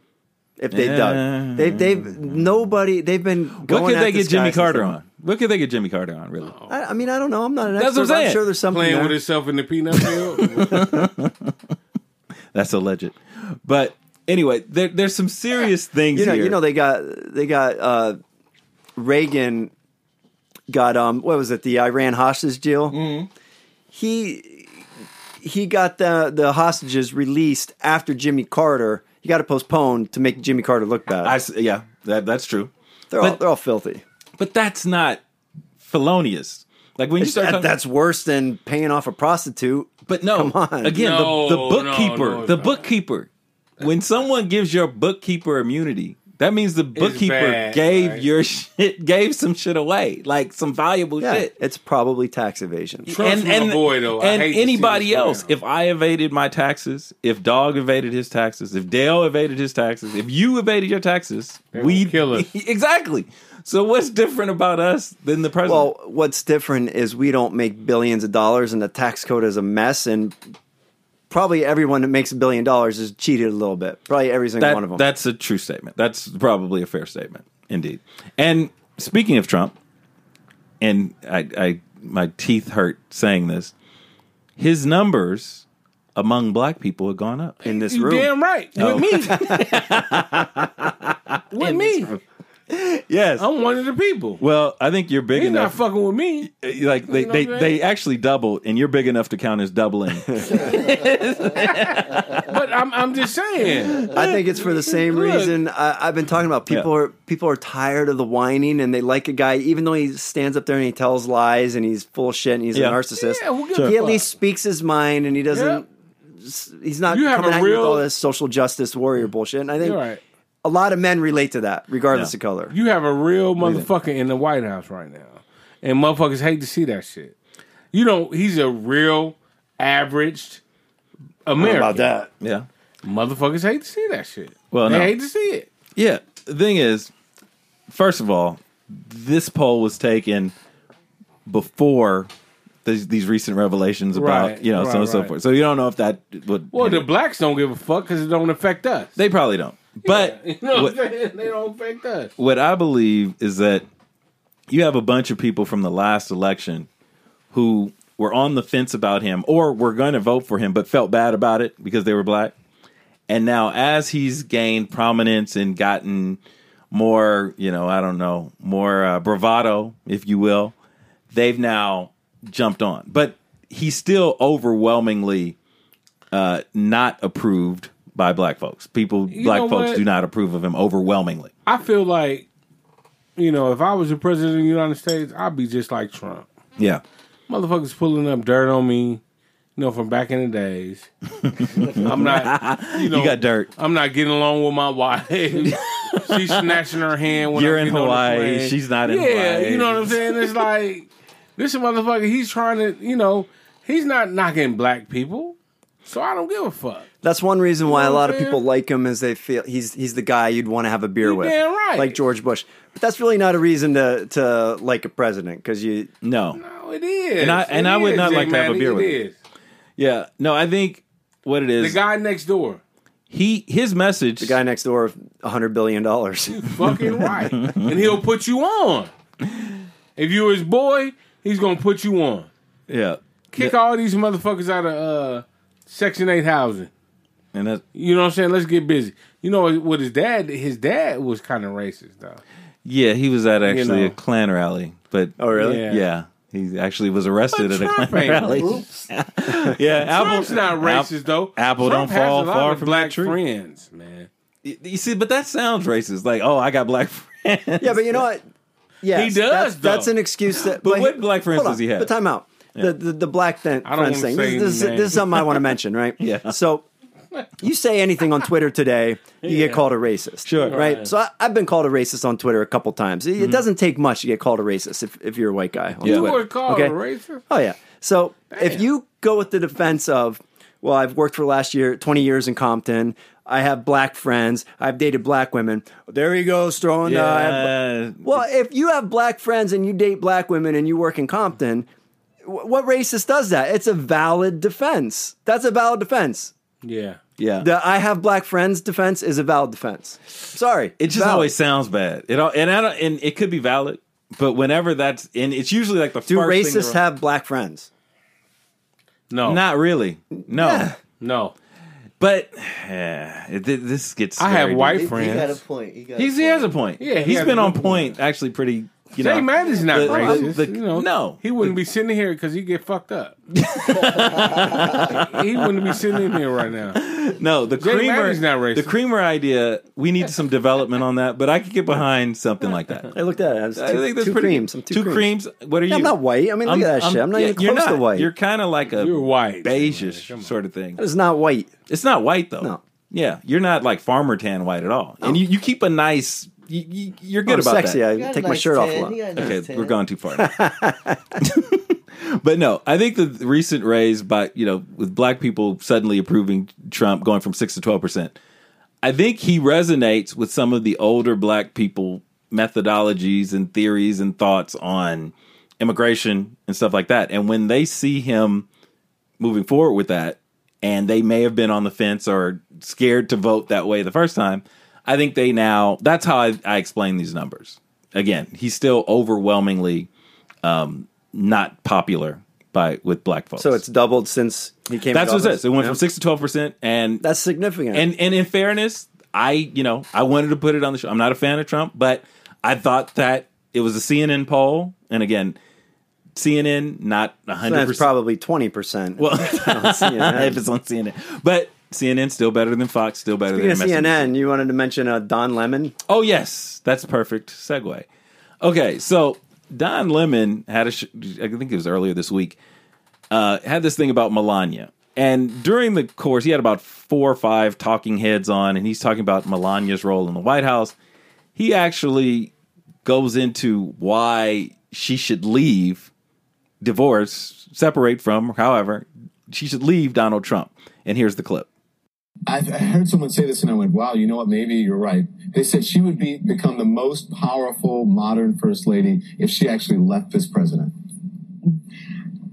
[SPEAKER 3] if they
[SPEAKER 1] Yeah.
[SPEAKER 3] dug. They, they've nobody. They've been. Going
[SPEAKER 1] what could
[SPEAKER 3] at
[SPEAKER 1] they
[SPEAKER 3] this
[SPEAKER 1] get Jimmy
[SPEAKER 3] guy since
[SPEAKER 1] Carter
[SPEAKER 3] they-
[SPEAKER 1] on? What could they get Jimmy Carter on, really?
[SPEAKER 4] Oh.
[SPEAKER 3] I, I mean, I don't know. I'm not an
[SPEAKER 1] That's
[SPEAKER 3] expert.
[SPEAKER 1] what I'm
[SPEAKER 3] but
[SPEAKER 1] saying.
[SPEAKER 3] sure there's something
[SPEAKER 4] Playing
[SPEAKER 3] there.
[SPEAKER 4] with himself in the peanut field.
[SPEAKER 1] That's alleged. But anyway, there, there's some serious things
[SPEAKER 3] you know,
[SPEAKER 1] here.
[SPEAKER 3] you know, they got they got uh, Reagan got um, what was it? The Iran hostage deal.
[SPEAKER 4] Mm-hmm.
[SPEAKER 3] He he got the the hostages released after Jimmy Carter. He got it postponed to make Jimmy Carter look bad.
[SPEAKER 1] I s yeah, that, that's true.
[SPEAKER 3] they're all
[SPEAKER 1] but-
[SPEAKER 3] they're all filthy.
[SPEAKER 1] But that's not felonious. Like when you start
[SPEAKER 3] That-
[SPEAKER 1] talking,
[SPEAKER 3] that's worse than paying off a prostitute.
[SPEAKER 1] But no,
[SPEAKER 3] Come on.
[SPEAKER 1] again,
[SPEAKER 4] No,
[SPEAKER 1] the, the
[SPEAKER 4] no,
[SPEAKER 1] bookkeeper,
[SPEAKER 4] no,
[SPEAKER 1] the
[SPEAKER 4] no.
[SPEAKER 1] bookkeeper. When someone gives your bookkeeper immunity, that means the bookkeeper
[SPEAKER 4] bad,
[SPEAKER 1] gave
[SPEAKER 4] right?
[SPEAKER 1] your shit, gave some shit away, like some valuable
[SPEAKER 3] Yeah,
[SPEAKER 1] shit.
[SPEAKER 3] it's probably tax evasion.
[SPEAKER 4] Trump's my boy, though. I
[SPEAKER 1] and
[SPEAKER 4] hate to see
[SPEAKER 1] anybody
[SPEAKER 4] this go
[SPEAKER 1] else.
[SPEAKER 4] down.
[SPEAKER 1] If I evaded my taxes, if Dog evaded his taxes, if Dale evaded his taxes, if you evaded your taxes,
[SPEAKER 4] They
[SPEAKER 1] we
[SPEAKER 4] will kill us.
[SPEAKER 1] exactly. So what's different about us than the president?
[SPEAKER 3] Well, what's different is we don't make billions of dollars, and the tax code is a mess. And probably everyone that makes a billion dollars is cheated a little bit. Probably every single
[SPEAKER 1] That-
[SPEAKER 3] one of them.
[SPEAKER 1] That's a true statement. That's probably a fair statement, indeed. And speaking of Trump, and I, I my teeth hurt saying this, his numbers among black people have gone up.
[SPEAKER 3] in this
[SPEAKER 4] you
[SPEAKER 3] room.
[SPEAKER 4] damn right. With me. with me.
[SPEAKER 1] Yes.
[SPEAKER 4] I'm one of the people.
[SPEAKER 1] Well, I think you're big
[SPEAKER 4] He's not
[SPEAKER 1] enough.
[SPEAKER 4] fucking with me.
[SPEAKER 1] Eh, like they,
[SPEAKER 4] know
[SPEAKER 1] they,
[SPEAKER 4] what I mean?
[SPEAKER 1] they actually doubled, and you're big enough to count as doubling.
[SPEAKER 4] But I'm, I'm just saying.
[SPEAKER 3] I think it's for the same
[SPEAKER 4] Look.
[SPEAKER 3] reason I, I've been talking about. People
[SPEAKER 1] Yeah.
[SPEAKER 3] are people are tired of the whining, and they like a guy, even though he stands up there and he tells lies and he's full of shit and he's
[SPEAKER 1] Yeah.
[SPEAKER 3] a narcissist.
[SPEAKER 4] Yeah, who gives a
[SPEAKER 3] he at
[SPEAKER 4] fuck?
[SPEAKER 3] least speaks his mind, and he
[SPEAKER 4] Yeah.
[SPEAKER 3] doesn't. He's not
[SPEAKER 4] You have
[SPEAKER 3] coming
[SPEAKER 4] a
[SPEAKER 3] at you with
[SPEAKER 4] real-
[SPEAKER 3] all this social justice warrior bullshit. And I think
[SPEAKER 4] You're right.
[SPEAKER 3] a lot of men relate to that, regardless
[SPEAKER 1] Yeah.
[SPEAKER 3] of color.
[SPEAKER 4] You have a real motherfucker in the White House right now, and motherfuckers hate to see that shit. You know, he's a real averaged American.
[SPEAKER 3] that.
[SPEAKER 1] yeah.
[SPEAKER 4] Motherfuckers hate to see that shit.
[SPEAKER 1] Well,
[SPEAKER 4] they
[SPEAKER 1] no.
[SPEAKER 4] hate to see it.
[SPEAKER 1] Yeah. The thing is, first of all, this poll was taken before these, these recent revelations about
[SPEAKER 4] Right,
[SPEAKER 1] you know so
[SPEAKER 4] right,
[SPEAKER 1] on and so
[SPEAKER 4] right.
[SPEAKER 1] forth. So you don't know if that would.
[SPEAKER 4] Well, the blacks don't give a fuck because it don't affect us.
[SPEAKER 1] they probably don't. But
[SPEAKER 4] you know
[SPEAKER 1] what-
[SPEAKER 4] what, I'm saying? They don't affect us.
[SPEAKER 1] what I believe is that you have a bunch of people from the last election who were on the fence about him or were going to vote for him but felt bad about it because they were black. And now as he's gained prominence and gotten more, you know, I don't know, more uh, bravado, if you will, they've now jumped on. But he's still overwhelmingly uh, not approved by black folks. People,
[SPEAKER 4] know
[SPEAKER 1] black folks
[SPEAKER 4] what?
[SPEAKER 1] do not approve of him overwhelmingly.
[SPEAKER 4] I feel like, you know, if I was the president of the United States, I'd be just like Trump.
[SPEAKER 1] Yeah.
[SPEAKER 4] Motherfuckers pulling up dirt on me, you know, from back in the days. I'm not, you know,
[SPEAKER 1] You got dirt.
[SPEAKER 4] I'm not getting along with my wife. She's snatching her hand when
[SPEAKER 1] You're
[SPEAKER 4] I'm
[SPEAKER 1] in
[SPEAKER 4] getting on the
[SPEAKER 1] Hawaii.
[SPEAKER 4] plane.
[SPEAKER 1] She's not in
[SPEAKER 4] yeah,
[SPEAKER 1] Hawaii.
[SPEAKER 4] you know what I'm saying? It's like this motherfucker. He's trying to, you know, he's not knocking black people, so I don't give a fuck.
[SPEAKER 3] That's one reason why
[SPEAKER 4] You
[SPEAKER 3] a
[SPEAKER 4] know
[SPEAKER 3] lot
[SPEAKER 4] what
[SPEAKER 3] of
[SPEAKER 4] I'm
[SPEAKER 3] people
[SPEAKER 4] saying?
[SPEAKER 3] like him is they feel he's he's the guy you'd want to have a beer with,
[SPEAKER 4] damn right.
[SPEAKER 3] like George Bush. But that's really not a reason to to like a president because you
[SPEAKER 1] No.
[SPEAKER 4] No, it is,
[SPEAKER 1] And I- and
[SPEAKER 4] It
[SPEAKER 1] I would
[SPEAKER 4] is,
[SPEAKER 1] not
[SPEAKER 4] Jay
[SPEAKER 1] like to have a
[SPEAKER 4] Manning,
[SPEAKER 1] beer with
[SPEAKER 4] it
[SPEAKER 1] him.
[SPEAKER 4] is.
[SPEAKER 1] Yeah. No, I think what it
[SPEAKER 4] the
[SPEAKER 1] is,
[SPEAKER 4] guy next door.
[SPEAKER 1] he his message.
[SPEAKER 3] the guy next door hundred billion dollars.
[SPEAKER 4] Fucking right, and he'll put you on. If you're his boy, he's gonna put you on.
[SPEAKER 1] yeah.
[SPEAKER 4] Kick all these motherfuckers out of uh, Section Eight housing.
[SPEAKER 1] And that's
[SPEAKER 4] You know what I'm saying? Let's get busy. You know what his dad? His dad was kind of racist though.
[SPEAKER 1] yeah, he was at actually a
[SPEAKER 4] know.
[SPEAKER 1] Klan rally, but
[SPEAKER 3] Oh really?
[SPEAKER 1] yeah.
[SPEAKER 4] Yeah.
[SPEAKER 1] He actually was arrested at
[SPEAKER 4] But
[SPEAKER 1] a
[SPEAKER 4] Trump
[SPEAKER 1] Klan
[SPEAKER 4] ain't
[SPEAKER 1] rally. Yeah,
[SPEAKER 4] Trump's not racist though.
[SPEAKER 1] Apple
[SPEAKER 4] Trump
[SPEAKER 1] don't fall
[SPEAKER 4] has a lot
[SPEAKER 1] far
[SPEAKER 4] of
[SPEAKER 1] from the
[SPEAKER 4] black
[SPEAKER 1] tree.
[SPEAKER 4] friends, man.
[SPEAKER 1] Apple- you see, but that sounds racist. Like, oh, I got black friends.
[SPEAKER 3] Yeah, but you know what? Yeah,
[SPEAKER 4] does,
[SPEAKER 3] That's,
[SPEAKER 4] though.
[SPEAKER 3] that's an excuse that.
[SPEAKER 1] But what black friends
[SPEAKER 3] hold
[SPEAKER 1] does
[SPEAKER 3] on,
[SPEAKER 1] he have?
[SPEAKER 3] But time out. The, the the black th-
[SPEAKER 4] I don't
[SPEAKER 3] friends thing.
[SPEAKER 4] wanna say
[SPEAKER 3] This, this,
[SPEAKER 4] any
[SPEAKER 3] this is
[SPEAKER 4] names.
[SPEAKER 3] something I want to mention, right?
[SPEAKER 1] Yeah.
[SPEAKER 3] So you say anything on Twitter today, you get called a racist.
[SPEAKER 1] Sure. Mm-hmm.
[SPEAKER 3] Right. So I, I've been called a racist on Twitter a couple times. It, it doesn't take much to get called a racist if, if you're a white guy. On
[SPEAKER 1] You
[SPEAKER 4] You
[SPEAKER 3] Twitter,
[SPEAKER 4] were called
[SPEAKER 3] okay?
[SPEAKER 4] a racist.
[SPEAKER 3] Oh yeah. So if you go with the defense of, well, I've worked for last year, twenty years in Compton. I have black friends. I've dated black women. There he goes throwing. uh, the I have-
[SPEAKER 1] Yeah.
[SPEAKER 3] well, if you have black friends and you date black women and you work in Compton, wh- what racist does that? It's a valid defense. That's a valid defense.
[SPEAKER 4] Yeah,
[SPEAKER 1] yeah.
[SPEAKER 3] The I have black friends defense is a valid defense. Sorry.
[SPEAKER 1] It just always sounds bad. It all, and I don't, and it could be valid, but whenever that's and it's usually like the
[SPEAKER 3] Do
[SPEAKER 1] first thing
[SPEAKER 3] racists
[SPEAKER 1] they're-
[SPEAKER 3] have black friends?
[SPEAKER 4] no,
[SPEAKER 1] Not really. No.
[SPEAKER 3] Yeah.
[SPEAKER 4] no.
[SPEAKER 1] But yeah, it, thi- this gets.
[SPEAKER 4] I have
[SPEAKER 1] very
[SPEAKER 4] white
[SPEAKER 5] He, he
[SPEAKER 4] friends.
[SPEAKER 5] got a point. He got
[SPEAKER 1] deep. He's,
[SPEAKER 5] a
[SPEAKER 1] he has
[SPEAKER 5] point.
[SPEAKER 1] a point.
[SPEAKER 4] Yeah, he
[SPEAKER 1] he's
[SPEAKER 4] has
[SPEAKER 1] been
[SPEAKER 4] a
[SPEAKER 1] on
[SPEAKER 4] good
[SPEAKER 1] point actually. Pretty. You know,
[SPEAKER 4] Jay Manning is not
[SPEAKER 1] the-
[SPEAKER 4] racist.
[SPEAKER 1] the-
[SPEAKER 4] you know,
[SPEAKER 1] no.
[SPEAKER 4] he wouldn't be sitting here because he'd get fucked up. he wouldn't be sitting in here right now.
[SPEAKER 1] no, the
[SPEAKER 4] Jay
[SPEAKER 1] creamer.
[SPEAKER 4] Manning's not racist.
[SPEAKER 1] The creamer idea. We need some development on that, but I could get behind something like that.
[SPEAKER 3] I looked at it. I, was two,
[SPEAKER 1] I think that's
[SPEAKER 3] two
[SPEAKER 1] pretty.
[SPEAKER 3] creams. I'm two,
[SPEAKER 1] creams. What are you?
[SPEAKER 3] I'm not white. I mean, look
[SPEAKER 1] I'm-
[SPEAKER 3] at that shit. I'm not
[SPEAKER 1] yeah,
[SPEAKER 3] even
[SPEAKER 1] you're
[SPEAKER 3] close to
[SPEAKER 1] not.
[SPEAKER 3] white.
[SPEAKER 1] You're kind of like a
[SPEAKER 4] You're white.
[SPEAKER 1] beigeish sort of thing.
[SPEAKER 3] It's not white.
[SPEAKER 1] It's not white though.
[SPEAKER 3] No.
[SPEAKER 1] Yeah, you're not like farmer tan white at all, and you, you keep a nice. You, you, you're good
[SPEAKER 3] I'm
[SPEAKER 1] about
[SPEAKER 3] sexy.
[SPEAKER 1] that.
[SPEAKER 5] He got
[SPEAKER 3] I
[SPEAKER 5] a
[SPEAKER 3] take my
[SPEAKER 5] nice
[SPEAKER 3] shirt off a
[SPEAKER 5] tan.
[SPEAKER 3] lot.
[SPEAKER 5] He got a nice
[SPEAKER 1] Okay,
[SPEAKER 5] tan.
[SPEAKER 1] we're going too far. but no, I think the recent raise by you know with black people suddenly approving Trump going from six to twelve percent, I think he resonates with some of the older black people methodologies and theories and thoughts on immigration and stuff like that. And when they see him moving forward with that, and they may have been on the fence or scared to vote that way the first time, I think they now that's how I, I explain these numbers. Again, he's still overwhelmingly um, not popular by with black folks.
[SPEAKER 3] So it's doubled since he came.
[SPEAKER 1] that's what it
[SPEAKER 3] into office.
[SPEAKER 1] says. It went
[SPEAKER 3] Yeah.
[SPEAKER 1] from six to twelve percent, and
[SPEAKER 3] That's significant.
[SPEAKER 1] and and in fairness, I you know I wanted to put it on the show. I'm not a fan of Trump, but I thought that it was a CNN poll, and again, CNN not 100.
[SPEAKER 3] that's
[SPEAKER 1] percent
[SPEAKER 3] probably twenty percent. Well,
[SPEAKER 1] if it's on CNN, but CNN still better than Fox, still better
[SPEAKER 3] Speaking of
[SPEAKER 1] than MSNBC.
[SPEAKER 3] CNN, you wanted to mention uh, Don Lemon.
[SPEAKER 1] Oh yes, that's a perfect segue. Okay, so Don Lemon had a, sh- I think it was earlier this week, uh, had this thing about Melania, and during the course, he had about four or five talking heads on, and he's talking about Melania's role in the White House. He actually goes into why she should leave, divorce, separate from, however, she should leave Donald Trump, and here's the clip.
[SPEAKER 9] I I heard someone say this and I went, wow, you know what? Maybe you're right. They said she would be, become the most powerful modern first lady if she actually left this president.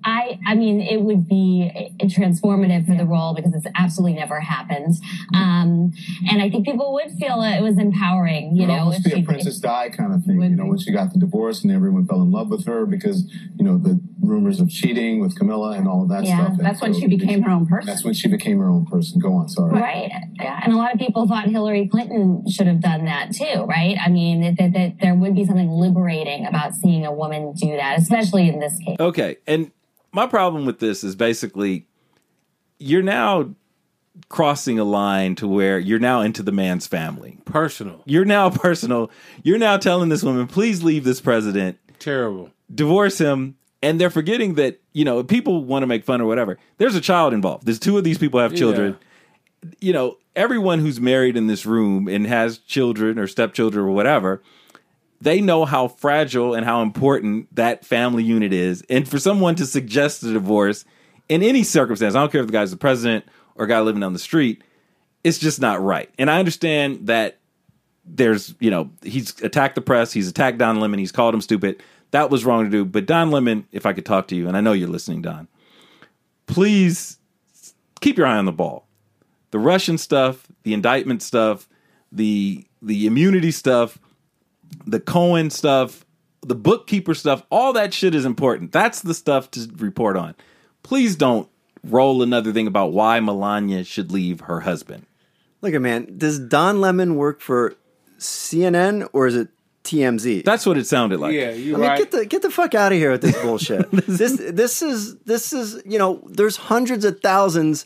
[SPEAKER 10] I, I mean, it would be uh, transformative for the role because it's absolutely never happened. Um, and I think people would feel it was empowering, you
[SPEAKER 9] it would
[SPEAKER 10] know.
[SPEAKER 9] almost be a
[SPEAKER 10] she-
[SPEAKER 9] Princess Di kind of thing. You know, when she got the divorce and everyone fell in love with her because you know the rumors of cheating with Camilla and all of that
[SPEAKER 10] Yeah,
[SPEAKER 9] stuff. And
[SPEAKER 10] that's when
[SPEAKER 9] so
[SPEAKER 10] she became her own person.
[SPEAKER 9] That's when she became her own person. Go on, sorry.
[SPEAKER 10] Right. Yeah. And a lot of people thought Hillary Clinton should have done that too, right? I mean, that, that, that there would be something liberating about seeing a woman do that, especially in this case.
[SPEAKER 1] Okay. And my problem with this is basically you're now crossing a line to where you're now into the man's family.
[SPEAKER 4] Personal.
[SPEAKER 1] You're now personal. You're now telling this woman, please leave this president,
[SPEAKER 4] Terrible.
[SPEAKER 1] divorce him. And they're forgetting that, you know, people want to make fun or whatever. There's a child involved. There's two of these people have children. You know, everyone who's married in this room and has children or stepchildren or whatever, they know how fragile and how important that family unit is. And for someone to suggest a divorce in any circumstance, I don't care if the guy's the president or a guy living down the street, it's just not right. And I understand that there's, you know, he's attacked the press, he's attacked Don Lemon, he's called him stupid. That was wrong to do. But Don Lemon, if I could talk to you, and I know you're listening, Don, please keep your eye on the ball. The Russian stuff, the indictment stuff, the the immunity stuff, the Cohen stuff, the bookkeeper stuff, all that shit is important. That's the stuff to report on. Please don't roll another thing about why Melania should leave her husband.
[SPEAKER 3] Look at man, does Don Lemon work for CNN or is it TMZ?
[SPEAKER 1] That's what it sounded like.
[SPEAKER 4] Yeah, you
[SPEAKER 3] I mean,
[SPEAKER 4] right.
[SPEAKER 3] get the get the fuck out of here with this bullshit. this this is this is you know, there's hundreds of thousands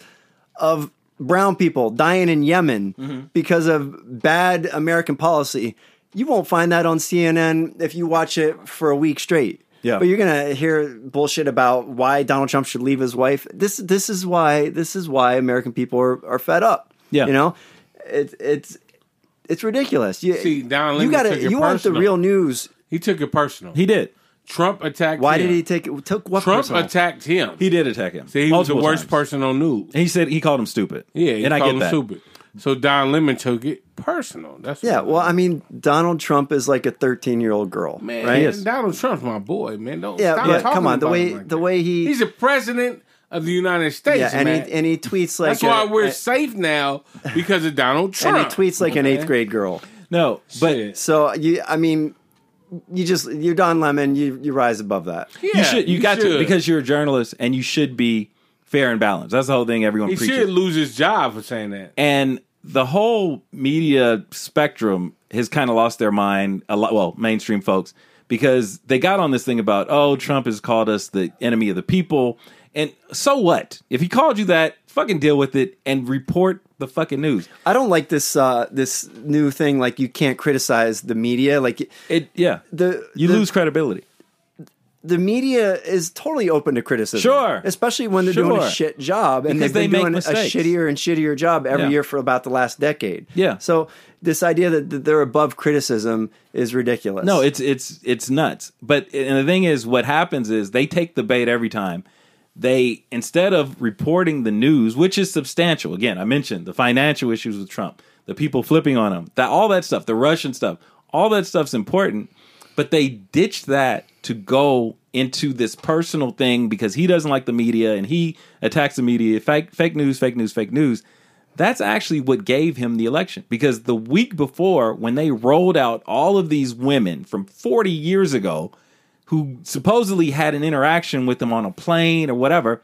[SPEAKER 3] of brown people dying in Yemen
[SPEAKER 4] Mm-hmm.
[SPEAKER 3] because of bad American policy. You won't find that on CNN if you watch it for a week straight.
[SPEAKER 1] Yeah.
[SPEAKER 3] but you're gonna hear bullshit about why Donald Trump should leave his wife. This this is why this is why American people are, are fed up.
[SPEAKER 1] Yeah.
[SPEAKER 3] you know, it's it's it's ridiculous. You,
[SPEAKER 4] See, Don
[SPEAKER 3] you
[SPEAKER 4] Lemon
[SPEAKER 3] gotta
[SPEAKER 4] took it
[SPEAKER 3] you want the
[SPEAKER 4] personal.
[SPEAKER 3] real news.
[SPEAKER 4] he took it personal.
[SPEAKER 1] He did.
[SPEAKER 4] Trump attacked.
[SPEAKER 3] Why
[SPEAKER 4] him.
[SPEAKER 3] did he take it? Took what
[SPEAKER 4] Trump
[SPEAKER 3] personal?
[SPEAKER 4] attacked him.
[SPEAKER 1] He did attack him.
[SPEAKER 4] See, he was the
[SPEAKER 1] multiple
[SPEAKER 4] worst
[SPEAKER 1] times.
[SPEAKER 4] person on news.
[SPEAKER 1] And he said he called him stupid.
[SPEAKER 4] Yeah, he
[SPEAKER 1] and I
[SPEAKER 4] called
[SPEAKER 1] get
[SPEAKER 4] him
[SPEAKER 1] that.
[SPEAKER 4] stupid. So Don Lemon took it personal. That's
[SPEAKER 3] yeah,
[SPEAKER 4] what-
[SPEAKER 3] well, I mean, Donald Trump is like a 13 year old girl,
[SPEAKER 4] man,
[SPEAKER 3] right?
[SPEAKER 1] Yes.
[SPEAKER 4] Donald Trump's my boy, man. Don't
[SPEAKER 3] Yeah,
[SPEAKER 4] stop
[SPEAKER 3] but
[SPEAKER 4] talking
[SPEAKER 3] come on, the
[SPEAKER 4] about
[SPEAKER 3] way-
[SPEAKER 4] him like
[SPEAKER 3] the
[SPEAKER 4] that.
[SPEAKER 3] way he-
[SPEAKER 4] he's the president of the United States,
[SPEAKER 3] yeah, and
[SPEAKER 4] man.
[SPEAKER 3] he and he tweets like
[SPEAKER 4] That's why
[SPEAKER 3] a-
[SPEAKER 4] we're
[SPEAKER 3] a-
[SPEAKER 4] safe now because of Donald
[SPEAKER 3] and
[SPEAKER 4] Trump.
[SPEAKER 3] he tweets like an eighth grade girl.
[SPEAKER 1] No, but
[SPEAKER 4] Shit.
[SPEAKER 3] So you, I mean, you just you're Don Lemon. You you rise above that.
[SPEAKER 1] you
[SPEAKER 4] Yeah,
[SPEAKER 1] should. You,
[SPEAKER 4] he
[SPEAKER 1] got to
[SPEAKER 4] should.
[SPEAKER 1] because you're a journalist and you should be fair and balanced. That's the whole thing everyone
[SPEAKER 4] He
[SPEAKER 1] preaches.
[SPEAKER 4] should lose his job for saying that.
[SPEAKER 1] and the whole media spectrum has kind of lost their mind a lot well mainstream folks because they got on this thing about oh trump has called us the enemy of the people and so what if he called you that fucking deal with it and report the fucking news
[SPEAKER 3] I don't like this uh, this new thing. Like you can't criticize the media. Like
[SPEAKER 1] it yeah
[SPEAKER 3] the
[SPEAKER 1] you
[SPEAKER 3] the,
[SPEAKER 1] lose credibility
[SPEAKER 3] the media is totally open to criticism.
[SPEAKER 1] Sure.
[SPEAKER 3] Especially when they're doing
[SPEAKER 1] Sure.
[SPEAKER 3] a shit job and
[SPEAKER 1] Because
[SPEAKER 3] they've been
[SPEAKER 1] they make
[SPEAKER 3] doing
[SPEAKER 1] mistakes.
[SPEAKER 3] a shittier and shittier job every
[SPEAKER 1] Yeah.
[SPEAKER 3] year for about the last decade.
[SPEAKER 1] Yeah.
[SPEAKER 3] So this idea that, that they're above criticism is ridiculous.
[SPEAKER 1] No, it's it's it's nuts. But and the thing is, what happens is they take the bait every time. They instead of reporting the news, which is substantial. Again, I mentioned the financial issues with Trump, the people flipping on him, that all that stuff, the Russian stuff, all that stuff's important. But they ditched that to go into this personal thing because he doesn't like the media and he attacks the media. Fake fake news, fake news, fake news that's actually what gave him the election because the week before when they rolled out all of these women from 40 years ago who supposedly had an interaction with him on a plane or whatever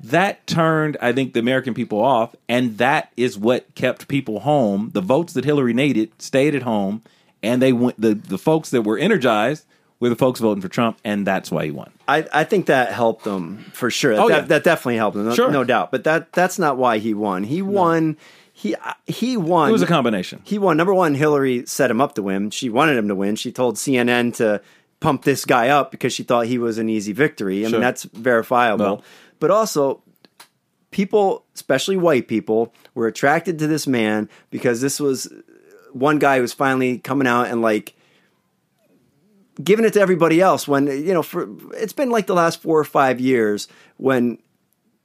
[SPEAKER 1] that turned i think the american people off and that is what kept people home the votes that hillary needed stayed at home and they went the, the folks that were energized were the folks voting for trump and that's why he won
[SPEAKER 3] I, I think that helped them for sure.
[SPEAKER 1] Oh,
[SPEAKER 3] that,
[SPEAKER 1] yeah.
[SPEAKER 3] that definitely helped them, no,
[SPEAKER 1] Sure.
[SPEAKER 3] no doubt. But that that's not why he won. He won. He he won.
[SPEAKER 1] it was a combination
[SPEAKER 3] he won. Number one, Hillary set him up to win. She wanted him to win. She told CNN to pump this guy up because she thought he was an easy victory. I
[SPEAKER 1] Sure.
[SPEAKER 3] mean, that's verifiable.
[SPEAKER 1] Well.
[SPEAKER 3] But also, people, especially white people, were attracted to this man because this was one guy who was finally coming out and like giving it to everybody else when you know for it's been like the last four or five years when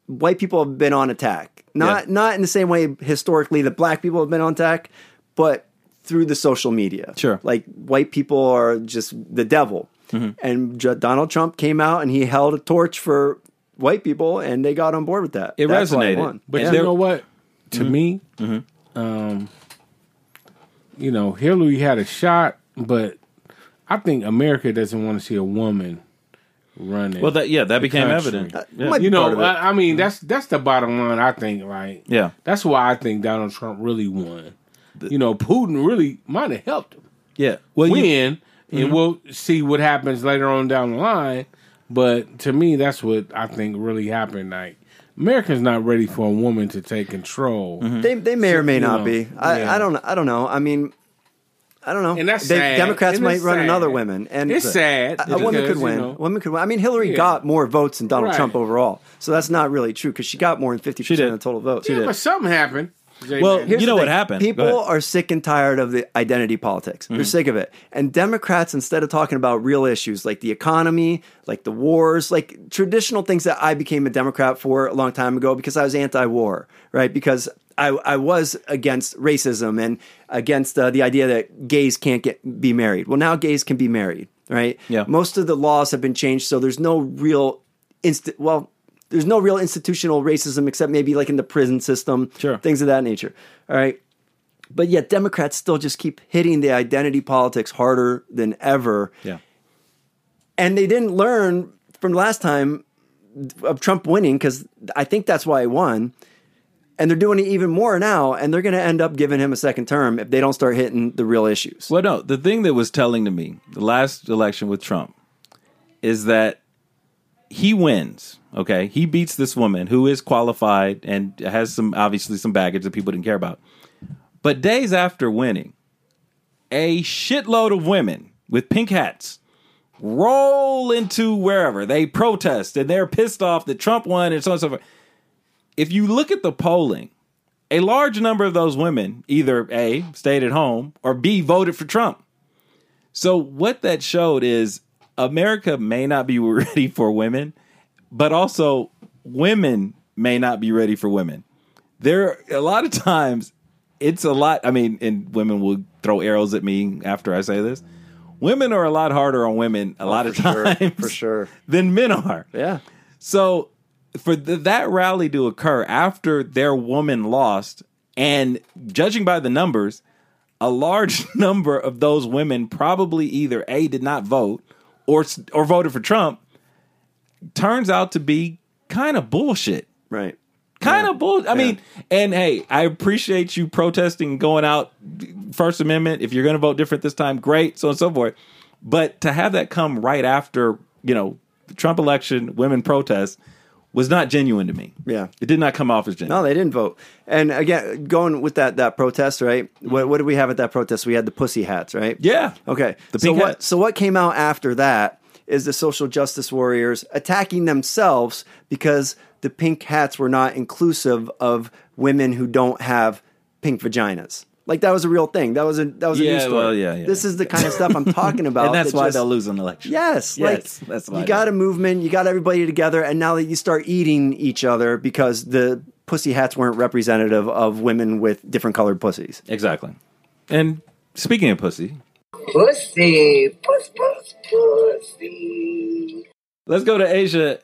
[SPEAKER 3] white people have been on attack Not not in the same way historically that black people have been on attack, but through the social media.
[SPEAKER 1] Sure.
[SPEAKER 3] Like white people are just the devil.
[SPEAKER 1] Mm-hmm.
[SPEAKER 3] And J- Donald Trump came out and he held a torch for white people and they got on board with that.
[SPEAKER 1] It
[SPEAKER 3] That's why
[SPEAKER 1] resonated.
[SPEAKER 3] won.
[SPEAKER 4] But
[SPEAKER 3] Yeah.
[SPEAKER 4] you know what? To
[SPEAKER 1] Mm-hmm.
[SPEAKER 4] me, um, you know, Hillary had a shot, but I think America doesn't want to see a woman running.
[SPEAKER 1] Well, that yeah, that became
[SPEAKER 4] country.
[SPEAKER 1] evident.
[SPEAKER 3] It might
[SPEAKER 1] Yeah.
[SPEAKER 3] be
[SPEAKER 4] you
[SPEAKER 3] part
[SPEAKER 4] know,
[SPEAKER 3] of it.
[SPEAKER 4] I, I mean, that's that's the bottom line. I think, like,
[SPEAKER 1] Mm-hmm. yeah,
[SPEAKER 4] that's why I think Donald Trump really won. You know, Putin really might have helped him
[SPEAKER 1] yeah. Well, you- Mm-hmm.
[SPEAKER 4] win, and we'll see what happens later on down the line. But to me, that's what I think really happened. Like, America's not ready for a woman to take control.
[SPEAKER 1] Mm-hmm.
[SPEAKER 3] They, they may or may
[SPEAKER 4] you
[SPEAKER 3] not
[SPEAKER 4] know,
[SPEAKER 3] be. I,
[SPEAKER 4] yeah.
[SPEAKER 3] I don't. I don't know. I mean, I don't know.
[SPEAKER 4] And that's
[SPEAKER 3] They-
[SPEAKER 4] sad.
[SPEAKER 3] Democrats
[SPEAKER 4] And
[SPEAKER 3] might
[SPEAKER 4] it's
[SPEAKER 3] run
[SPEAKER 4] sad.
[SPEAKER 3] another women, and
[SPEAKER 4] It's sad
[SPEAKER 3] A, a woman
[SPEAKER 4] because,
[SPEAKER 3] could
[SPEAKER 4] you
[SPEAKER 3] win.
[SPEAKER 4] know-
[SPEAKER 3] A woman could win. I mean, Hillary
[SPEAKER 4] Yeah.
[SPEAKER 3] got more votes than Donald
[SPEAKER 4] Right.
[SPEAKER 3] Trump overall, so that's not really true because she got more than fifty
[SPEAKER 1] She
[SPEAKER 3] percent
[SPEAKER 1] did.
[SPEAKER 3] of the total votes.
[SPEAKER 4] Yeah, but something happened. J-Man.
[SPEAKER 1] Well, You know
[SPEAKER 3] the
[SPEAKER 1] what
[SPEAKER 3] thing.
[SPEAKER 1] happened. Go
[SPEAKER 3] People
[SPEAKER 1] ahead.
[SPEAKER 3] are sick and tired of the identity politics.
[SPEAKER 1] Mm-hmm.
[SPEAKER 3] They're sick of it. And Democrats, instead of talking about real issues like the economy, like the wars, like traditional things that I became a Democrat for a long time ago because I was anti war, right? Because I, I was against racism and against uh, the idea that gays can't get be married. Well, now gays can be married, right?
[SPEAKER 1] Yeah.
[SPEAKER 3] Most of the laws have been changed, so there's no real instant. Well, there's no real institutional racism except maybe like in the prison system,
[SPEAKER 1] Sure.
[SPEAKER 3] things of that nature. All right. But yet Democrats still just keep hitting the identity politics harder than ever.
[SPEAKER 1] yeah.
[SPEAKER 3] And they didn't learn from last time of Trump winning because I think that's why he won. And they're doing it even more now, and they're going to end up giving him a second term if they don't start hitting the real issues.
[SPEAKER 1] Well, no, the thing that was telling to me the last election with Trump is that he wins. Okay, he beats this woman who is qualified and has some obviously some baggage that people didn't care about. But days after winning, a shitload of women with pink hats roll into wherever they protest and they're pissed off that Trump won and so on and so forth. If you look at the polling, a large number of those women either A, stayed at home, or B, voted for Trump. So, what that showed is America may not be ready for women, but also women may not be ready for women. There, a lot of times, it's a lot. I mean, and women will throw arrows at me after I say this. Women are a lot harder on women a lot of times
[SPEAKER 3] Oh, for sure.
[SPEAKER 1] than men are.
[SPEAKER 3] Yeah.
[SPEAKER 1] So for th- that rally to occur after their woman lost, and judging by the numbers, a large number of those women probably either a did not vote or s- or voted for Trump, turns out to be kind of bullshit.
[SPEAKER 3] Right.
[SPEAKER 1] Kind of bull. I mean, and hey, I appreciate you protesting, going out, First Amendment. If you're going to vote different this time, great, so on and so forth. But to have that come right after, you know, the Trump election, women protest was not genuine to me.
[SPEAKER 3] Yeah.
[SPEAKER 1] It did not come off as genuine.
[SPEAKER 3] No, they didn't vote. And again, going with that that protest, right? What, what did we have at that protest? We had the pussy hats, right?
[SPEAKER 1] Yeah.
[SPEAKER 3] Okay.
[SPEAKER 1] The
[SPEAKER 3] so
[SPEAKER 1] pink
[SPEAKER 3] what?
[SPEAKER 1] hats.
[SPEAKER 3] So what came out after that is the social justice warriors attacking themselves because the pink hats were not inclusive of women who don't have pink vaginas. Like that was a real thing. That was a that was a
[SPEAKER 1] Yeah,
[SPEAKER 3] news story.
[SPEAKER 1] well, yeah, yeah.
[SPEAKER 3] This is the kind of stuff I'm talking about.
[SPEAKER 1] and that's
[SPEAKER 3] that
[SPEAKER 1] why
[SPEAKER 3] just-
[SPEAKER 1] they'll lose an election.
[SPEAKER 3] Yes,
[SPEAKER 1] Yes,
[SPEAKER 3] like
[SPEAKER 1] that's why
[SPEAKER 3] you
[SPEAKER 1] I
[SPEAKER 3] got
[SPEAKER 1] know.
[SPEAKER 3] a movement, you got everybody together, and now that you start eating each other because the pussy hats weren't representative of women with different colored pussies.
[SPEAKER 1] Exactly. And speaking of pussy,
[SPEAKER 6] Pussy, puss, puss, pussy.
[SPEAKER 1] let's go to Asia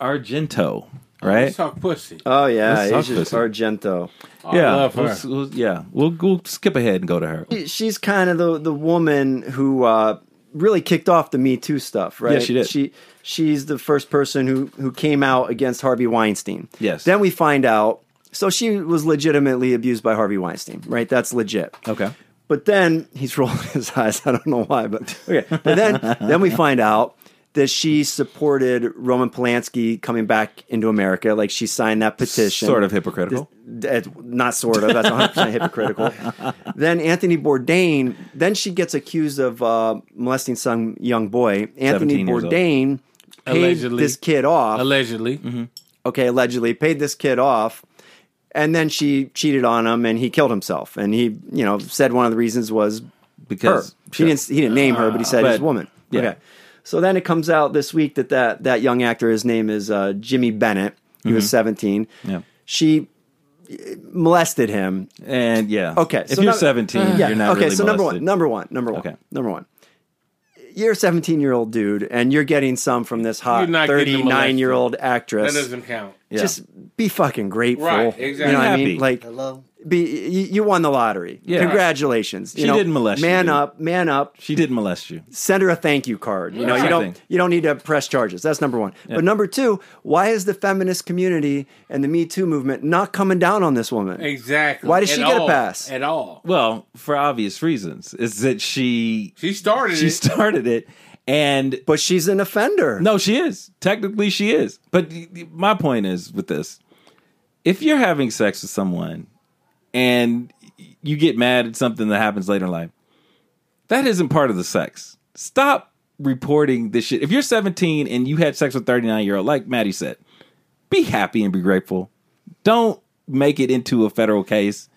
[SPEAKER 1] Argento, right?
[SPEAKER 4] Let's talk pussy.
[SPEAKER 3] Oh yeah,
[SPEAKER 1] That's
[SPEAKER 3] Asia
[SPEAKER 1] pussy.
[SPEAKER 3] Argento.
[SPEAKER 4] I
[SPEAKER 1] yeah.
[SPEAKER 4] love her.
[SPEAKER 1] We'll, we'll- yeah. We'll, we'll skip ahead and go to her.
[SPEAKER 3] She- She's kind of the the woman who uh, really kicked off the Me Too stuff, right?
[SPEAKER 1] Yeah, she did.
[SPEAKER 3] She she's the first person who who came out against Harvey Weinstein.
[SPEAKER 1] Yes.
[SPEAKER 3] Then we find out. So she was legitimately abused by Harvey Weinstein, right? That's legit.
[SPEAKER 1] Okay.
[SPEAKER 3] But then he's rolling his eyes. I don't know why, but okay. But then then we find out that she supported Roman Polanski coming back into America. Like she signed that petition.
[SPEAKER 1] Sort of hypocritical.
[SPEAKER 3] This- that- not sort of. That's 100 percent hypocritical. Then Anthony Bourdain. Then she gets accused of uh, molesting some young boy. Anthony
[SPEAKER 1] 17 years old.
[SPEAKER 3] Bourdain paid
[SPEAKER 4] Allegedly.
[SPEAKER 3] this kid off
[SPEAKER 4] Allegedly.
[SPEAKER 3] mm-hmm. okay, allegedly paid this kid off. And then she cheated on him and he killed himself. And he, you know, said one of the reasons was her.
[SPEAKER 1] Because
[SPEAKER 3] She didn't, he didn't name her, but he said he's
[SPEAKER 1] Uh, but-
[SPEAKER 3] a woman.
[SPEAKER 1] yeah.
[SPEAKER 3] Okay. So then it comes out this week
[SPEAKER 1] Mm-hmm.
[SPEAKER 3] that that, that young actor, his name is uh, Jimmy Bennett. He was 17.
[SPEAKER 1] Yeah.
[SPEAKER 3] She uh, molested him.
[SPEAKER 1] And yeah.
[SPEAKER 3] Okay.
[SPEAKER 1] If you're 17, you're not
[SPEAKER 3] Okay.
[SPEAKER 1] really
[SPEAKER 3] so number one,
[SPEAKER 1] molested.
[SPEAKER 3] number one, number one, number one. You're a 17 year old dude, and you're getting some from this hot
[SPEAKER 4] You're not getting
[SPEAKER 3] 39 year old actress.
[SPEAKER 4] That doesn't count.
[SPEAKER 3] Just be fucking grateful.
[SPEAKER 4] Right,
[SPEAKER 3] You
[SPEAKER 4] exactly.
[SPEAKER 3] know what I
[SPEAKER 1] Happy.
[SPEAKER 3] mean? Like,
[SPEAKER 5] Hello.
[SPEAKER 3] be you, you won the lottery.
[SPEAKER 1] Yeah.
[SPEAKER 3] Congratulations. You
[SPEAKER 1] She
[SPEAKER 3] know,
[SPEAKER 1] didn't molest you,
[SPEAKER 3] Man
[SPEAKER 1] dude.
[SPEAKER 3] up, man up.
[SPEAKER 1] She didn't molest you.
[SPEAKER 3] Send her a thank you card. You know, you
[SPEAKER 1] Something.
[SPEAKER 3] don't you don't need to press charges. That's number one. But number two, why is the feminist community and the Me Too movement not coming down on this woman?
[SPEAKER 4] Exactly.
[SPEAKER 3] Why does she
[SPEAKER 4] At
[SPEAKER 3] get a
[SPEAKER 4] all.
[SPEAKER 3] pass?
[SPEAKER 4] At all.
[SPEAKER 1] Well, for obvious reasons, is that she
[SPEAKER 4] She started
[SPEAKER 1] she
[SPEAKER 4] it.
[SPEAKER 1] started it, and
[SPEAKER 3] But she's an offender.
[SPEAKER 1] no, she is technically she is. But y- y- my point is with this: if you're having sex with someone and you get mad at something that happens later in life, that isn't part of the sex. Stop reporting this shit. If you're 17 and you had sex with 39 year old, like Maddie said, be happy and be grateful. Don't make it into a federal case.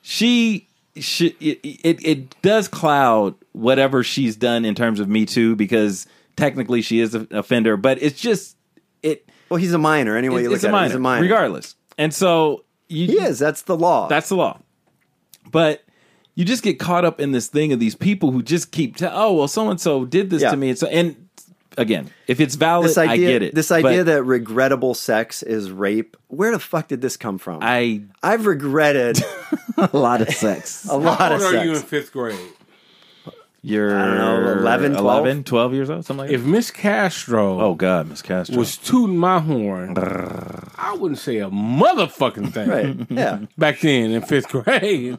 [SPEAKER 1] She, she it, it, it does cloud whatever she's done in terms of Me Too because technically she is an offender, but it's just, it,
[SPEAKER 3] Well, he's a minor anyway. you
[SPEAKER 1] it's,
[SPEAKER 3] look
[SPEAKER 1] it's a
[SPEAKER 3] at
[SPEAKER 1] minor,
[SPEAKER 3] It, he's a minor.
[SPEAKER 1] regardless. And so you,
[SPEAKER 3] He is. That's the law.
[SPEAKER 1] that's the law. But you just get caught up in this thing of these people who just keep tell, oh well, so and so did this
[SPEAKER 3] Yeah.
[SPEAKER 1] to me, and so and again, if it's valid,
[SPEAKER 3] this idea.
[SPEAKER 1] I get it.
[SPEAKER 3] This
[SPEAKER 1] But
[SPEAKER 3] idea that regrettable sex is rape. Where the fuck did this come from?
[SPEAKER 1] I
[SPEAKER 3] I've regretted
[SPEAKER 5] A lot of sex.
[SPEAKER 3] a lot
[SPEAKER 4] How
[SPEAKER 3] of
[SPEAKER 4] old
[SPEAKER 3] sex.
[SPEAKER 4] are you in fifth grade?
[SPEAKER 1] you're
[SPEAKER 3] I don't know, 11, 12?
[SPEAKER 1] 11, 12 years old, something like
[SPEAKER 4] If
[SPEAKER 1] that.
[SPEAKER 4] Miss Castro
[SPEAKER 1] Oh God, Miss Castro.
[SPEAKER 4] was tooting my horn, I wouldn't say a motherfucking thing.
[SPEAKER 3] Right. Yeah.
[SPEAKER 4] Back then in fifth grade,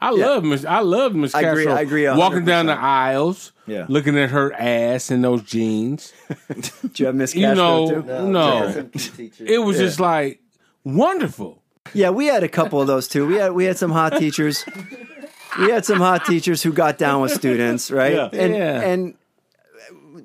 [SPEAKER 4] I love Miss. I love Miss
[SPEAKER 3] I
[SPEAKER 4] Castro.
[SPEAKER 3] agree- I agree a hundred
[SPEAKER 4] Walking down the aisles,
[SPEAKER 1] Yeah.
[SPEAKER 4] looking at her ass and those jeans.
[SPEAKER 3] Do you have Miss
[SPEAKER 4] You
[SPEAKER 3] Castro
[SPEAKER 4] know-
[SPEAKER 3] too?
[SPEAKER 4] No. It
[SPEAKER 5] It
[SPEAKER 4] was just like wonderful.
[SPEAKER 3] Yeah, we had a couple of those too. We had we had some hot teachers. We had some hot teachers who got down with students, right?
[SPEAKER 1] Yeah.
[SPEAKER 3] And
[SPEAKER 4] Yeah.
[SPEAKER 3] and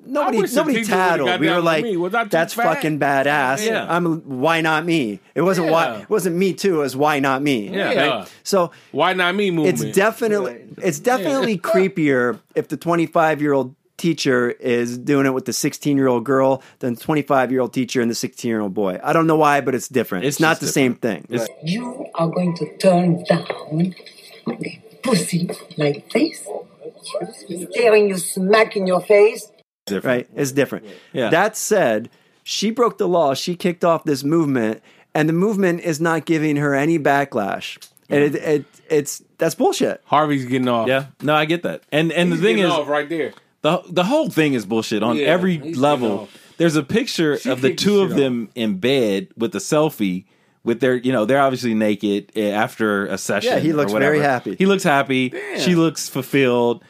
[SPEAKER 3] nobody
[SPEAKER 4] I wish the
[SPEAKER 3] nobody
[SPEAKER 4] teacher would've
[SPEAKER 3] tattled.
[SPEAKER 4] got
[SPEAKER 3] We
[SPEAKER 4] down
[SPEAKER 3] were
[SPEAKER 4] with
[SPEAKER 3] like,
[SPEAKER 4] me. Was I too
[SPEAKER 3] "That's
[SPEAKER 4] fat?"
[SPEAKER 3] fucking badass."
[SPEAKER 1] Yeah.
[SPEAKER 3] I'm why not me? It wasn't why
[SPEAKER 4] Yeah.
[SPEAKER 3] it wasn't me too. It was why not me?
[SPEAKER 4] Yeah.
[SPEAKER 3] So
[SPEAKER 4] Why not me movement?
[SPEAKER 3] it's definitely it's definitely creepier if the 25 year old teacher is doing it with the 16 year old girl than 25 year old teacher and the 16 year old boy. I don't know why, but it's different.
[SPEAKER 1] It's
[SPEAKER 3] It's,
[SPEAKER 1] just
[SPEAKER 3] not the same thing.
[SPEAKER 11] You are going to turn down the pussy like this, staring you smack in your face.
[SPEAKER 3] right? It's different.
[SPEAKER 1] Yeah.
[SPEAKER 3] That said, she broke the law. She kicked off this movement, and the movement is not giving her any backlash. And it, it it's that's bullshit.
[SPEAKER 1] Mm-hmm.
[SPEAKER 4] Harvey's getting off.
[SPEAKER 1] yeah, no, I get that. And and
[SPEAKER 4] He's
[SPEAKER 1] the thing
[SPEAKER 4] getting
[SPEAKER 1] is,
[SPEAKER 4] off right there.
[SPEAKER 1] the the whole thing is bullshit on
[SPEAKER 4] Yeah,
[SPEAKER 1] every
[SPEAKER 4] he's getting
[SPEAKER 1] level.
[SPEAKER 4] off.
[SPEAKER 1] There's a picture
[SPEAKER 4] She
[SPEAKER 1] of the
[SPEAKER 4] kicked
[SPEAKER 1] two
[SPEAKER 4] the
[SPEAKER 1] of
[SPEAKER 4] shit
[SPEAKER 1] them in bed with a selfie with their you know they're obviously naked eh, after a session.
[SPEAKER 3] Yeah, he
[SPEAKER 1] or
[SPEAKER 3] looks very
[SPEAKER 1] whatever.
[SPEAKER 3] happy.
[SPEAKER 1] He looks happy. She looks fulfilled.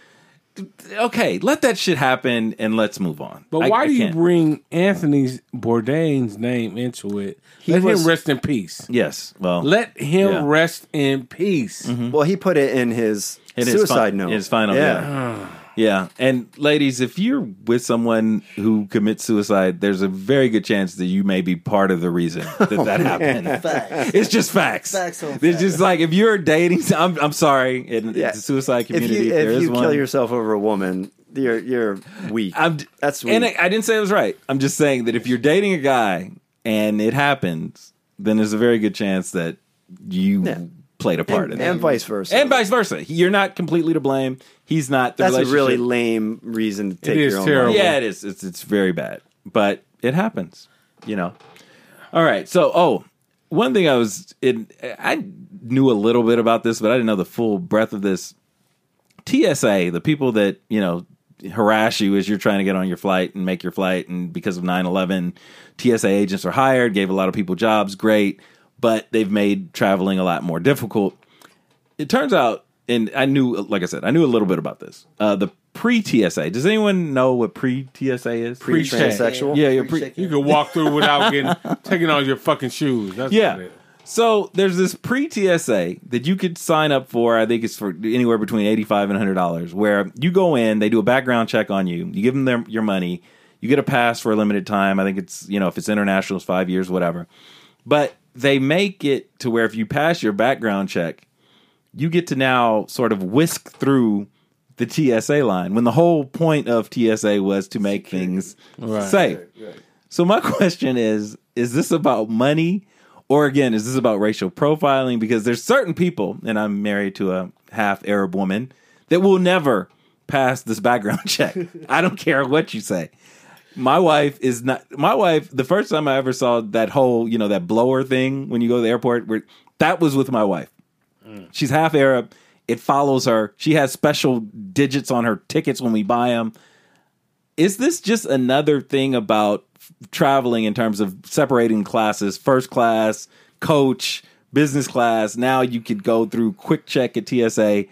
[SPEAKER 1] Okay, let that shit happen and let's move on.
[SPEAKER 4] But
[SPEAKER 1] I-
[SPEAKER 4] why
[SPEAKER 1] I
[SPEAKER 4] do you
[SPEAKER 1] can't.
[SPEAKER 4] bring Anthony's Bourdain's name into it? Let
[SPEAKER 3] was-
[SPEAKER 4] him rest in peace.
[SPEAKER 1] Yes, well,
[SPEAKER 4] Let him
[SPEAKER 1] Yeah. Mm-hmm.
[SPEAKER 4] rest in peace.
[SPEAKER 3] Well, he put it in his
[SPEAKER 1] in his
[SPEAKER 3] suicide
[SPEAKER 1] fi-
[SPEAKER 3] note.
[SPEAKER 1] His final, yeah. yeah. And ladies, if you're with someone who commits suicide, there's a very good chance that you may be part of the reason
[SPEAKER 3] Oh,
[SPEAKER 1] that that happened.
[SPEAKER 5] Facts.
[SPEAKER 1] It's just facts.
[SPEAKER 5] Facts on
[SPEAKER 1] it's
[SPEAKER 5] facts.
[SPEAKER 1] just like if you're dating, I'm, I'm sorry, in
[SPEAKER 3] Yeah.
[SPEAKER 1] the suicide
[SPEAKER 3] If
[SPEAKER 1] community,
[SPEAKER 3] you
[SPEAKER 1] if there
[SPEAKER 3] if
[SPEAKER 1] is
[SPEAKER 3] you
[SPEAKER 1] one.
[SPEAKER 3] kill yourself over a woman, you're you're weak.
[SPEAKER 1] I'm,
[SPEAKER 3] That's
[SPEAKER 1] and I,
[SPEAKER 3] weak.
[SPEAKER 1] I didn't say it was right. I'm just saying that if you're dating a guy and it happens, then there's a very good chance that you
[SPEAKER 3] Yeah.
[SPEAKER 1] played a part in
[SPEAKER 3] and,
[SPEAKER 1] that.
[SPEAKER 3] and vice versa.
[SPEAKER 1] and vice versa. You're not completely to blame. He's not. The
[SPEAKER 3] that's a really
[SPEAKER 1] relationship-
[SPEAKER 3] lame reason to take
[SPEAKER 4] is
[SPEAKER 3] your own
[SPEAKER 4] terrible.
[SPEAKER 3] life.
[SPEAKER 1] Yeah, it is. It's it's very bad, but it happens. You know. All right. So, oh, one thing I was in, I knew a little bit about this, but I didn't know the full breadth of this. TSA, the people that you know harass you as you're trying to get on your flight and make your flight, and because of 9/11, TSA agents are hired, gave a lot of people jobs, great, but they've made traveling a lot more difficult it turns out, and I knew, like I said, I knew a little bit about this. Uh, the pre TSA. Does anyone know what pre TSA is?
[SPEAKER 4] Pre-
[SPEAKER 3] Transsexual.
[SPEAKER 1] yeah, yeah, pre-
[SPEAKER 4] You can walk through without getting taking off your fucking shoes. That's what
[SPEAKER 1] yeah.
[SPEAKER 4] it is.
[SPEAKER 1] So there's this pre TSA that you could sign up for. I think it's for anywhere between eighty five and hundred dollars. Where you go in, they do a background check on you. You give them their, your money. You get a pass for a limited time. I think it's you know if it's international, it's five years, whatever. But they make it to where if you pass your background check, you get to now sort of whisk through the TSA line when the whole point of TSA was to make things safe. So my question is: Is this about money, Or again, is this about racial profiling? Because there's certain people, and I'm married to a half Arab woman, that will never pass this background check. I don't care what you say. My wife is not my wife. The first time I ever saw that whole, you know, that blower thing when you go to the airport, where that was with my wife. She's half Arab. It follows her. She has special digits on her tickets when we buy them. Is this just another thing about f- traveling in terms of separating classes, first class, coach, business class? Now you could go through quick check at TSA.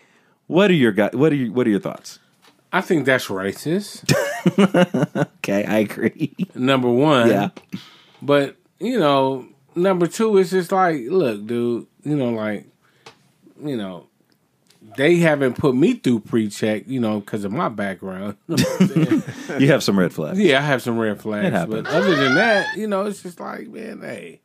[SPEAKER 1] What are your gu- what are you, what are your thoughts?
[SPEAKER 4] I think that's racist.
[SPEAKER 1] okay, I agree.
[SPEAKER 4] Number one.
[SPEAKER 1] Yeah.
[SPEAKER 4] But, you know, number two is just like, look, dude, you know, like, you know, they haven't put me through pre check, you know, because of my background.
[SPEAKER 1] You have some red flags.
[SPEAKER 4] Yeah, I have some red
[SPEAKER 1] It
[SPEAKER 4] flags.
[SPEAKER 1] happens.
[SPEAKER 4] But other than that, you know, it's just like, man, hey,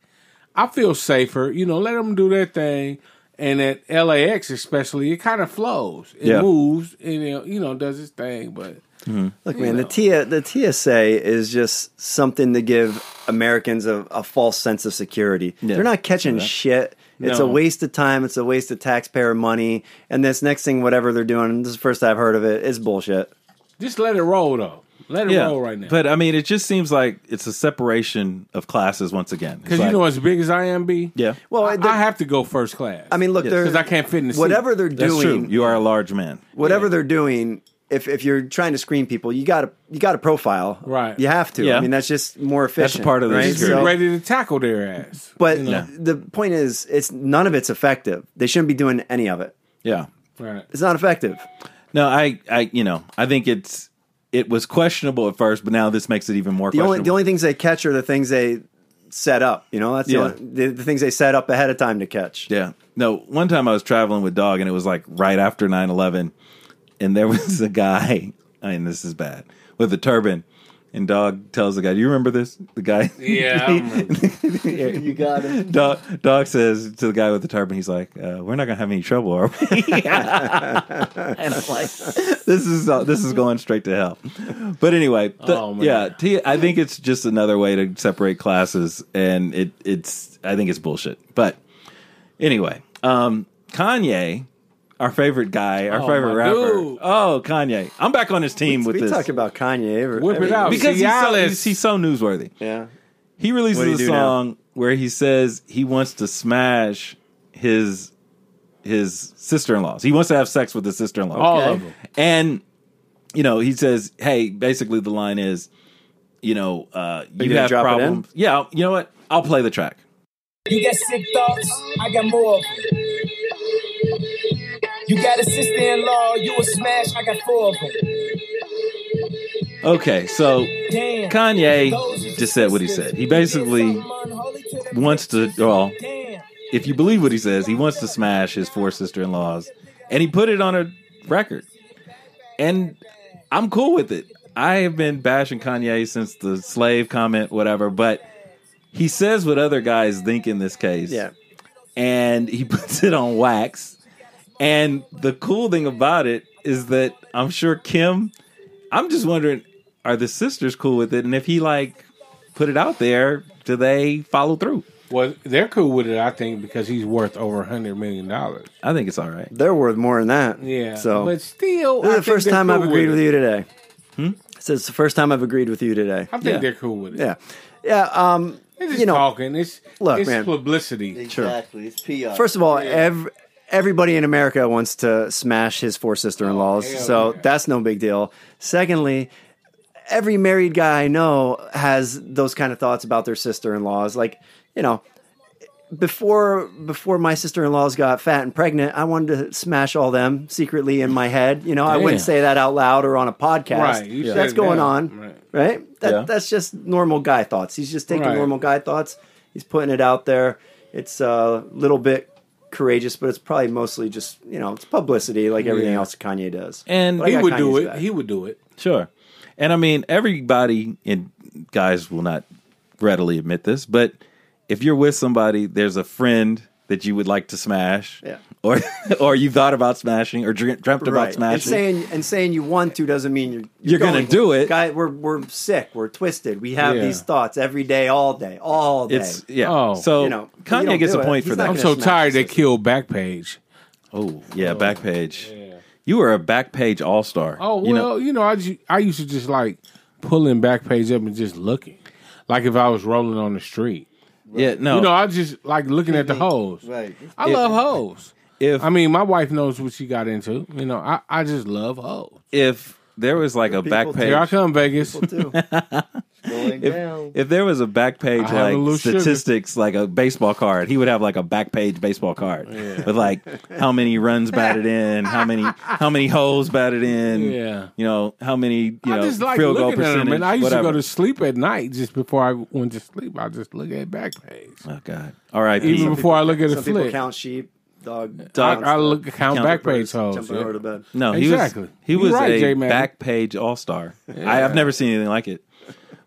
[SPEAKER 4] I feel safer. You know, let them do their thing. And at LAX, especially, it kind of flows. It
[SPEAKER 3] Yeah.
[SPEAKER 4] moves and, it, you know, does its thing. But
[SPEAKER 3] Look,
[SPEAKER 4] You
[SPEAKER 3] man, the
[SPEAKER 4] know.
[SPEAKER 3] T- the TSA is just something to give Americans a, a false sense of security. They're not catching
[SPEAKER 1] Yeah.
[SPEAKER 3] shit. It's
[SPEAKER 1] No.
[SPEAKER 3] a waste of time. It's a waste of taxpayer money. And this next thing, whatever they're doing, this is the first I've heard of it, is bullshit.
[SPEAKER 4] just let it roll, though. Let it
[SPEAKER 1] Yeah,
[SPEAKER 4] roll right now.
[SPEAKER 1] But I mean, it just seems like it's a separation of classes once again. It's
[SPEAKER 4] Because
[SPEAKER 1] like-
[SPEAKER 4] you know, as big as I am, B.
[SPEAKER 1] yeah.
[SPEAKER 3] Well,
[SPEAKER 4] I,
[SPEAKER 3] the-
[SPEAKER 4] I have to go first class.
[SPEAKER 3] I mean, look, they're-
[SPEAKER 4] because I can't fit in the seat.
[SPEAKER 3] whatever they're
[SPEAKER 1] That's
[SPEAKER 3] doing,
[SPEAKER 1] true. You are a large man.
[SPEAKER 3] whatever they're doing, if if you're trying to screen people, you got to you got to profile.
[SPEAKER 4] Right.
[SPEAKER 3] You have to.
[SPEAKER 1] Yeah.
[SPEAKER 3] I mean, that's just more efficient.
[SPEAKER 1] part of the
[SPEAKER 3] right?
[SPEAKER 1] security.
[SPEAKER 3] So-
[SPEAKER 4] ready to tackle their ass.
[SPEAKER 3] but
[SPEAKER 4] you know?
[SPEAKER 3] the point is, it's none of it's effective. They shouldn't be doing any of it.
[SPEAKER 1] Yeah.
[SPEAKER 4] Right.
[SPEAKER 3] It's not effective.
[SPEAKER 1] No, I, I, you know, I think it's it was questionable at first, but now this makes it even more
[SPEAKER 3] The only
[SPEAKER 1] questionable.
[SPEAKER 3] the only things they catch are the things they set up. You know, that's
[SPEAKER 1] Yeah.
[SPEAKER 3] the, only, the, the things they set up ahead of time to catch.
[SPEAKER 1] Yeah. No, one time I was traveling with dog and it was like right after 9/11 and there was a guy, I mean this is bad, with a turban and dog tells the guy, "Do you remember this?" The guy
[SPEAKER 4] Yeah, I
[SPEAKER 5] you got it.
[SPEAKER 1] Dog, dog says to the guy with the turban, he's like, uh, "We're not gonna have any trouble, are we?" and I'm like, "This is uh, this is going straight to hell." But anyway, th-
[SPEAKER 4] Oh, man.
[SPEAKER 1] yeah, T- I think it's just another way to separate classes, and it it's I think it's bullshit. But anyway, um, Kanye, our favorite guy, our
[SPEAKER 4] Oh,
[SPEAKER 1] favorite
[SPEAKER 4] my
[SPEAKER 1] rapper.
[SPEAKER 4] dude.
[SPEAKER 1] Oh, Kanye, I'm back on his team
[SPEAKER 3] We
[SPEAKER 1] with this
[SPEAKER 3] talk about Kanye. Every,
[SPEAKER 4] Whip it
[SPEAKER 3] every-
[SPEAKER 4] out.
[SPEAKER 1] because he's so,
[SPEAKER 4] Cialis.
[SPEAKER 1] he's, he's so newsworthy.
[SPEAKER 3] Yeah.
[SPEAKER 1] He
[SPEAKER 3] What'd
[SPEAKER 1] releases
[SPEAKER 3] he
[SPEAKER 1] a
[SPEAKER 3] do now?
[SPEAKER 1] song where he says he wants to smash his his sister in laws. He wants to have sex with his sister in law.
[SPEAKER 4] All of them.
[SPEAKER 1] And you know, he says, "Hey, basically the line is, you know, uh, you,
[SPEAKER 3] gonna
[SPEAKER 1] have
[SPEAKER 3] drop it in?
[SPEAKER 1] problems. Yeah, I'll- you know what? I'll play the track.
[SPEAKER 2] You got sick thoughts, I got more. of 'em. You got a sister in law, you a smash, I got four of them.
[SPEAKER 1] Okay, so
[SPEAKER 2] Damn.
[SPEAKER 1] Kanye just said what he said. He basically wants to. Well, if you believe what he says, he wants to smash his four sister in laws, and he put it on a record. And I'm cool with it. I have been bashing Kanye since the slave comment, whatever. But he says what other guys think in this case,
[SPEAKER 3] Yeah.
[SPEAKER 1] and he puts it on wax. And the cool thing about it is that I'm sure Kim. I'm just wondering, are the sisters cool with it? And if he like put it out there, do they follow through?
[SPEAKER 4] Well, they're cool with it, I think, because he's worth over a hundred million dollars.
[SPEAKER 1] I think it's all right.
[SPEAKER 3] They're worth more than that.
[SPEAKER 4] Yeah.
[SPEAKER 3] So
[SPEAKER 4] but still,
[SPEAKER 3] this
[SPEAKER 4] I
[SPEAKER 3] is the
[SPEAKER 4] think
[SPEAKER 3] first
[SPEAKER 4] they're
[SPEAKER 3] time
[SPEAKER 4] cool
[SPEAKER 3] I've agreed with
[SPEAKER 4] it. Hmm?
[SPEAKER 3] you today. So it's the first time I've agreed with you today.
[SPEAKER 4] I think
[SPEAKER 1] Yeah.
[SPEAKER 4] they're cool with it.
[SPEAKER 3] Yeah. Yeah. Um,
[SPEAKER 4] They're just
[SPEAKER 3] you know,
[SPEAKER 4] talking. It's
[SPEAKER 3] look,
[SPEAKER 4] it's
[SPEAKER 3] man.
[SPEAKER 4] publicity.
[SPEAKER 5] Exactly. It's PR.
[SPEAKER 3] First of all, ev- everybody in America wants to smash his four sister in laws,
[SPEAKER 4] Oh, hell
[SPEAKER 3] so
[SPEAKER 4] yeah.
[SPEAKER 3] that's no big deal. Secondly, every married guy I know has those kind of thoughts about their sister in laws. Like, you know, before before my sister in laws got fat and pregnant, I wanted to smash all them secretly in my head. You know, I
[SPEAKER 1] Damn.
[SPEAKER 3] wouldn't say that out loud or on a podcast.
[SPEAKER 4] Right, you shut
[SPEAKER 3] That's
[SPEAKER 4] it
[SPEAKER 3] going
[SPEAKER 4] down.
[SPEAKER 3] on.
[SPEAKER 4] Right.
[SPEAKER 3] Right. That
[SPEAKER 1] Yeah.
[SPEAKER 3] that's just normal guy thoughts. He's just taking
[SPEAKER 4] Right.
[SPEAKER 3] normal guy thoughts. He's putting it out there. It's a little bit courageous, but it's probably mostly just you know it's publicity, like everything
[SPEAKER 4] Yeah.
[SPEAKER 3] else Kanye does.
[SPEAKER 1] And
[SPEAKER 3] But I
[SPEAKER 4] He
[SPEAKER 3] got
[SPEAKER 4] would do
[SPEAKER 3] Kanye's
[SPEAKER 4] it.
[SPEAKER 3] back.
[SPEAKER 4] He would do it.
[SPEAKER 1] Sure. And I mean, everybody and guys will not readily admit this, but if you're with somebody, there's a friend that you would like to smash,
[SPEAKER 3] Yeah.
[SPEAKER 1] or or you thought about smashing or dream, dreamt about
[SPEAKER 3] Right.
[SPEAKER 1] smashing.
[SPEAKER 3] And saying and saying you want to doesn't mean you're
[SPEAKER 1] You're gonna do it.
[SPEAKER 3] Guy, we're we're sick. We're twisted. We have
[SPEAKER 1] Yeah.
[SPEAKER 3] these thoughts every day, all day, all day.
[SPEAKER 1] It's yeah.
[SPEAKER 4] Oh.
[SPEAKER 1] So
[SPEAKER 3] You know, if you
[SPEAKER 1] Kanye
[SPEAKER 3] don't
[SPEAKER 1] gets
[SPEAKER 3] do
[SPEAKER 1] a
[SPEAKER 3] it,
[SPEAKER 1] point
[SPEAKER 3] he's
[SPEAKER 1] for
[SPEAKER 3] not
[SPEAKER 1] that.
[SPEAKER 3] gonna smash
[SPEAKER 1] they killed Backpage. Oh yeah, Backpage. You were a Backpage all star.
[SPEAKER 4] Oh well, you know, I ju- I used to just like pulling back page up and just looking, like if I was rolling on the street.
[SPEAKER 1] Yeah, no.
[SPEAKER 4] you know, I just like looking
[SPEAKER 3] Mm-hmm.
[SPEAKER 4] at the holes.
[SPEAKER 5] Right.
[SPEAKER 4] I
[SPEAKER 1] If-
[SPEAKER 4] love hoes.
[SPEAKER 1] If
[SPEAKER 4] I mean, my wife knows what she got into. You know, I, I just love hoes.
[SPEAKER 1] if there was like a
[SPEAKER 4] People
[SPEAKER 1] Backpage,
[SPEAKER 4] too. Here I come, Vegas.
[SPEAKER 1] if, if there was a Backpage
[SPEAKER 4] I have a little
[SPEAKER 1] like
[SPEAKER 4] sugar.
[SPEAKER 1] statistics, like a baseball card, he would have like a Backpage baseball card with like how many runs batted in, how many how many holes batted in,
[SPEAKER 4] Yeah.
[SPEAKER 1] you know how many you
[SPEAKER 4] I
[SPEAKER 1] know
[SPEAKER 4] just like
[SPEAKER 1] field goal
[SPEAKER 4] looking at them,
[SPEAKER 1] percentage,
[SPEAKER 4] and I used
[SPEAKER 1] whatever.
[SPEAKER 4] to go to sleep at night just before I went to sleep. I just look at back page.
[SPEAKER 1] Oh God! All right,
[SPEAKER 4] Even before I look at a
[SPEAKER 3] some people
[SPEAKER 4] flick.
[SPEAKER 3] count sheep, dog.
[SPEAKER 1] Dog-
[SPEAKER 4] I look count back page
[SPEAKER 3] jumping
[SPEAKER 4] hoes. yeah.
[SPEAKER 3] over the bed.
[SPEAKER 1] No, he was
[SPEAKER 4] Exactly.
[SPEAKER 1] he
[SPEAKER 4] You're
[SPEAKER 1] was
[SPEAKER 4] right,
[SPEAKER 1] a
[SPEAKER 4] J-Man.
[SPEAKER 1] back page all star. I
[SPEAKER 4] Yeah.
[SPEAKER 1] I've never seen anything like it.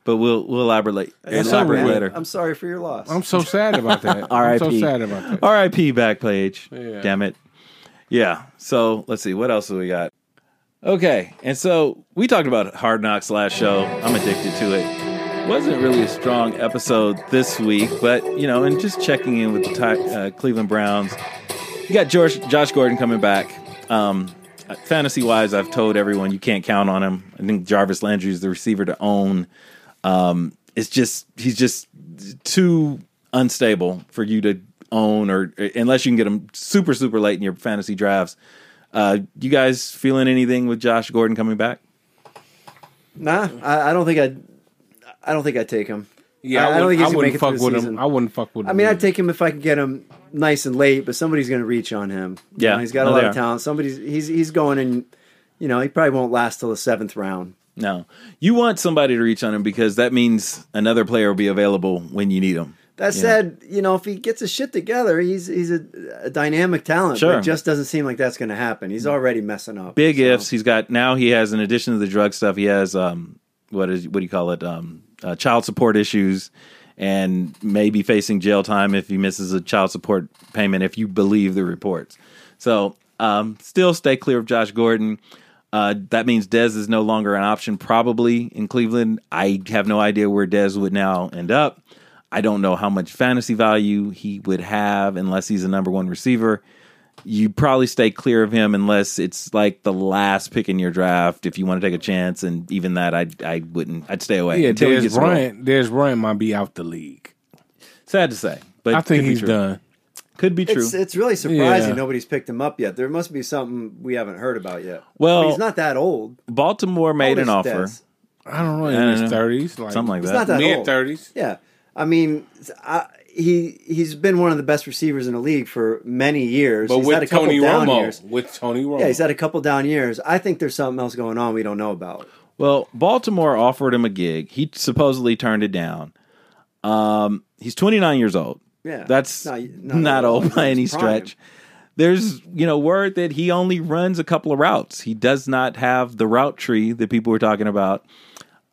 [SPEAKER 1] But we'll we'll elaborate
[SPEAKER 3] It's
[SPEAKER 1] elaborate
[SPEAKER 3] over.
[SPEAKER 1] later.
[SPEAKER 3] I'm sorry for your loss.
[SPEAKER 4] I'm so sad about that. I'm
[SPEAKER 1] R.I.P.
[SPEAKER 4] so sad about that.
[SPEAKER 1] R.I.P. back page.
[SPEAKER 4] Yeah.
[SPEAKER 1] Damn it. Yeah. So let's see what else do we got. Okay, and so we talked about Hard Knocks last show. I'm addicted to it. Wasn't really a strong episode this week, but you know, and just checking in with the Ty- uh, Cleveland Browns. You got George, Josh Gordon coming back. Um, fantasy wise, I've told everyone you can't count on him. I think Jarvis Landry is the receiver to own. Um, it's just he's just too unstable for you to own, or unless you can get him super super late in your fantasy drafts. Uh, you guys feeling anything with Josh Gordon coming back?
[SPEAKER 3] Nah, I, I don't think I'd. I don't think I'd take him.
[SPEAKER 4] Yeah, I,
[SPEAKER 3] I, I don't
[SPEAKER 4] wouldn't,
[SPEAKER 3] think
[SPEAKER 4] I
[SPEAKER 3] he's gonna make
[SPEAKER 4] wouldn't
[SPEAKER 3] it through
[SPEAKER 4] fuck
[SPEAKER 3] the
[SPEAKER 4] with
[SPEAKER 3] season.
[SPEAKER 4] him. I wouldn't fuck with him.
[SPEAKER 3] I mean, I'd take him if I could get him nice and late, but somebody's going to reach on him. You
[SPEAKER 4] Yeah,
[SPEAKER 3] know, he's got a
[SPEAKER 4] no,
[SPEAKER 3] lot
[SPEAKER 4] they
[SPEAKER 3] of
[SPEAKER 4] are.
[SPEAKER 3] talent. Somebody's he's he's going and you know he probably won't last till the seventh round.
[SPEAKER 1] No, you want somebody to reach on him because that means another player will be available when you need him.
[SPEAKER 3] That
[SPEAKER 1] Yeah.
[SPEAKER 3] said, you know if he gets his shit together, he's he's a, a dynamic talent. But
[SPEAKER 1] Sure.
[SPEAKER 3] it just doesn't seem like that's going to happen. He's already messing up.
[SPEAKER 1] big ifs. He's got now. He has in addition to the drug stuff, he has um what is what do you call it um uh, child support issues, and maybe facing jail time if he misses a child support payment. If you believe the reports, so um still stay clear of Josh Gordon. Uh, that means Dez is no longer an option, probably in Cleveland. I have no idea where Dez would now end up. I don't know how much fantasy value he would have unless he's a number one receiver you probably stay clear of him unless it's like the last pick in your draft. If you want to take a chance, and even that, I I wouldn't. I'd stay away.
[SPEAKER 4] yeah,
[SPEAKER 1] until he
[SPEAKER 4] Dez
[SPEAKER 1] gets rolling.
[SPEAKER 4] Bryant. Dez Bryant might be out the league.
[SPEAKER 1] Sad to say, but
[SPEAKER 4] I think
[SPEAKER 1] could be
[SPEAKER 4] he's
[SPEAKER 1] true.
[SPEAKER 4] done.
[SPEAKER 1] Could be true.
[SPEAKER 3] It's, it's really surprising
[SPEAKER 1] Yeah.
[SPEAKER 3] nobody's picked him up yet. There must be something we haven't heard about yet.
[SPEAKER 1] Well,
[SPEAKER 3] But he's not that old.
[SPEAKER 1] Baltimore made an
[SPEAKER 3] How old
[SPEAKER 1] offer.
[SPEAKER 3] is Dez?
[SPEAKER 4] I don't know.
[SPEAKER 1] I don't
[SPEAKER 4] In his
[SPEAKER 1] know.
[SPEAKER 4] thirties, like
[SPEAKER 1] Something like
[SPEAKER 3] He's not that
[SPEAKER 4] Mid
[SPEAKER 3] old.
[SPEAKER 4] thirties.
[SPEAKER 3] Yeah, I mean, I, he he's been one of the best receivers in the league for many years.
[SPEAKER 4] But
[SPEAKER 3] he's had a
[SPEAKER 4] with
[SPEAKER 3] couple
[SPEAKER 4] Tony
[SPEAKER 3] down
[SPEAKER 4] Romo,
[SPEAKER 3] years.
[SPEAKER 4] with Tony Romo,
[SPEAKER 3] Yeah, he's had a couple down years. I think there's something else going on we don't know about.
[SPEAKER 1] Well, Baltimore offered him a gig. He supposedly turned it down. Um, he's 29 years old.
[SPEAKER 3] Yeah.
[SPEAKER 1] that's
[SPEAKER 3] Not-
[SPEAKER 1] not,
[SPEAKER 3] not old.
[SPEAKER 1] old by
[SPEAKER 3] He's
[SPEAKER 1] any
[SPEAKER 3] prime.
[SPEAKER 1] stretch. There's you know word that he only runs a couple of routes. He does not have the route tree that people were talking about.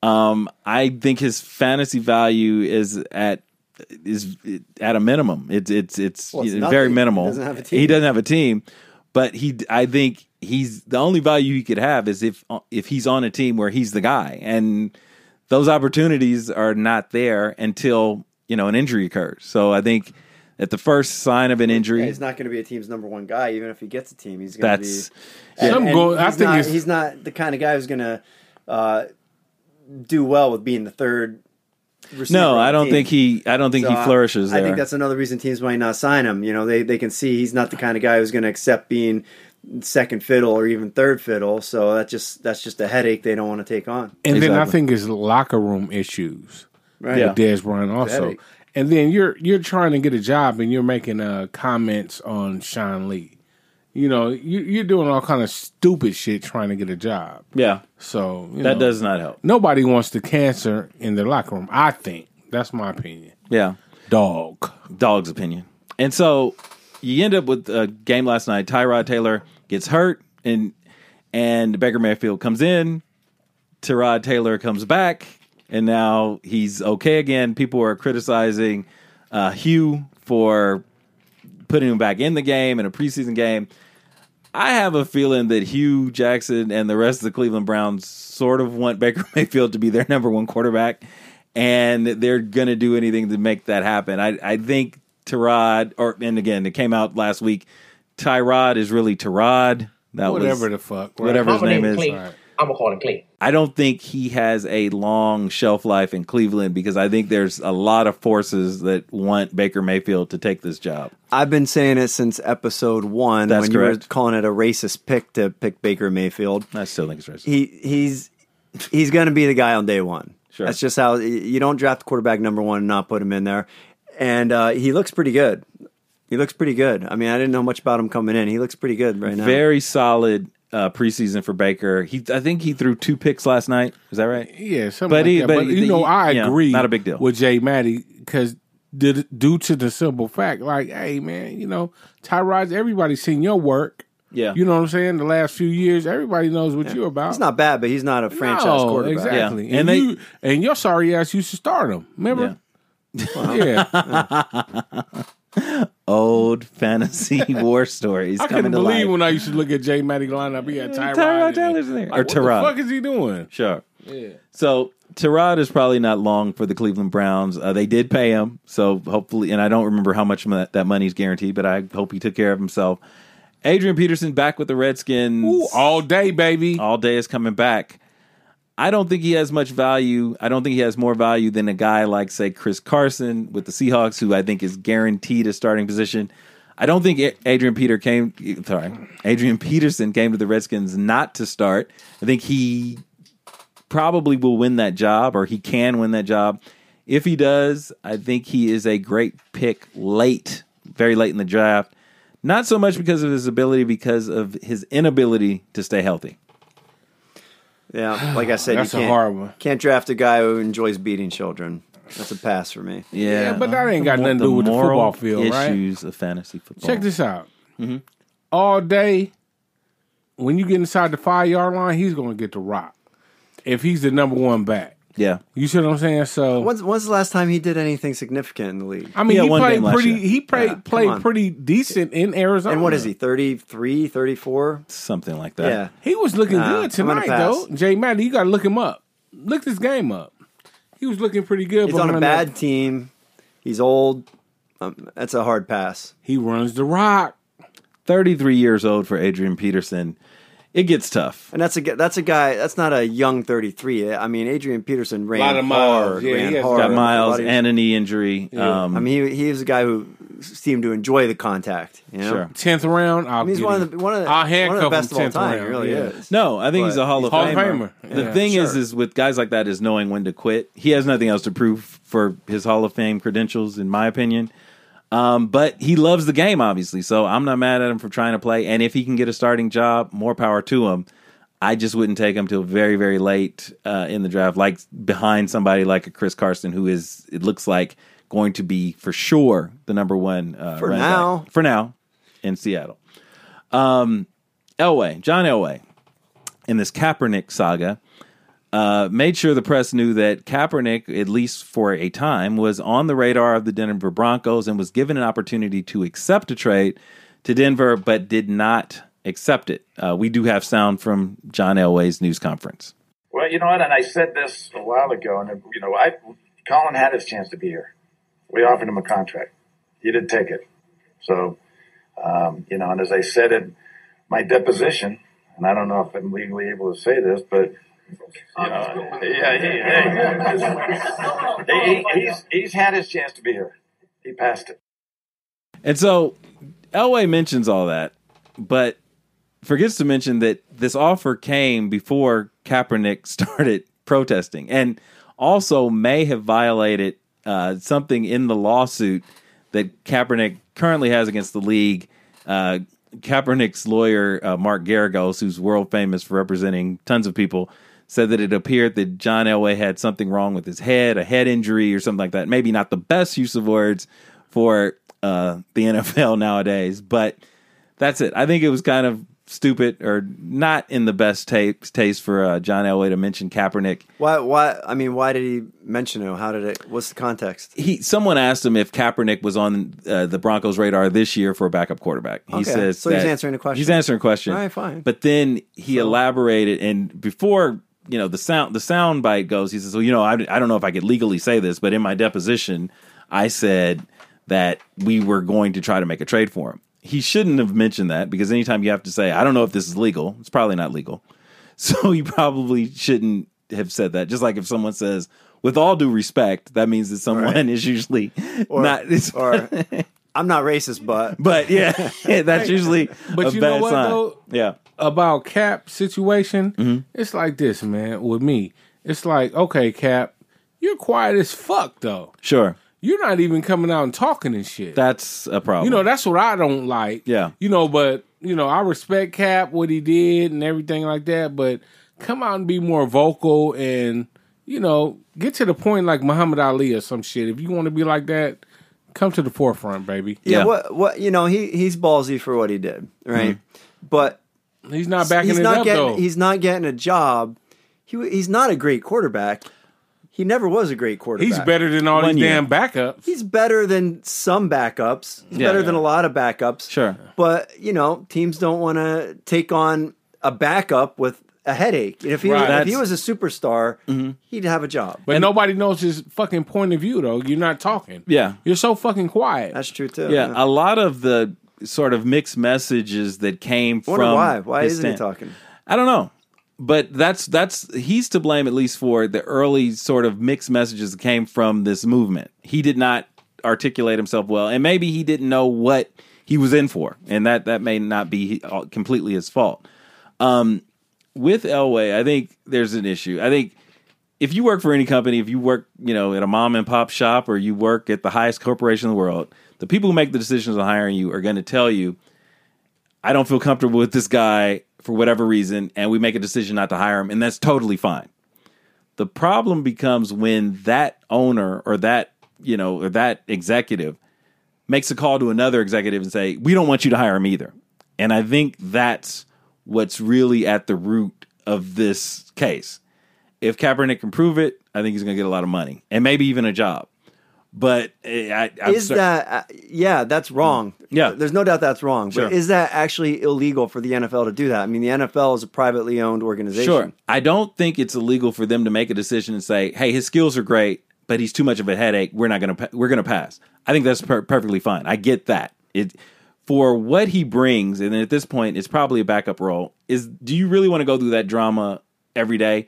[SPEAKER 1] Um, I think his fantasy value is at is at a minimum. It's it's it's,
[SPEAKER 3] Well, it's
[SPEAKER 1] very
[SPEAKER 3] nothing.
[SPEAKER 1] minimal.
[SPEAKER 3] He doesn't have a team.
[SPEAKER 1] He doesn't have a team, but he I think he's the only value he could have is if uh, if he's on a team where he's the guy, and those opportunities are not there until you know an injury occurs. So I think at the first sign of an
[SPEAKER 3] Yeah,
[SPEAKER 1] injury,
[SPEAKER 3] he's not going to be a team's number one guy, even if he gets a team. He's going to be.
[SPEAKER 1] that's
[SPEAKER 3] And-
[SPEAKER 4] Some
[SPEAKER 3] and
[SPEAKER 4] go- I
[SPEAKER 3] he's
[SPEAKER 4] think
[SPEAKER 3] not,
[SPEAKER 4] it's-
[SPEAKER 3] he's not the kind of guy who's going to uh, do well with being the third. receiver
[SPEAKER 1] no.
[SPEAKER 3] on
[SPEAKER 1] I
[SPEAKER 3] the
[SPEAKER 1] don't
[SPEAKER 3] team.
[SPEAKER 1] think he. I don't think
[SPEAKER 3] So uh,
[SPEAKER 1] he flourishes
[SPEAKER 3] I,
[SPEAKER 1] there.
[SPEAKER 3] I think that's another reason teams might not sign him. You know, they they can see he's not the kind of guy who's going to accept being second fiddle or even third fiddle. So that just that's just a headache they don't want to take on.
[SPEAKER 4] and then I think it's locker room issues.
[SPEAKER 3] Right.
[SPEAKER 4] With Dez Bryant also,
[SPEAKER 3] Pathetic.
[SPEAKER 4] and then you're you're trying to get a job and you're making uh, comments on Sean Lee. You know, you, you're doing all kind of stupid shit trying to get a job.
[SPEAKER 1] yeah.
[SPEAKER 4] So you
[SPEAKER 1] That
[SPEAKER 4] know,
[SPEAKER 1] does not help.
[SPEAKER 4] Nobody wants the cancer in their locker room. I think that's my opinion.
[SPEAKER 1] Yeah.
[SPEAKER 4] Dog.
[SPEAKER 1] Dog's opinion. And so you end up with a game last night. Tyrod Taylor gets hurt and and Baker Mayfield comes in. Tyrod Taylor comes back and now he's okay again. People are criticizing uh Hugh for putting him back in the game in a preseason game. I have a feeling that Hugh Jackson and the rest of the Cleveland Browns sort of want Baker Mayfield to be their number one quarterback, and they're going to do anything to make that happen. I, I think Tyrod, or and again, it came out last week. Tyrod is really Tyrod. That was-
[SPEAKER 4] Whatever the fuck, right?
[SPEAKER 1] whatever his
[SPEAKER 4] I'm gonna
[SPEAKER 1] name
[SPEAKER 4] name
[SPEAKER 1] is.
[SPEAKER 4] Clay. Right.
[SPEAKER 6] I'm gonna call him Clay.
[SPEAKER 1] I don't think he has a long shelf life in Cleveland because I think there's a lot of forces that want Baker Mayfield to take this job.
[SPEAKER 3] I've been saying it since episode one
[SPEAKER 1] That's
[SPEAKER 3] when you were
[SPEAKER 1] correct.
[SPEAKER 3] calling it a racist pick to pick Baker Mayfield.
[SPEAKER 1] I still think it's racist.
[SPEAKER 3] He he's he's going to be the guy on day one.
[SPEAKER 1] Sure.
[SPEAKER 3] That's just how you don't draft quarterback number one and not put him in there. And uh, he looks pretty good. He looks pretty good. I mean, I didn't know much about him coming in. He looks pretty good right now.
[SPEAKER 1] Very solid uh, preseason for Baker. He, I think he threw two picks last night. Is that right?
[SPEAKER 4] Yeah, something but, like that. but you know, I
[SPEAKER 1] yeah,
[SPEAKER 4] agree.
[SPEAKER 1] not a big deal.
[SPEAKER 4] with Jay Maddie because due to the simple fact, like, hey man, you know, Tyrod's everybody's seen your work.
[SPEAKER 1] Yeah.
[SPEAKER 4] you know what I'm saying. The last few years, everybody knows what you're about.
[SPEAKER 3] He's not bad, but he's not a franchise
[SPEAKER 4] No,
[SPEAKER 3] quarterback.
[SPEAKER 4] exactly.
[SPEAKER 1] Yeah. And
[SPEAKER 4] And,
[SPEAKER 1] they-
[SPEAKER 4] you and your sorry ass used to start him. Remember? Yeah,
[SPEAKER 1] Old fantasy war stories
[SPEAKER 4] I
[SPEAKER 1] coming
[SPEAKER 4] couldn't
[SPEAKER 1] to
[SPEAKER 4] believe
[SPEAKER 1] life.
[SPEAKER 4] when I used to look at Jay Maddie lineup. He had Tyrod,
[SPEAKER 1] Tyrod
[SPEAKER 4] in it.
[SPEAKER 1] Taylor's in there. Or
[SPEAKER 4] Like, what the
[SPEAKER 1] Tyrod.
[SPEAKER 4] fuck is he doing?
[SPEAKER 1] Sure.
[SPEAKER 4] Yeah.
[SPEAKER 1] So Tyrod is probably not long for the Cleveland Browns. Uh, they did pay him, so hopefully, and I don't remember how much mo- that money's guaranteed, but I hope he took care of himself. Adrian Peterson back with the Redskins
[SPEAKER 4] Ooh, all day, baby.
[SPEAKER 1] all day is coming back. I don't think he has much value. I don't think he has more value than a guy like, say, Chris Carson with the Seahawks, who I think is guaranteed a starting position. I don't think A- Adrian Peter came. Sorry, Adrian Peterson came to the Redskins not to start. I think he probably will win that job, or he can win that job. If he does, I think he is a great pick late, very late in the draft. Not so much because of his ability, because of his inability to stay healthy.
[SPEAKER 3] Yeah, like I said,
[SPEAKER 4] That's a
[SPEAKER 3] you can't,
[SPEAKER 4] hard one.
[SPEAKER 3] Can't draft a guy who enjoys beating children. That's a pass for me.
[SPEAKER 1] Yeah, uh,
[SPEAKER 4] but that ain't got nothing to do with the
[SPEAKER 1] moral
[SPEAKER 4] football field, right?
[SPEAKER 1] Issues of fantasy football.
[SPEAKER 4] Check this out. All day, when you get inside the five yard line, he's going to get the rock. If he's the number one back,
[SPEAKER 1] Yeah,
[SPEAKER 4] you see what I'm saying? So
[SPEAKER 3] When's, when's the last time he did anything significant in the league?
[SPEAKER 4] I mean,
[SPEAKER 1] Yeah,
[SPEAKER 4] he
[SPEAKER 1] one
[SPEAKER 4] played
[SPEAKER 1] game last
[SPEAKER 4] pretty.
[SPEAKER 1] year.
[SPEAKER 4] He played
[SPEAKER 3] Yeah, come
[SPEAKER 4] played
[SPEAKER 3] on.
[SPEAKER 4] pretty decent in Arizona.
[SPEAKER 3] and what is he, 33, 34?
[SPEAKER 1] something like that.
[SPEAKER 3] Yeah.
[SPEAKER 4] He was looking
[SPEAKER 3] Nah,
[SPEAKER 4] good
[SPEAKER 3] I'm gonna
[SPEAKER 4] tonight,
[SPEAKER 3] pass.
[SPEAKER 4] though. Jay Madden, you got to look him up. Look this game up. He was looking pretty good.
[SPEAKER 3] He's on a
[SPEAKER 4] behind
[SPEAKER 3] bad
[SPEAKER 4] that-
[SPEAKER 3] team. He's old. Um, that's a hard pass.
[SPEAKER 4] He runs the rock.
[SPEAKER 1] 33 years old for Adrian Peterson. It gets tough.
[SPEAKER 3] And that's a gu- that's a guy. That's not a young thirty three. I mean, Adrian Peterson ran
[SPEAKER 4] Lot of miles.
[SPEAKER 3] hard.
[SPEAKER 4] Yeah, he
[SPEAKER 3] ran
[SPEAKER 4] has
[SPEAKER 3] hard.
[SPEAKER 4] got
[SPEAKER 1] Got miles
[SPEAKER 3] A lot of-
[SPEAKER 1] and a knee injury. Um,
[SPEAKER 3] I mean, he, he was a guy who seemed to enjoy the contact. You know?
[SPEAKER 1] Sure.
[SPEAKER 4] Tenth round. I'll
[SPEAKER 3] I mean, he's
[SPEAKER 4] get
[SPEAKER 3] one
[SPEAKER 4] him.
[SPEAKER 3] of the one of the,
[SPEAKER 4] I'll
[SPEAKER 3] one of the
[SPEAKER 4] handcuff
[SPEAKER 3] best
[SPEAKER 4] him
[SPEAKER 3] of all
[SPEAKER 4] 10th
[SPEAKER 3] time. He
[SPEAKER 4] round.
[SPEAKER 3] really
[SPEAKER 4] Yeah.
[SPEAKER 3] is.
[SPEAKER 1] no, I think he's
[SPEAKER 3] But
[SPEAKER 1] a Hall of
[SPEAKER 4] Hall of
[SPEAKER 1] Famer.
[SPEAKER 4] Famer.
[SPEAKER 1] The
[SPEAKER 4] Yeah.
[SPEAKER 1] thing is,
[SPEAKER 3] Sure.
[SPEAKER 1] is with guys like that, is knowing when to quit. He has nothing else to prove for his Hall of Fame credentials, in my opinion. Um, but he loves the game, obviously. So I'm not mad at him for trying to play. And if he can get a starting job, more power to him. I just wouldn't take him till very, very late uh, in the draft, like behind somebody like a Chris Carson, who is it looks like going to be for sure the number one uh,
[SPEAKER 3] For
[SPEAKER 1] running back.
[SPEAKER 3] now.
[SPEAKER 1] for now in Seattle. Um, Elway, John Elway, in this Kaepernick saga, uh, made sure the press knew that Kaepernick, at least for a time, was on the radar of the Denver Broncos and was given an opportunity to accept a trade to Denver, but did not accept it. Uh, we do have sound from John Elway's news conference.
[SPEAKER 12] Well, you know what? And I said this a while ago, and you know, I Colin had his chance to be here. We offered him a contract. He didn't take it. So, um, you know, and as I said in my deposition, and I don't know if I'm legally able to say this, but you know, yeah, he, hey, he, he's he's had his chance to be here. He passed it.
[SPEAKER 1] And so Elway mentions all that, but forgets to mention that this offer came before Kaepernick started protesting and also may have violated uh, something in the lawsuit that Kaepernick currently has against the league. Uh, Kaepernick's lawyer, uh, Mark Garagos, who's world famous for representing tons of people, said that it appeared that John Elway had something wrong with his head, a head injury or something like that. Maybe not the best use of words for uh, the NFL nowadays, but that's it. I think it was kind of stupid or not in the best tape, taste for uh, John Elway to mention Kaepernick.
[SPEAKER 3] Why? Why? I mean, why did he mention him? How did it? What's the context?
[SPEAKER 1] He someone asked him if Kaepernick was on uh, the Broncos' radar this year for a backup quarterback. He
[SPEAKER 3] Okay,
[SPEAKER 1] says
[SPEAKER 3] so he's
[SPEAKER 1] that-
[SPEAKER 3] answering a question.
[SPEAKER 1] He's answering a question.
[SPEAKER 3] All right, fine.
[SPEAKER 1] But then he elaborated, and before you know the sound the sound bite goes, he says, "Well, you know, I, I don't know if I could legally say this, but in my deposition, I said that we were going to try to make a trade for him." He shouldn't have mentioned that because anytime you have to say, "I don't know if this is legal," it's probably not legal. So he probably shouldn't have said that. Just like if someone says, "With all due respect," that means that someone
[SPEAKER 3] Right.
[SPEAKER 1] is usually
[SPEAKER 3] Or,
[SPEAKER 1] not. It's,
[SPEAKER 3] or I'm not racist, but
[SPEAKER 1] but yeah, that's usually
[SPEAKER 4] But
[SPEAKER 1] a
[SPEAKER 4] you know
[SPEAKER 1] bad
[SPEAKER 4] what,
[SPEAKER 1] sign.
[SPEAKER 4] though?
[SPEAKER 1] Yeah.
[SPEAKER 4] about Cap situation, it's like this, man. With me, it's like, okay, Cap, you're quiet as fuck though.
[SPEAKER 1] Sure.
[SPEAKER 4] You're not even coming out and talking and shit.
[SPEAKER 1] That's a problem.
[SPEAKER 4] You know, that's what I don't like.
[SPEAKER 1] Yeah.
[SPEAKER 4] You know, but you know, I respect Cap what he did and everything like that, but come out and be more vocal and you know, get to the point like Muhammad Ali or some shit. If you want to be like that, come to the forefront, baby.
[SPEAKER 3] yeah, What? What? You know, he he's ballsy for what he did, right? But
[SPEAKER 4] he's Mm-hmm. not backing
[SPEAKER 3] he's
[SPEAKER 4] it
[SPEAKER 3] not
[SPEAKER 4] up,
[SPEAKER 3] getting,
[SPEAKER 4] though.
[SPEAKER 3] He's not getting a job. He w- he's not a great quarterback. He never was a great quarterback.
[SPEAKER 4] He's better than all these damn backups.
[SPEAKER 3] He's better than some backups. He's
[SPEAKER 4] Yeah.
[SPEAKER 3] better than a lot of backups.
[SPEAKER 1] Sure.
[SPEAKER 3] But, you know, teams don't want to take on a backup with a headache. And if he,
[SPEAKER 4] Right.
[SPEAKER 3] if he
[SPEAKER 4] That's- Mm-hmm.
[SPEAKER 3] was a superstar, he'd have a job.
[SPEAKER 4] But nobody knows his fucking point of view, though. You're not talking.
[SPEAKER 1] Yeah.
[SPEAKER 4] You're so fucking quiet.
[SPEAKER 3] That's true, too.
[SPEAKER 1] yeah, a lot of the sort of mixed messages that came
[SPEAKER 3] wonder
[SPEAKER 1] from
[SPEAKER 3] why. Why
[SPEAKER 1] his
[SPEAKER 3] isn't he
[SPEAKER 1] stand-
[SPEAKER 3] talking?
[SPEAKER 1] I don't know. But that's that's he's to blame at least for the early sort of mixed messages that came from this movement. He did not articulate himself well, and maybe he didn't know what he was in for, and that that may not be all- completely his fault. Um, with Elway, I think there's an issue. I think if you work for any company, if you work, you know, at a mom and pop shop or you work at the highest corporation in the world, the people who make the decisions on hiring you are going to tell you, I don't feel comfortable with this guy for whatever reason, and we make a decision not to hire him, and that's totally fine. The problem becomes when that owner or that, you know, or that executive makes a call to another executive and say, "We don't want you to hire him either." And I think that's what's really at the root of this case. If Kaepernick can prove it, I think he's going to get a lot of money and maybe even a job. But eh, I, I'm
[SPEAKER 3] is
[SPEAKER 1] cer-
[SPEAKER 3] that, uh, yeah, that's wrong.
[SPEAKER 1] Yeah.
[SPEAKER 3] There's no doubt that's wrong.
[SPEAKER 1] Sure.
[SPEAKER 3] But is that actually illegal for the NFL to do that? I mean, the NFL is a privately owned organization.
[SPEAKER 1] Sure. I don't think it's illegal for them to make a decision and say, "Hey, his skills are great, but he's too much of a headache. We're not going to we're going to pass." I think that's per- perfectly fine. I get that. It for what he brings, and at this point, it's probably a backup role. Is do you really want to go through that drama every day?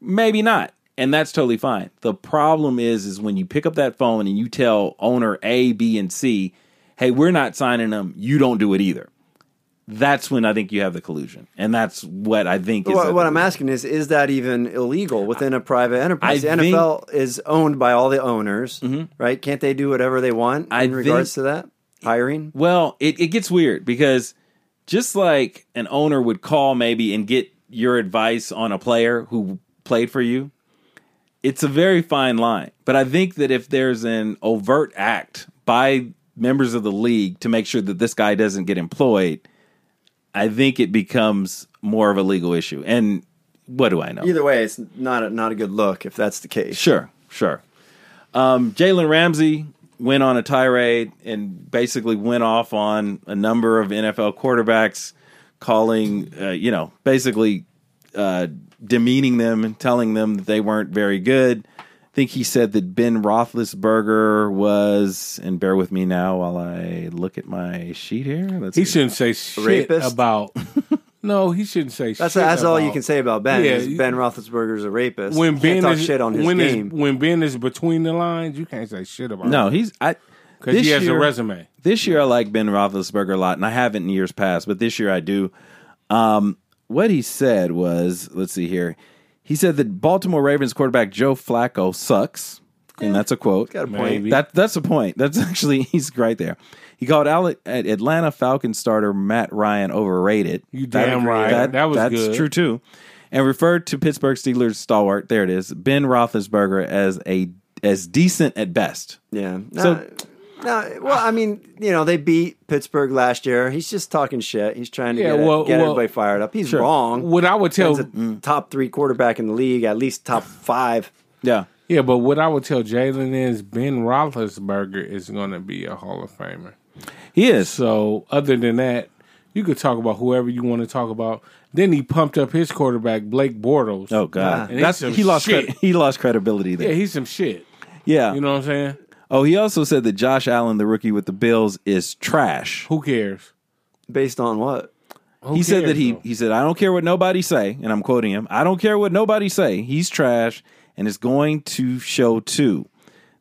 [SPEAKER 1] Maybe not. And that's totally fine. The problem is is when you pick up that phone and you tell owner A, B, and C, "Hey, we're not signing them. You don't do it either." That's when I think you have the collusion, and that's what I think is
[SPEAKER 3] What,
[SPEAKER 1] at
[SPEAKER 3] what
[SPEAKER 1] the-
[SPEAKER 3] I'm asking is, is that even illegal within a private enterprise?
[SPEAKER 1] I
[SPEAKER 3] the NFL is owned by all the owners, right? Can't they do whatever they want in regards
[SPEAKER 1] think-
[SPEAKER 3] to that hiring?
[SPEAKER 1] Well, it, it gets weird because just like an owner would call maybe and get your advice on a player who played for you, it's a very fine line. But I think that if there's an overt act by members of the league to make sure that this guy doesn't get employed, I think it becomes more of a legal issue. And what do I know?
[SPEAKER 3] Either way, it's not a, not a good look if that's the case.
[SPEAKER 1] Sure, sure. Um, Jalen Ramsey went on a tirade and basically went off on a number of NFL quarterbacks, calling, uh, you know, basically uh, demeaning them and telling them that they weren't very good. I think he said that Ben Roethlisberger was, and bear with me now while I look at my sheet here. Let's
[SPEAKER 4] He
[SPEAKER 1] see.
[SPEAKER 4] shouldn't say shit
[SPEAKER 1] Rapist?
[SPEAKER 4] about. no, he shouldn't say shit.
[SPEAKER 3] That's, that's all you
[SPEAKER 4] about-
[SPEAKER 3] can say about Ben.
[SPEAKER 4] Yeah,
[SPEAKER 3] is
[SPEAKER 4] you-
[SPEAKER 3] ben Roethlisberger's a rapist.
[SPEAKER 4] When
[SPEAKER 3] You
[SPEAKER 4] Ben
[SPEAKER 3] can't talk
[SPEAKER 4] is
[SPEAKER 3] shit on his
[SPEAKER 4] when is-
[SPEAKER 3] game.
[SPEAKER 4] when Ben is between the lines, you can't say shit about.
[SPEAKER 1] No,
[SPEAKER 4] him.
[SPEAKER 1] he's I
[SPEAKER 4] 'Cause he
[SPEAKER 1] this
[SPEAKER 4] has a resume.
[SPEAKER 1] This year, I like Ben Roethlisberger a lot, and I haven't in years past, but this year I do. Um, what he said was, let's see here. He said that Baltimore Ravens quarterback Joe Flacco sucks, and that's a quote.
[SPEAKER 3] Got a point. Maybe.
[SPEAKER 1] That that's a point. That's actually he's right there. He called Ale- at Atlanta Falcons starter Matt Ryan overrated. You
[SPEAKER 4] damn right. That was
[SPEAKER 1] that's
[SPEAKER 4] good.
[SPEAKER 1] true too, and referred to Pittsburgh Steelers stalwart. There it is, Ben Roethlisberger as a as decent at best.
[SPEAKER 3] Yeah.
[SPEAKER 1] So
[SPEAKER 3] Nah, No, well, I mean, you know, they beat Pittsburgh last year. He's just talking shit. He's trying to
[SPEAKER 4] Yeah,
[SPEAKER 3] get, it-
[SPEAKER 4] well-
[SPEAKER 3] get
[SPEAKER 4] well,
[SPEAKER 3] everybody fired up. He's
[SPEAKER 4] sure.
[SPEAKER 3] wrong.
[SPEAKER 4] What I would tell-
[SPEAKER 3] Ben's a top three quarterback in the league, at least top five.
[SPEAKER 1] Yeah.
[SPEAKER 4] Yeah, but what I would tell Jalen is Ben Roethlisberger is going to be a Hall of Famer.
[SPEAKER 1] He is.
[SPEAKER 4] So, other than that, you could talk about whoever you want to talk about. Then he pumped up his quarterback, Blake Bortles.
[SPEAKER 1] Oh God,
[SPEAKER 4] And he's
[SPEAKER 1] that's
[SPEAKER 4] some
[SPEAKER 1] he lost
[SPEAKER 4] shit.
[SPEAKER 1] cred- he lost credibility there.
[SPEAKER 4] Yeah, he's some shit.
[SPEAKER 1] Yeah.
[SPEAKER 4] You know what I'm saying?
[SPEAKER 1] oh, he also said that Josh Allen, the rookie with the Bills, is trash.
[SPEAKER 4] Who cares?
[SPEAKER 3] Based on what?
[SPEAKER 1] he said
[SPEAKER 4] cares,
[SPEAKER 1] that he
[SPEAKER 4] though?
[SPEAKER 1] he said I don't care what nobody say, and I'm quoting him. I don't care what nobody say. He's trash, and it's going to show too.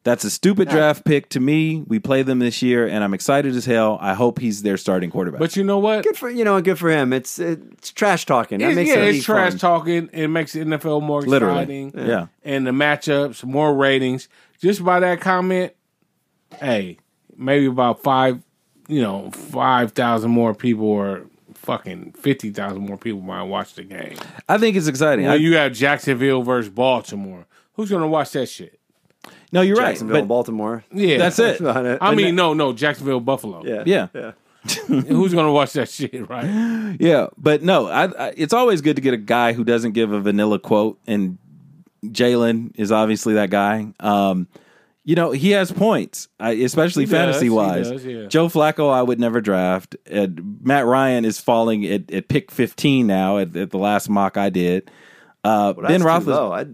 [SPEAKER 1] That's a stupid draft pick to me. We play them this year, and I'm excited as hell. I hope he's their starting quarterback.
[SPEAKER 4] But you know what?
[SPEAKER 3] Good for you know, good for him. It's it's trash talking. That
[SPEAKER 4] It's-
[SPEAKER 3] makes
[SPEAKER 4] yeah,
[SPEAKER 3] it
[SPEAKER 4] it's trash talking. It makes the NFL more
[SPEAKER 1] Literally.
[SPEAKER 4] exciting.
[SPEAKER 1] Yeah.
[SPEAKER 4] And the matchups, more ratings. Just by that comment, hey, maybe about five, you know, 5,000 more people or fucking 50,000 more people might watch the game.
[SPEAKER 1] I think it's exciting. I-
[SPEAKER 4] When you have Jacksonville versus Baltimore, who's going to watch that shit?
[SPEAKER 1] no, you're right.
[SPEAKER 3] Jacksonville,
[SPEAKER 1] But
[SPEAKER 3] Baltimore.
[SPEAKER 4] Yeah.
[SPEAKER 1] that's it.
[SPEAKER 3] Not it.
[SPEAKER 4] I mean, no, no, Jacksonville, Buffalo.
[SPEAKER 3] yeah,
[SPEAKER 1] Yeah.
[SPEAKER 3] yeah.
[SPEAKER 4] Who's going to watch that shit, right?
[SPEAKER 1] Yeah, but no, I, I, it's always good to get a guy who doesn't give a vanilla quote, and Jalen is obviously that guy. Um, you know, he has points, I, especially
[SPEAKER 4] He does,
[SPEAKER 1] fantasy wise.
[SPEAKER 4] he does, yeah.
[SPEAKER 1] Joe Flacco, I would never draft. And Matt Ryan is falling at, at pick 15 now at, at the last mock I did. Uh,
[SPEAKER 3] Well,
[SPEAKER 1] ben
[SPEAKER 3] that's too
[SPEAKER 1] Roethlis,
[SPEAKER 3] low. I,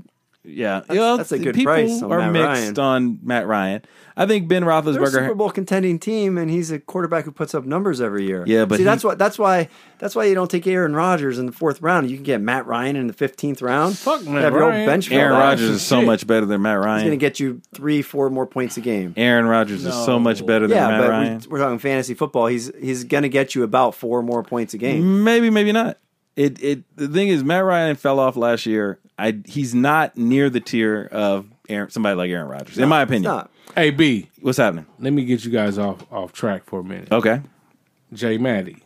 [SPEAKER 1] yeah, Well,
[SPEAKER 3] that's a good
[SPEAKER 1] people
[SPEAKER 3] price on
[SPEAKER 1] are
[SPEAKER 3] Matt
[SPEAKER 1] mixed
[SPEAKER 3] Ryan.
[SPEAKER 1] on Matt Ryan. I think Ben
[SPEAKER 3] they're a
[SPEAKER 1] Roethlisberger.
[SPEAKER 3] Super Bowl contending team, and he's a quarterback who puts up numbers every year.
[SPEAKER 1] Yeah, but
[SPEAKER 3] see,
[SPEAKER 1] he-
[SPEAKER 3] that's why that's why that's why you don't take Aaron Rodgers in the fourth round. You can get Matt Ryan in the fifteenth round.
[SPEAKER 4] Fuck Matt
[SPEAKER 3] Have your own
[SPEAKER 4] Ryan.
[SPEAKER 3] bench filled
[SPEAKER 1] Aaron
[SPEAKER 3] out.
[SPEAKER 1] Rodgers is so
[SPEAKER 4] Shit.
[SPEAKER 1] much better than Matt
[SPEAKER 3] He's going to
[SPEAKER 1] Ryan.
[SPEAKER 3] get you three, four more points a game.
[SPEAKER 1] Aaron Rodgers is so much better than
[SPEAKER 3] yeah,
[SPEAKER 1] Matt
[SPEAKER 3] but
[SPEAKER 1] Ryan.
[SPEAKER 3] We, we're talking fantasy football. He's he's going to get you about four more points a game.
[SPEAKER 1] Maybe, maybe not. It it the thing is Matt Ryan fell off last year. I he's not near the tier of Aaron, somebody like Aaron Rodgers, in my
[SPEAKER 3] It's
[SPEAKER 1] opinion.
[SPEAKER 3] not.
[SPEAKER 4] hey, B,
[SPEAKER 1] What's happening?
[SPEAKER 4] let me get you guys off, off track for a minute.
[SPEAKER 1] Okay.
[SPEAKER 4] Jay Maddie,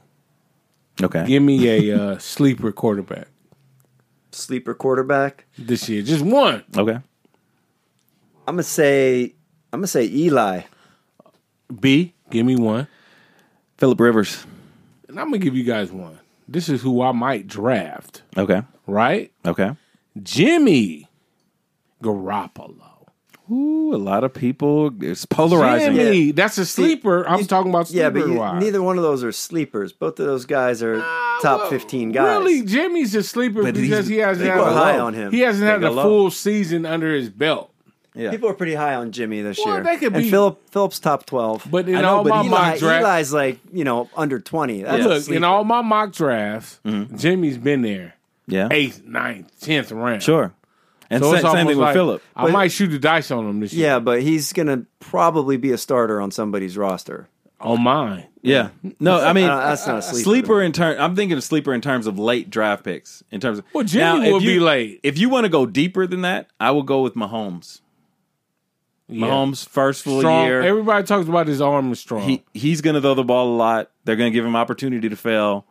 [SPEAKER 1] Okay.
[SPEAKER 4] give me a uh, sleeper quarterback
[SPEAKER 3] Sleeper quarterback.
[SPEAKER 4] this year. Just one.
[SPEAKER 1] Okay.
[SPEAKER 3] I'm going to say I'm going to say Eli.
[SPEAKER 4] B, give me one.
[SPEAKER 1] Philip Rivers.
[SPEAKER 4] And I'm going to give you guys one. This is who I might draft,
[SPEAKER 1] Okay.
[SPEAKER 4] right?
[SPEAKER 1] Okay.
[SPEAKER 4] Jimmy Garoppolo.
[SPEAKER 1] Ooh, a lot of people it's polarizing.
[SPEAKER 4] Jimmy, that's a sleeper. I'm talking about
[SPEAKER 3] Yeah,
[SPEAKER 4] sleeper
[SPEAKER 3] but you,
[SPEAKER 4] wise.
[SPEAKER 3] neither one of those are sleepers. Both of those guys are top fifteen guys.
[SPEAKER 4] Ah, Really, Jimmy's a sleeper
[SPEAKER 1] But he's-
[SPEAKER 4] because he hasn't
[SPEAKER 1] they
[SPEAKER 4] had
[SPEAKER 1] go
[SPEAKER 4] a,
[SPEAKER 3] high on him.
[SPEAKER 4] He hasn't
[SPEAKER 1] They
[SPEAKER 4] had
[SPEAKER 1] go
[SPEAKER 4] a
[SPEAKER 1] low.
[SPEAKER 4] full season under his belt.
[SPEAKER 1] Yeah.
[SPEAKER 3] People are pretty high on Jimmy this
[SPEAKER 4] Well,
[SPEAKER 3] year.
[SPEAKER 4] they could
[SPEAKER 3] and
[SPEAKER 4] be-
[SPEAKER 3] Philip Philip's top twelve.
[SPEAKER 4] But in
[SPEAKER 3] I
[SPEAKER 4] all my
[SPEAKER 3] Eli,
[SPEAKER 4] mock draft-
[SPEAKER 3] Eli's like you know under twenty. That's
[SPEAKER 4] Look, in
[SPEAKER 3] sleeper. Mm-hmm.
[SPEAKER 4] all my mock drafts, Jimmy's been there
[SPEAKER 1] yeah.
[SPEAKER 4] eighth, ninth, tenth round.
[SPEAKER 1] Sure. And
[SPEAKER 4] So
[SPEAKER 1] sa-
[SPEAKER 4] it's
[SPEAKER 1] same
[SPEAKER 4] almost
[SPEAKER 1] thing with
[SPEAKER 4] like,
[SPEAKER 1] Philip.
[SPEAKER 4] I might shoot the dice on him this year.
[SPEAKER 3] yeah, but he's gonna probably be a starter on somebody's roster.
[SPEAKER 4] on mine.
[SPEAKER 1] Yeah. No, I mean
[SPEAKER 3] Uh, that's not a sleeper.
[SPEAKER 1] in terms. I'm thinking of sleeper in terms of late draft picks. In terms of
[SPEAKER 4] Well, Jimmy
[SPEAKER 1] if
[SPEAKER 4] will be
[SPEAKER 1] you-
[SPEAKER 4] late.
[SPEAKER 1] If you want to go deeper than that, I will go with Mahomes.
[SPEAKER 4] Yeah.
[SPEAKER 1] Mahomes first full
[SPEAKER 4] strong.
[SPEAKER 1] year.
[SPEAKER 4] Everybody talks about his arm is strong.
[SPEAKER 1] he he's going to throw the ball a lot. They're going to give him opportunity to fail.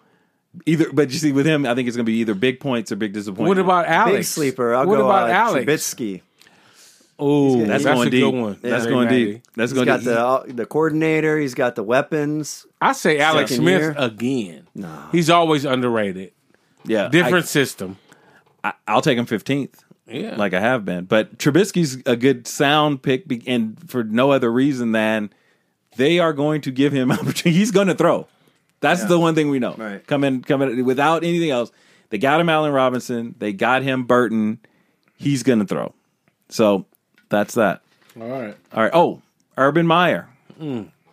[SPEAKER 1] Either, but you see, with him, I think it's going to be either big points or big disappointment.
[SPEAKER 4] what about Alex?
[SPEAKER 3] Big sleeper. I'll
[SPEAKER 4] what
[SPEAKER 3] go
[SPEAKER 4] about
[SPEAKER 3] uh,
[SPEAKER 4] Alex?
[SPEAKER 3] Trubisky.
[SPEAKER 4] Oh,
[SPEAKER 1] that's, going
[SPEAKER 4] a
[SPEAKER 1] deep?
[SPEAKER 4] good one.
[SPEAKER 1] That's
[SPEAKER 4] Yeah.
[SPEAKER 1] going
[SPEAKER 4] Very
[SPEAKER 1] deep.
[SPEAKER 4] nice.
[SPEAKER 1] That's
[SPEAKER 3] He's
[SPEAKER 1] going
[SPEAKER 3] got
[SPEAKER 1] deep.
[SPEAKER 3] the uh, the coordinator. He's got the weapons.
[SPEAKER 4] I say Alex
[SPEAKER 3] Second
[SPEAKER 4] Smith
[SPEAKER 3] year?
[SPEAKER 4] again. No, he's always underrated.
[SPEAKER 1] yeah,
[SPEAKER 4] Different system.
[SPEAKER 1] I, I, will take him fifteenth,
[SPEAKER 4] Yeah,
[SPEAKER 1] like I have been. But Trubisky's a good sound pick, be- and for no other reason than they are going to give him opportunity. He's going to throw. That's the one thing we know.
[SPEAKER 3] Right.
[SPEAKER 1] Come in, come in without anything else. They got him Allen Robinson. They got him Burton. He's going to throw. So that's that.
[SPEAKER 4] all right.
[SPEAKER 1] All right. Oh, Urban Meyer.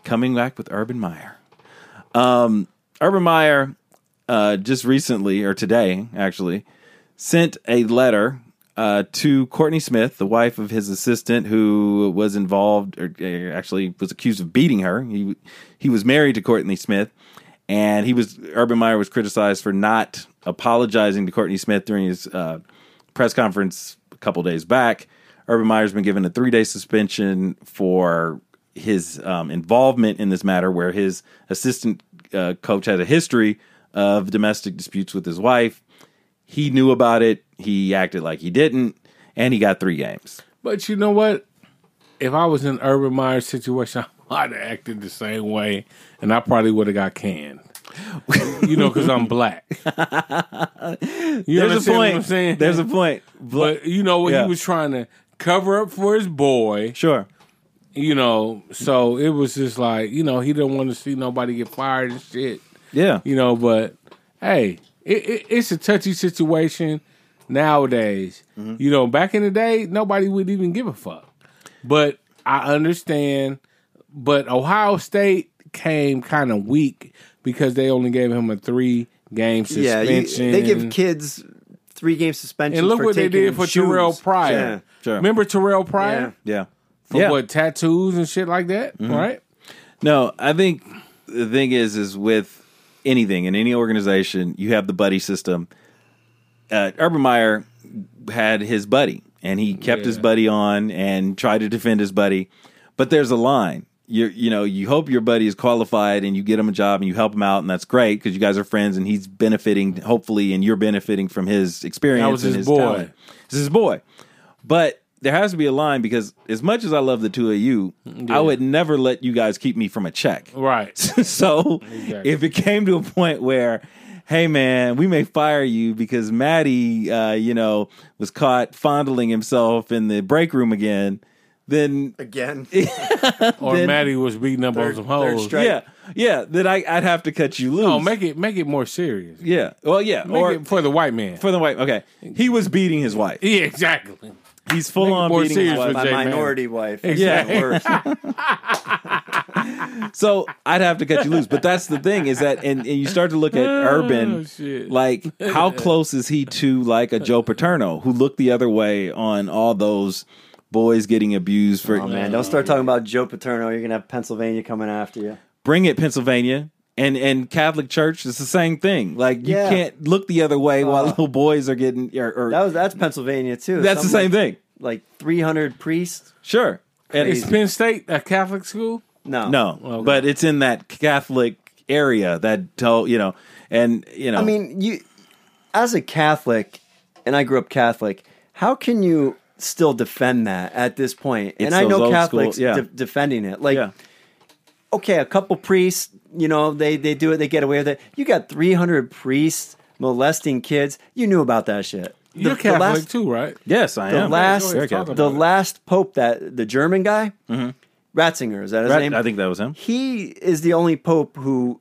[SPEAKER 1] Coming back with Urban Meyer. Um, Urban Meyer uh, just recently, or today actually, sent a letter uh, to Courtney Smith, the wife of his assistant, who was involved, or uh, actually was accused of beating her. He he was married to Courtney Smith, and he was Urban Meyer was criticized for not apologizing to Courtney Smith during his uh, press conference a couple days back. Urban Meyer's been given a three day suspension for his um, involvement in this matter, where his assistant uh, coach had a history of domestic disputes with his wife. He knew about it. He acted like he didn't, and he got three games.
[SPEAKER 4] But you know what? If I was in Urban Meyer's situation, I I'd have acted the same way, and I probably would have got canned. you know, because I'm black. You
[SPEAKER 1] There's a
[SPEAKER 4] understand
[SPEAKER 1] point. There's a point.
[SPEAKER 4] But you know what
[SPEAKER 1] Yeah.
[SPEAKER 4] he was trying to cover up for his boy.
[SPEAKER 1] Sure.
[SPEAKER 4] You know, so it was just like you know he didn't want to see nobody get fired and shit.
[SPEAKER 1] Yeah.
[SPEAKER 4] You know, but hey, it, it, it's a touchy situation nowadays.
[SPEAKER 3] Mm-hmm.
[SPEAKER 4] You know, back in the day, nobody would even give a fuck. But I understand. But Ohio State came kind of weak because they only gave him a three game
[SPEAKER 3] Yeah, you-
[SPEAKER 4] suspension.
[SPEAKER 3] they give kids three game suspension.
[SPEAKER 4] And look
[SPEAKER 3] for
[SPEAKER 4] what they
[SPEAKER 3] taking
[SPEAKER 4] did for
[SPEAKER 3] shoes.
[SPEAKER 4] Terrell Pryor.
[SPEAKER 3] Yeah.
[SPEAKER 4] Remember Terrell Pryor?
[SPEAKER 1] Yeah.
[SPEAKER 4] For
[SPEAKER 1] Yeah.
[SPEAKER 4] what tattoos and shit like that,
[SPEAKER 3] Mm-hmm.
[SPEAKER 1] Mhm.
[SPEAKER 4] right?
[SPEAKER 1] No, I think the thing is, is with anything in any organization, you have the buddy system. Uh, Urban Meyer had his buddy, and he kept his
[SPEAKER 4] Yeah.
[SPEAKER 1] buddy on and tried to defend his buddy. But there's a line. You you know you hope your buddy is qualified and you get him a job and you help him out and that's great because you guys are friends and he's benefiting hopefully and you're benefiting from his experience.
[SPEAKER 4] That was
[SPEAKER 1] and
[SPEAKER 4] his boy.
[SPEAKER 1] talent. It's his boy. But there has to be a line because as much as I love the two of you, I would never let you guys keep me from a check.
[SPEAKER 4] Right.
[SPEAKER 1] so if it came to a point where, hey man, we may fire you because Maddie, uh, you know, was caught fondling himself in the break room again, then
[SPEAKER 3] again,
[SPEAKER 4] Or
[SPEAKER 1] Then-
[SPEAKER 4] Maddie was beating up on some hoes.
[SPEAKER 1] yeah, yeah, then I, I'd have to cut you loose.
[SPEAKER 4] No, Oh, make it make it more serious.
[SPEAKER 1] yeah, well, yeah,
[SPEAKER 4] Make
[SPEAKER 1] or
[SPEAKER 4] it for the white man.
[SPEAKER 1] for the wife. Okay, he was beating his wife.
[SPEAKER 4] Yeah, exactly.
[SPEAKER 1] He's full
[SPEAKER 4] Make it
[SPEAKER 1] on
[SPEAKER 4] more
[SPEAKER 1] beating his
[SPEAKER 4] serious
[SPEAKER 1] wife.
[SPEAKER 4] with
[SPEAKER 1] My
[SPEAKER 4] Jay
[SPEAKER 1] minority
[SPEAKER 4] Manning.
[SPEAKER 3] wife.
[SPEAKER 1] Exactly.
[SPEAKER 4] Exactly.
[SPEAKER 1] so I'd have to cut you loose. But that's the thing is that, and, and you start to look at
[SPEAKER 4] Oh,
[SPEAKER 1] Urban,
[SPEAKER 4] shit.
[SPEAKER 1] like how close is he to like a Joe Paterno who looked the other way on all those boys getting abused for?
[SPEAKER 3] Oh man, don't start talking about Joe Paterno. You're gonna have Pennsylvania coming after you.
[SPEAKER 1] Bring it, Pennsylvania. And and Catholic Church, it's the same thing. Like you
[SPEAKER 3] Yeah. Uh-huh.
[SPEAKER 1] can't look the other way while little boys are getting. Or, or
[SPEAKER 3] That was that's Pennsylvania too.
[SPEAKER 1] That's the same
[SPEAKER 3] Something
[SPEAKER 1] thing.
[SPEAKER 3] Like, like 300 priests.
[SPEAKER 1] Sure, And-
[SPEAKER 4] Is Penn State a Catholic school?
[SPEAKER 3] No,
[SPEAKER 1] no, but it's in that Catholic area that tell you know, and you know,
[SPEAKER 3] I mean, you as a Catholic, and I grew up Catholic. How can you still defend that at this point?
[SPEAKER 1] It's
[SPEAKER 3] and I
[SPEAKER 1] those
[SPEAKER 3] know
[SPEAKER 1] old
[SPEAKER 3] Catholics
[SPEAKER 1] school- yeah.
[SPEAKER 3] de- defending it. Like, okay, a couple priests, you know, they they do it, they get away with it. You got three hundred priests molesting kids. You knew about that shit. The-
[SPEAKER 4] You're
[SPEAKER 3] the
[SPEAKER 4] Catholic
[SPEAKER 3] last-
[SPEAKER 4] too, right?
[SPEAKER 1] Yes, I
[SPEAKER 3] the
[SPEAKER 1] am.
[SPEAKER 3] last
[SPEAKER 1] Very Catholic.
[SPEAKER 3] the last pope that the German guy
[SPEAKER 1] Mhm.
[SPEAKER 3] Ratzinger is that his
[SPEAKER 1] Rat-
[SPEAKER 3] name?
[SPEAKER 1] I think that was him.
[SPEAKER 3] He is the only pope who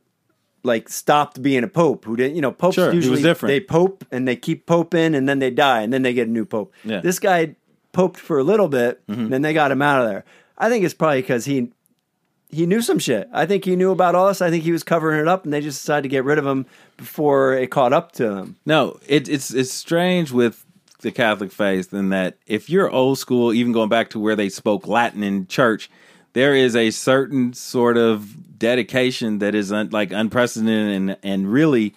[SPEAKER 3] like stopped being a pope. Who didn't you know? Popes
[SPEAKER 1] Sure, he was
[SPEAKER 3] usually
[SPEAKER 1] different.
[SPEAKER 3] they pope and they keep poping and then they die and then they get a new pope.
[SPEAKER 1] Yeah. Mm-hmm.
[SPEAKER 3] This guy poped for a little bit, and then they got him out of there. I think it's probably because he he knew some shit. I think he knew about all this. I think he was covering it up, and they just decided to get rid of him before it caught up to him.
[SPEAKER 1] No, it, it's it's strange with the Catholic faith in that if you're old school, even going back to where they spoke Latin in church, there is a certain sort of dedication that is un, like unprecedented and and really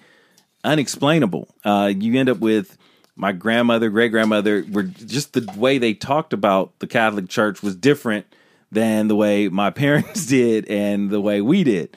[SPEAKER 1] unexplainable. Uh, you end up with my grandmother, great grandmother, were just the way they talked about the Catholic Church was different than the way my parents did and the way we did.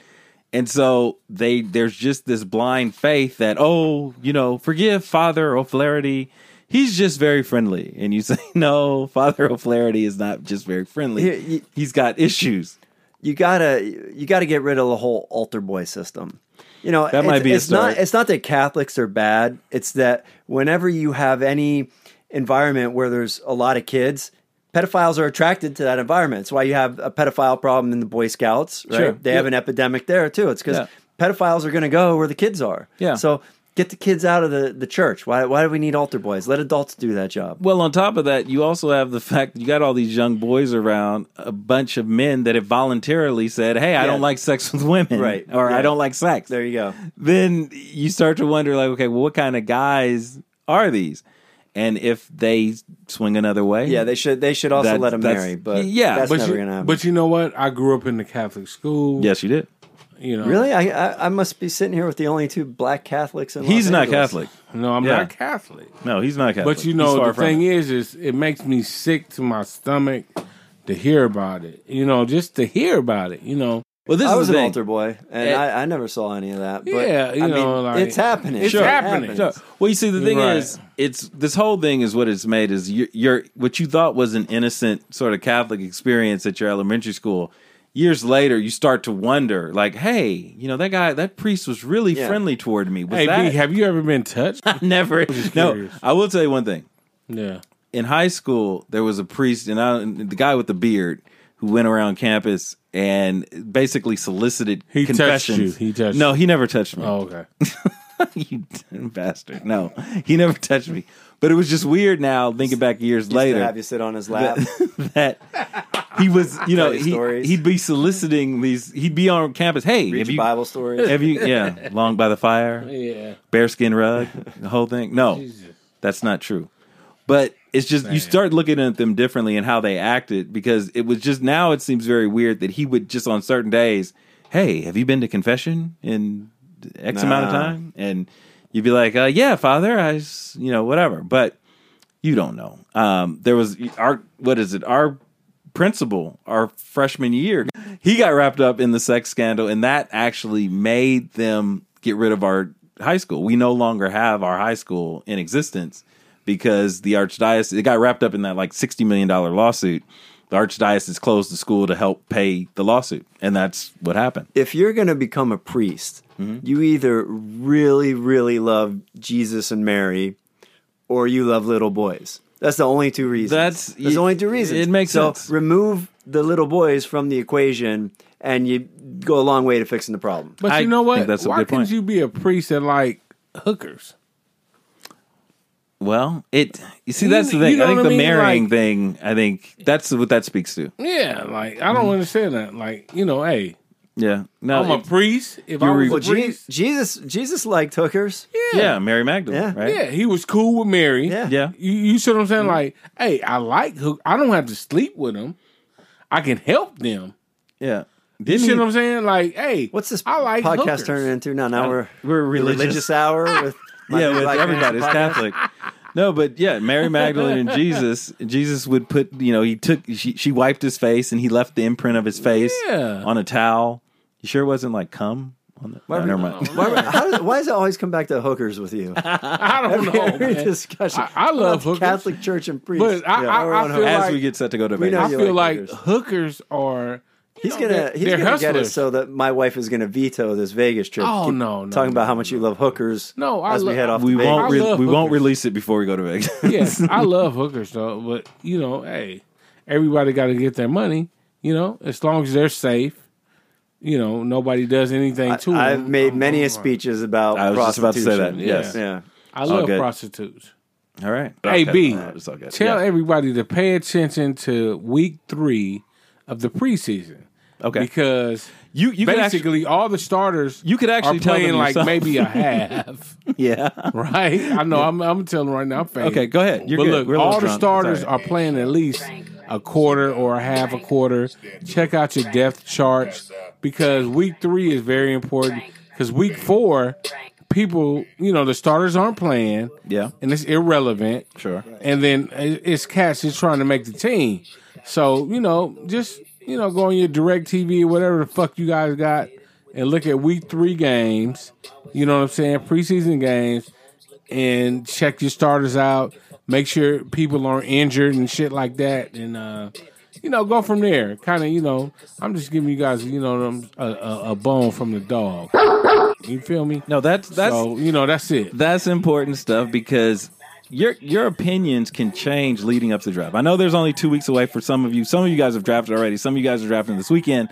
[SPEAKER 1] And so they there's just this blind faith that oh you know forgive Father O'Flaherty, he's just very friendly. And you say no, Father O'Flaherty is not just very
[SPEAKER 3] Here,
[SPEAKER 1] friendly.
[SPEAKER 3] you-
[SPEAKER 1] He's got issues.
[SPEAKER 3] you gotta you gotta get rid of the whole altar boy system. You know,
[SPEAKER 1] That might
[SPEAKER 3] it's,
[SPEAKER 1] be a
[SPEAKER 3] it's not
[SPEAKER 1] start.
[SPEAKER 3] it's not that Catholics are bad. It's that whenever you have any environment where there's a lot of kids, pedophiles are attracted to that environment. It's why you have a pedophile problem in the Boy Scouts, right?
[SPEAKER 1] Sure.
[SPEAKER 3] They have
[SPEAKER 1] Yeah.
[SPEAKER 3] an epidemic there too. It's because
[SPEAKER 1] Yeah.
[SPEAKER 3] pedophiles are going to go where the kids are.
[SPEAKER 1] Yeah.
[SPEAKER 3] So get the kids out of the, the church. Why why do we need altar boys? Let adults do that job.
[SPEAKER 1] Well, on top of that, you also have the fact that you got all these young boys around, a bunch of men that have voluntarily said, "Hey, I
[SPEAKER 3] Yeah.
[SPEAKER 1] don't like sex with women,"
[SPEAKER 3] Right.
[SPEAKER 1] Or
[SPEAKER 3] Yeah.
[SPEAKER 1] I don't like sex.
[SPEAKER 3] There you go.
[SPEAKER 1] Then you start to wonder, like, okay, well, what kind of guys are these? And if they swing another way,
[SPEAKER 3] Yeah, they should they should also
[SPEAKER 1] That-
[SPEAKER 3] let them
[SPEAKER 1] that's-
[SPEAKER 3] marry, but
[SPEAKER 1] yeah,
[SPEAKER 3] that's
[SPEAKER 1] but
[SPEAKER 3] never
[SPEAKER 1] you-
[SPEAKER 3] going to happen.
[SPEAKER 4] But you know what? I grew up in the Catholic school.
[SPEAKER 1] yes, you did.
[SPEAKER 4] You know.
[SPEAKER 3] Really? I, I I must be sitting here with the only two black Catholics in Los
[SPEAKER 1] He's not
[SPEAKER 3] Angeles.
[SPEAKER 1] Catholic.
[SPEAKER 4] No, I'm
[SPEAKER 1] Yeah.
[SPEAKER 4] not Catholic.
[SPEAKER 1] No, he's not Catholic.
[SPEAKER 4] But you
[SPEAKER 1] He's
[SPEAKER 4] know,
[SPEAKER 1] far
[SPEAKER 4] the
[SPEAKER 1] from
[SPEAKER 4] thing
[SPEAKER 1] it.
[SPEAKER 4] is, is it makes me sick to my stomach to hear about it. You know, just to hear about it. You know.
[SPEAKER 1] Well,
[SPEAKER 3] I was an altar boy, and
[SPEAKER 4] Eh.
[SPEAKER 3] I, I never saw any of that. But,
[SPEAKER 4] Yeah, you
[SPEAKER 3] I
[SPEAKER 4] know,
[SPEAKER 3] mean,
[SPEAKER 4] like-
[SPEAKER 3] it's happening.
[SPEAKER 4] It's
[SPEAKER 3] It
[SPEAKER 4] happening.
[SPEAKER 3] happens.
[SPEAKER 1] So, well, you see, the thing
[SPEAKER 4] Right.
[SPEAKER 1] is, it's this whole thing is what it's made is your, your what you thought was an innocent sort of Catholic experience at your elementary school. years later you start to wonder, like, hey, you know that guy, that priest was really
[SPEAKER 4] Yeah.
[SPEAKER 1] friendly toward me. Was
[SPEAKER 4] Hey, B,
[SPEAKER 1] that?
[SPEAKER 4] have you ever been touched?
[SPEAKER 1] Never. no,
[SPEAKER 4] curious.
[SPEAKER 1] I will tell you one thing.
[SPEAKER 4] Yeah.
[SPEAKER 1] In high school, there was a priest, and, I, and the guy with the beard who went around campus and basically solicited
[SPEAKER 4] He touched
[SPEAKER 1] confessions.
[SPEAKER 4] you. He touched
[SPEAKER 1] No, he never touched me.
[SPEAKER 4] Oh, okay.
[SPEAKER 1] you bastard. No, he never touched me. But it was just weird now, thinking back years later.
[SPEAKER 3] have you sit on his lap.
[SPEAKER 1] That, he was, you know,
[SPEAKER 3] Tell you
[SPEAKER 1] he,
[SPEAKER 3] stories.
[SPEAKER 1] he'd be soliciting these. He'd be on campus. Hey,
[SPEAKER 3] Read
[SPEAKER 1] have
[SPEAKER 3] your
[SPEAKER 1] you
[SPEAKER 3] Bible stories.
[SPEAKER 1] Have you? Yeah, long by the fire.
[SPEAKER 4] Yeah.
[SPEAKER 1] Bearskin rug, the whole thing. No, that's not true. But it's just you start looking at them differently and how they acted because it was just now it seems very weird that he would just on certain days, hey, have you been to confession in X amount of
[SPEAKER 4] Nah.
[SPEAKER 1] time? And you'd be like, uh, yeah, Father, I, s- you know, whatever. But you don't know. Um, there was our what is it? Our principal, our freshman year, he got wrapped up in the sex scandal, and that actually made them get rid of our high school. We no longer have our high school in existence because the archdiocese it got wrapped up in that like sixty million dollar lawsuit. The archdiocese closed the school to help pay the lawsuit, and that's what happened.
[SPEAKER 3] if you're going to become a priest,
[SPEAKER 1] Mm-hmm.
[SPEAKER 3] you either really, really love Jesus and Mary, or you love little boys. That's the only two reasons. That's, the only two reasons.
[SPEAKER 1] it makes
[SPEAKER 3] so
[SPEAKER 1] sense.
[SPEAKER 3] remove the little boys from the equation, and you go a long way to fixing the problem.
[SPEAKER 4] But you know what? Why couldn't you be a priest that like hookers?
[SPEAKER 1] Well, it you see
[SPEAKER 4] You-
[SPEAKER 1] that's the
[SPEAKER 4] you
[SPEAKER 1] thing.
[SPEAKER 4] know
[SPEAKER 1] I think
[SPEAKER 4] what
[SPEAKER 1] the
[SPEAKER 4] I mean?
[SPEAKER 1] marrying
[SPEAKER 4] Like-
[SPEAKER 1] thing. I think that's what that speaks to.
[SPEAKER 4] Yeah, like I don't understand that. Like you know, hey,
[SPEAKER 1] Yeah. No,
[SPEAKER 4] I'm a
[SPEAKER 1] it-
[SPEAKER 4] priest. If I
[SPEAKER 1] you're
[SPEAKER 4] was
[SPEAKER 1] re-
[SPEAKER 4] a
[SPEAKER 1] Well, Je-
[SPEAKER 4] priest,
[SPEAKER 3] Jesus, Jesus liked hookers.
[SPEAKER 1] Yeah, Mary Magdalene,
[SPEAKER 4] yeah,
[SPEAKER 1] right?
[SPEAKER 4] yeah, he was cool with Mary.
[SPEAKER 3] Yeah, Mm-hmm.
[SPEAKER 1] yeah.
[SPEAKER 4] You, you see what I'm saying? Like, hey, I like hook. I don't have to sleep with them. I can help them.
[SPEAKER 1] Yeah.
[SPEAKER 4] you see what I'm saying? Like, hey, what's
[SPEAKER 3] this?
[SPEAKER 4] I like
[SPEAKER 3] Podcast
[SPEAKER 4] hookers. Ah.
[SPEAKER 3] turning into now. Now
[SPEAKER 4] Uh,
[SPEAKER 3] we're
[SPEAKER 1] we're
[SPEAKER 3] the
[SPEAKER 1] religious.
[SPEAKER 3] hour with
[SPEAKER 1] yeah, with
[SPEAKER 3] Black
[SPEAKER 1] everybody's
[SPEAKER 3] Podcast.
[SPEAKER 1] Catholic. No, but yeah, Mary Magdalene and Jesus. Jesus would put, you know, he took she she wiped his face and he left the imprint of his face
[SPEAKER 3] Yeah.
[SPEAKER 1] on a towel. You sure it wasn't like cum on the?
[SPEAKER 3] Why
[SPEAKER 1] no, never
[SPEAKER 3] would-
[SPEAKER 1] mind.
[SPEAKER 3] Why, how does, why does it always come back to hookers with you?
[SPEAKER 4] I don't know.
[SPEAKER 3] Every
[SPEAKER 4] man.
[SPEAKER 3] discussion.
[SPEAKER 4] I, I
[SPEAKER 3] What
[SPEAKER 4] love
[SPEAKER 3] about the
[SPEAKER 4] hookers.
[SPEAKER 3] Catholic Church and priests.
[SPEAKER 4] But I- I-
[SPEAKER 3] we're
[SPEAKER 4] I
[SPEAKER 3] on
[SPEAKER 4] feel
[SPEAKER 3] hookers.
[SPEAKER 1] As
[SPEAKER 4] like-
[SPEAKER 1] we get set to go to
[SPEAKER 3] We
[SPEAKER 1] Vegas,
[SPEAKER 3] know
[SPEAKER 4] I
[SPEAKER 3] you
[SPEAKER 4] feel
[SPEAKER 3] like
[SPEAKER 4] like hookers are. you
[SPEAKER 3] He's
[SPEAKER 4] know,
[SPEAKER 3] gonna
[SPEAKER 4] they're-
[SPEAKER 3] he's
[SPEAKER 4] they're
[SPEAKER 3] gonna get it
[SPEAKER 4] hustlers.
[SPEAKER 3] so that my wife is gonna veto this Vegas trip.
[SPEAKER 4] Oh,
[SPEAKER 3] Keep
[SPEAKER 4] no, no,
[SPEAKER 3] Talking
[SPEAKER 4] no,
[SPEAKER 3] about how much you love hookers.
[SPEAKER 4] No, I
[SPEAKER 3] as we
[SPEAKER 4] lo-
[SPEAKER 3] head off.
[SPEAKER 1] we
[SPEAKER 3] to
[SPEAKER 1] won't
[SPEAKER 3] Vegas.
[SPEAKER 1] re-
[SPEAKER 4] love
[SPEAKER 1] we won't
[SPEAKER 4] hookers.
[SPEAKER 1] release it before we go to Vegas.
[SPEAKER 4] yes, I love hookers though, but you know, hey, everybody got to get their money. You know, as long as they're safe, you know, nobody does anything to them.
[SPEAKER 3] I, have made many a speeches about.
[SPEAKER 1] I was just about to say that.
[SPEAKER 3] prostitution.
[SPEAKER 1] Yes.
[SPEAKER 3] Yeah.
[SPEAKER 4] I
[SPEAKER 1] All
[SPEAKER 4] love
[SPEAKER 1] good.
[SPEAKER 4] prostitutes.
[SPEAKER 1] All right.
[SPEAKER 4] Hey,
[SPEAKER 1] Okay.
[SPEAKER 4] B,
[SPEAKER 1] Uh, it's all good.
[SPEAKER 4] tell
[SPEAKER 1] Yeah.
[SPEAKER 4] everybody to pay attention to week three of the preseason.
[SPEAKER 1] Okay.
[SPEAKER 4] because
[SPEAKER 1] You- you could
[SPEAKER 4] basically all the starters you could
[SPEAKER 1] actually
[SPEAKER 4] are
[SPEAKER 1] tell them
[SPEAKER 4] playing like
[SPEAKER 1] yourself.
[SPEAKER 4] maybe a half.
[SPEAKER 1] yeah.
[SPEAKER 4] right? I know. I'm, I'm telling right now. I'm fading.
[SPEAKER 1] Okay, go ahead. You're
[SPEAKER 4] but
[SPEAKER 1] good.
[SPEAKER 4] look,
[SPEAKER 1] We're a little
[SPEAKER 4] all the
[SPEAKER 1] drunk.
[SPEAKER 4] starters
[SPEAKER 1] Sorry.
[SPEAKER 4] are playing at least a quarter or a half a quarter. Check out your depth charts because week three is very important. Because week four, people, you know, the starters aren't playing.
[SPEAKER 1] Yeah.
[SPEAKER 4] and it's irrelevant.
[SPEAKER 1] Sure.
[SPEAKER 4] And then it- it's cats that's trying to make the team. So you know, just you know, go on your Direct TV or whatever the fuck you guys got, and look at week three games. You know what I'm saying? Preseason games, and check your starters out. Make sure people aren't injured and shit like that, and uh, you know, go from there. Kind of, you know, I'm just giving you guys, you know, them- a, a, a bone from the dog. You feel me?
[SPEAKER 1] No, that's that's
[SPEAKER 4] So, you know that's it.
[SPEAKER 1] That's important stuff because your your opinions can change leading up to the draft. I know there's only two weeks away for some of you. Some of you guys have drafted already. Some of you guys are drafting this weekend.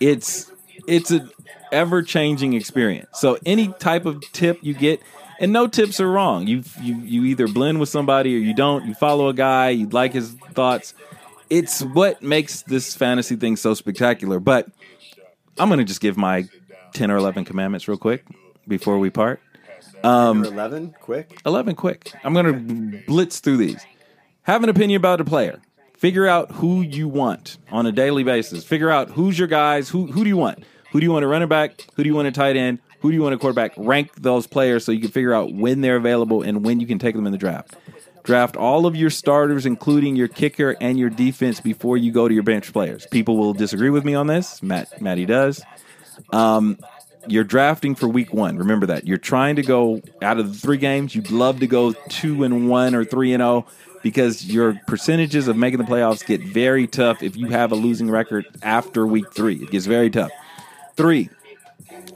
[SPEAKER 1] It's it's an ever changing experience. So any type of tip you get, and no tips are wrong. You you you either blend with somebody or you don't. You follow a guy. You like his thoughts. It's what makes this fantasy thing so spectacular. But I'm gonna just give my ten or eleven commandments real quick before we part. Um,
[SPEAKER 3] Eleven, quick.
[SPEAKER 1] 11 quick. I'm going to blitz through these. Have an opinion about a player. Figure out who you want on a daily basis. Figure out who's your guys. Who who do you want? Who do you want a running back? Who do you want a tight end? Who do you want a quarterback? Rank those players so you can figure out when they're available and when you can take them in the draft. Draft all of your starters, including your kicker and your defense, before you go to your bench players. People will disagree with me on this. Matt Matty does. Um, you're drafting for week one. Remember that. You're trying to go out of the three games. You'd love to go two and one or three and oh. because your percentages of making the playoffs get very tough if you have a losing record after week three. It gets very tough. Three,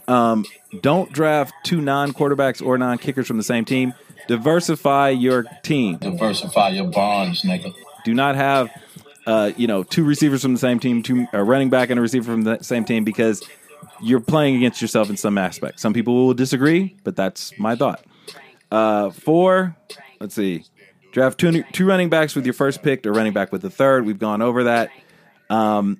[SPEAKER 1] um, don't draft two non quarterbacks or non kickers from the same team. Diversify your team.
[SPEAKER 13] Diversify your bonds, nigga.
[SPEAKER 1] Do not have, uh, you know, two receivers from the same team, two a running back and a receiver from the same team because you're playing against yourself in some aspect. Some people will disagree, but that's my thought. Uh, four, let's see, draft two two running backs with your first pick or running back with the third. We've gone over that. Um,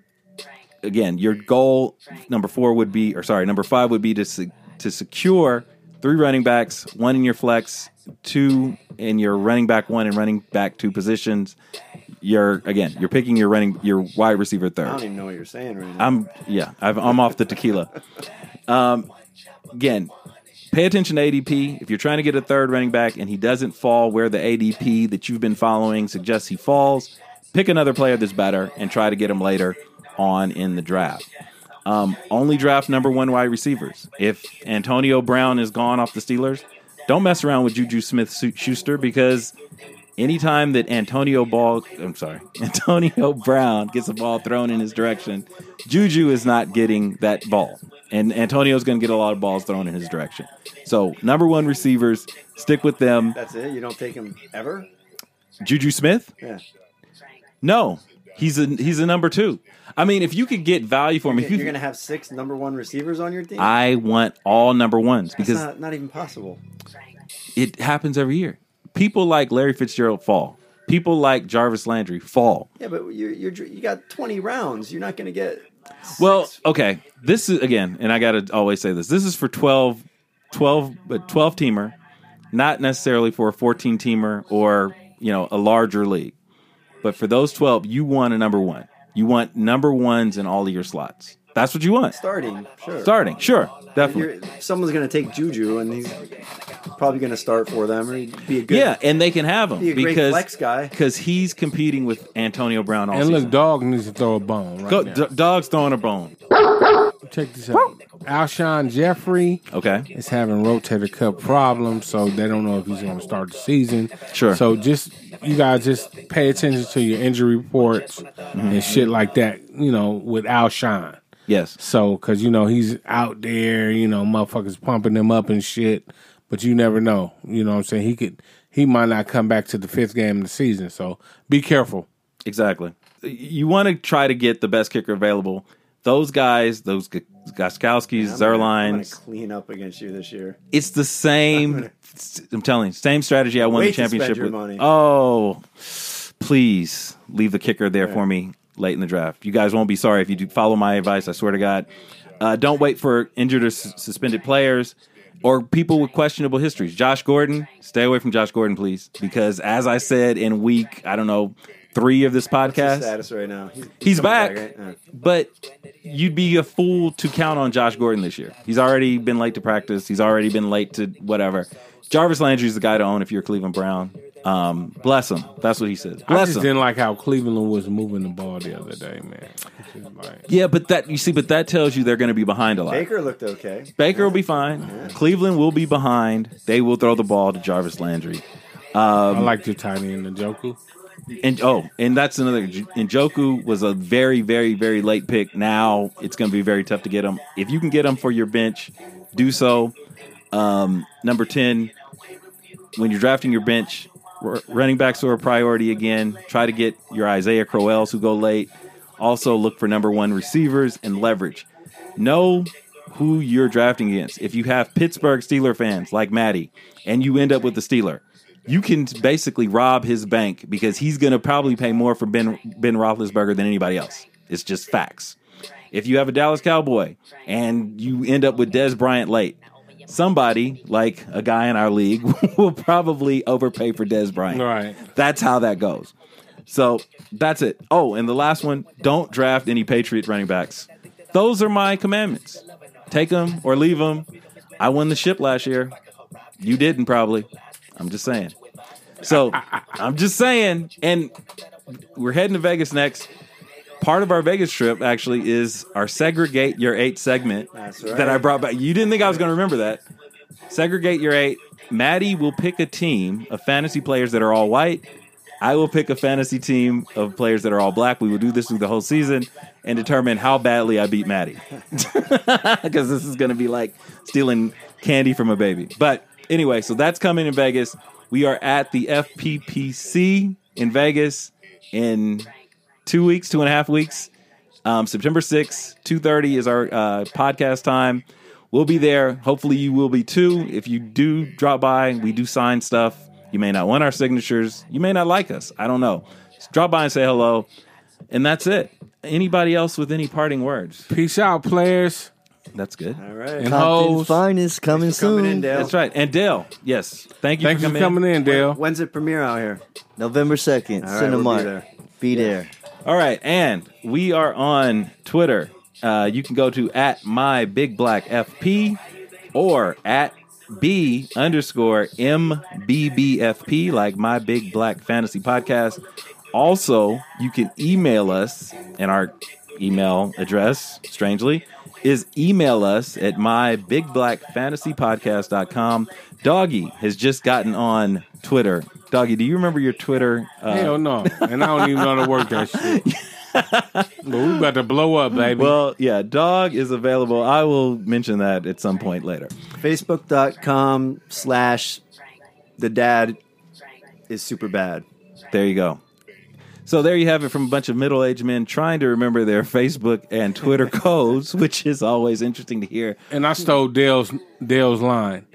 [SPEAKER 1] again, your goal number four would be, or sorry, number five would be to se- to secure three running backs, one in your flex, two in your running back one and running back two positions. You're again, you're picking your running your wide receiver
[SPEAKER 3] I don't
[SPEAKER 1] third.
[SPEAKER 3] even know what you're saying right now.
[SPEAKER 1] I'm yeah, I've, I'm off the tequila. Um, again, pay attention to ADP. If you're trying to get a third running back and he doesn't fall where the ADP that you've been following suggests he falls, pick another player that's better and try to get him later on in the draft. Um, only draft number one wide receivers. If Antonio Brown is gone off the Steelers, don't mess around with Juju Smith Schuster because anytime that Antonio Ball, I'm sorry, Antonio Brown gets a ball thrown in his direction, Juju is not getting that ball. And Antonio's going to get a lot of balls thrown in his direction. So, number one receivers, stick with them.
[SPEAKER 3] That's it. You don't take him ever.
[SPEAKER 1] Juju Smith?
[SPEAKER 3] Yeah.
[SPEAKER 1] No, he's a he's a number two. I mean, if you could get value for him, if
[SPEAKER 3] You're
[SPEAKER 1] you,
[SPEAKER 3] gonna have six number one receivers on your team.
[SPEAKER 1] I want all number ones
[SPEAKER 3] That's
[SPEAKER 1] because
[SPEAKER 3] not, not even possible.
[SPEAKER 1] it happens every year. People like Larry Fitzgerald fall. People like Jarvis Landry fall.
[SPEAKER 3] Yeah, but you're, you're dr- you got 20 rounds. You're not gonna get.
[SPEAKER 1] Well, okay. This is again, and I got to always say this. This is for 12 12 a 12 teamer, not necessarily for a 14 teamer or, you know, a larger league. But for those 12, you want a number 1. You want number 1s in all of your slots. That's what you want.
[SPEAKER 3] Starting, sure.
[SPEAKER 1] Starting, sure. Definitely.
[SPEAKER 3] You're- someone's gonna take Juju, and he's probably gonna start for them, or he'd be a good.
[SPEAKER 1] Yeah, and they can have him
[SPEAKER 3] Be a great
[SPEAKER 1] because
[SPEAKER 3] flex guy.
[SPEAKER 1] because he's competing with Antonio Brown all
[SPEAKER 4] And look,
[SPEAKER 1] season.
[SPEAKER 4] dog needs to throw a bone right
[SPEAKER 1] Go,
[SPEAKER 4] now.
[SPEAKER 1] d- dog's throwing a bone.
[SPEAKER 4] Check this out. Alshon Jeffrey
[SPEAKER 1] Okay.
[SPEAKER 4] is having rotator cuff problems, so they don't know if he's going to start the season.
[SPEAKER 1] Sure.
[SPEAKER 4] So just you guys just pay attention to your injury reports
[SPEAKER 1] Mm-hmm.
[SPEAKER 4] and shit like that. You know, with Alshon.
[SPEAKER 1] Yes.
[SPEAKER 4] So because you know he's out there, you know, motherfuckers pumping him up and shit, but you never know. You know what I'm saying? He could. He might not come back to the fifth game of the season, so be careful.
[SPEAKER 1] Exactly. You want to try to get the best kicker available. Those guys, those G- Goskowskis,
[SPEAKER 3] I'm gonna- I'm gonna
[SPEAKER 1] Zerlines,
[SPEAKER 3] clean up against you this year.
[SPEAKER 1] it's the same. I'm telling you, same strategy. I won
[SPEAKER 3] Way
[SPEAKER 1] the
[SPEAKER 3] to spend
[SPEAKER 1] championship
[SPEAKER 3] your
[SPEAKER 1] with.
[SPEAKER 3] money.
[SPEAKER 1] Oh, please leave the kicker there for me late in the draft. You guys won't be sorry if you do follow my advice. I swear to God. Uh, don't wait for injured or s- suspended players or people with questionable histories. Josh Gordon, stay away from Josh Gordon, please, because as I said in week, I don't know, three of this podcast,
[SPEAKER 3] What's his status right now? He's,
[SPEAKER 1] He's
[SPEAKER 3] coming
[SPEAKER 1] back,
[SPEAKER 3] right? Uh, Yeah.
[SPEAKER 1] but you'd be a fool to count on Josh Gordon this year. He's already been late to practice. He's already been late to whatever. Jarvis Landry's the guy to own if you're Cleveland Brown. Um, bless him. That's what he says.
[SPEAKER 4] I
[SPEAKER 1] Bless
[SPEAKER 4] just
[SPEAKER 1] him.
[SPEAKER 4] didn't like how Cleveland was moving the ball the other day, man. It's just like-
[SPEAKER 1] yeah, but that you see, but that tells you they're going to be behind a lot.
[SPEAKER 3] Baker looked okay.
[SPEAKER 1] Baker will be fine. Cleveland will be behind. They will throw the ball to Jarvis Landry. Um,
[SPEAKER 4] I liked your tiny and the Joku.
[SPEAKER 1] And oh, and that's another. Njoku was a very, very, very late pick. Now it's going to be very tough to get him. If you can get him for your bench, do so. Um, number ten, when you're drafting your bench, r- running backs are a priority again. Try to get your Isaiah Crowells who go late. Also look for number one receivers and leverage. Know who you're drafting against. If you have Pittsburgh Steeler fans like Maddie, and you end up with the Steeler, you can basically rob his bank because he's going to probably pay more for Ben Ben Roethlisberger than anybody else. It's just facts. If you have a Dallas Cowboy and you end up with Des Bryant late, somebody like a guy in our league will probably overpay for Des Bryant.
[SPEAKER 4] Right.
[SPEAKER 1] That's how that goes. So that's it. Oh, and the last one: don't draft any Patriot running backs. Those are my commandments. Take them or leave them. I won the ship last year. You didn't probably. I'm just saying. So I'm just saying, and we're heading to Vegas next. Part of our Vegas trip actually is our segregate your eight segment
[SPEAKER 3] That's right.
[SPEAKER 1] that I brought back. You didn't think I was going to remember that. Segregate your eight. Maddie will pick a team of fantasy players that are all white. I will pick a fantasy team of players that are all black. We will do this through the whole season and determine how badly I beat Maddie. Because this is going to be like stealing candy from a baby. But anyway, so that's coming in Vegas. We are at the FPPC in Vegas in two weeks, two and a half weeks. Um, September 6th, 2.30 is our uh, podcast time. We'll be there. Hopefully you will be too. If you do drop by, we do sign stuff. You may not want our signatures. You may not like us. I don't know. Just drop by and say hello. And that's it. Anybody else with any parting words?
[SPEAKER 4] Peace out, players.
[SPEAKER 1] That's good. All
[SPEAKER 3] right.
[SPEAKER 1] And
[SPEAKER 5] Compton's
[SPEAKER 1] hoes.
[SPEAKER 5] finest coming soon.
[SPEAKER 1] That's right. And Dale, yes. Thank you
[SPEAKER 4] Thanks
[SPEAKER 1] for
[SPEAKER 4] for
[SPEAKER 1] coming in.
[SPEAKER 4] coming in, Dale.
[SPEAKER 3] When's it premiere out here?
[SPEAKER 5] November second,
[SPEAKER 3] All right,
[SPEAKER 5] Cinemark.
[SPEAKER 3] we'll be there.
[SPEAKER 5] Be there.
[SPEAKER 1] All right, and we are on Twitter. Uh, you can go to at my big black FP or at B underscore MBBFP, like my big black fantasy podcast. Also, you can email us, and our email address, strangely, is email us at my big black fantasy podcast.com. Doggy has just gotten on Twitter. Doggy, do you remember your Twitter? Uh,
[SPEAKER 4] Hell no. And I don't even know how to work that shit. but we about to blow up, baby.
[SPEAKER 1] Well, yeah, dog is available. I will mention that at some point later.
[SPEAKER 3] Facebook.com slash the dad is super bad.
[SPEAKER 1] There you go. So there you have it from a bunch of middle-aged men trying to remember their Facebook and Twitter codes, which is always interesting to hear.
[SPEAKER 4] and I stole Dale's Dale's line.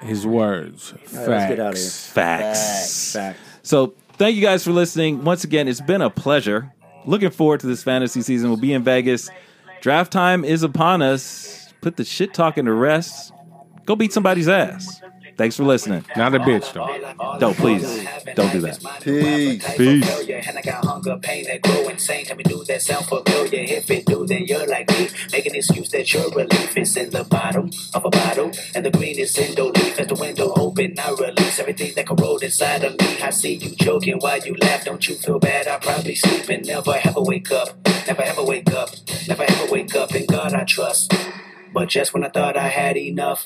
[SPEAKER 4] His words. Facts.
[SPEAKER 3] right, let's get out of here.
[SPEAKER 1] Facts.
[SPEAKER 3] Facts.
[SPEAKER 1] So thank you guys for listening. Once again, it's been a pleasure. Looking forward to this fantasy season. We'll be in Vegas. Draft time is upon us. Put the shit talking to rest. Go beat somebody's ass. Thanks for listening.
[SPEAKER 4] Not a bitch though.
[SPEAKER 1] No, please don't do that.
[SPEAKER 5] Peace.
[SPEAKER 1] Peace.
[SPEAKER 2] failure. And I got hunger, pain that grow insane. Tell me, do that sound familiar? If it do, then you're like me. Make an excuse that your relief is in the bottom of a bottle. And the green is in the leaf. As the window open, I release everything that corrode inside of me. I see you joking while you laugh. Don't you feel bad? I probably sleep and never ever wake up. Never ever wake up. Never ever wake up. In God I trust. But just when I thought I had enough.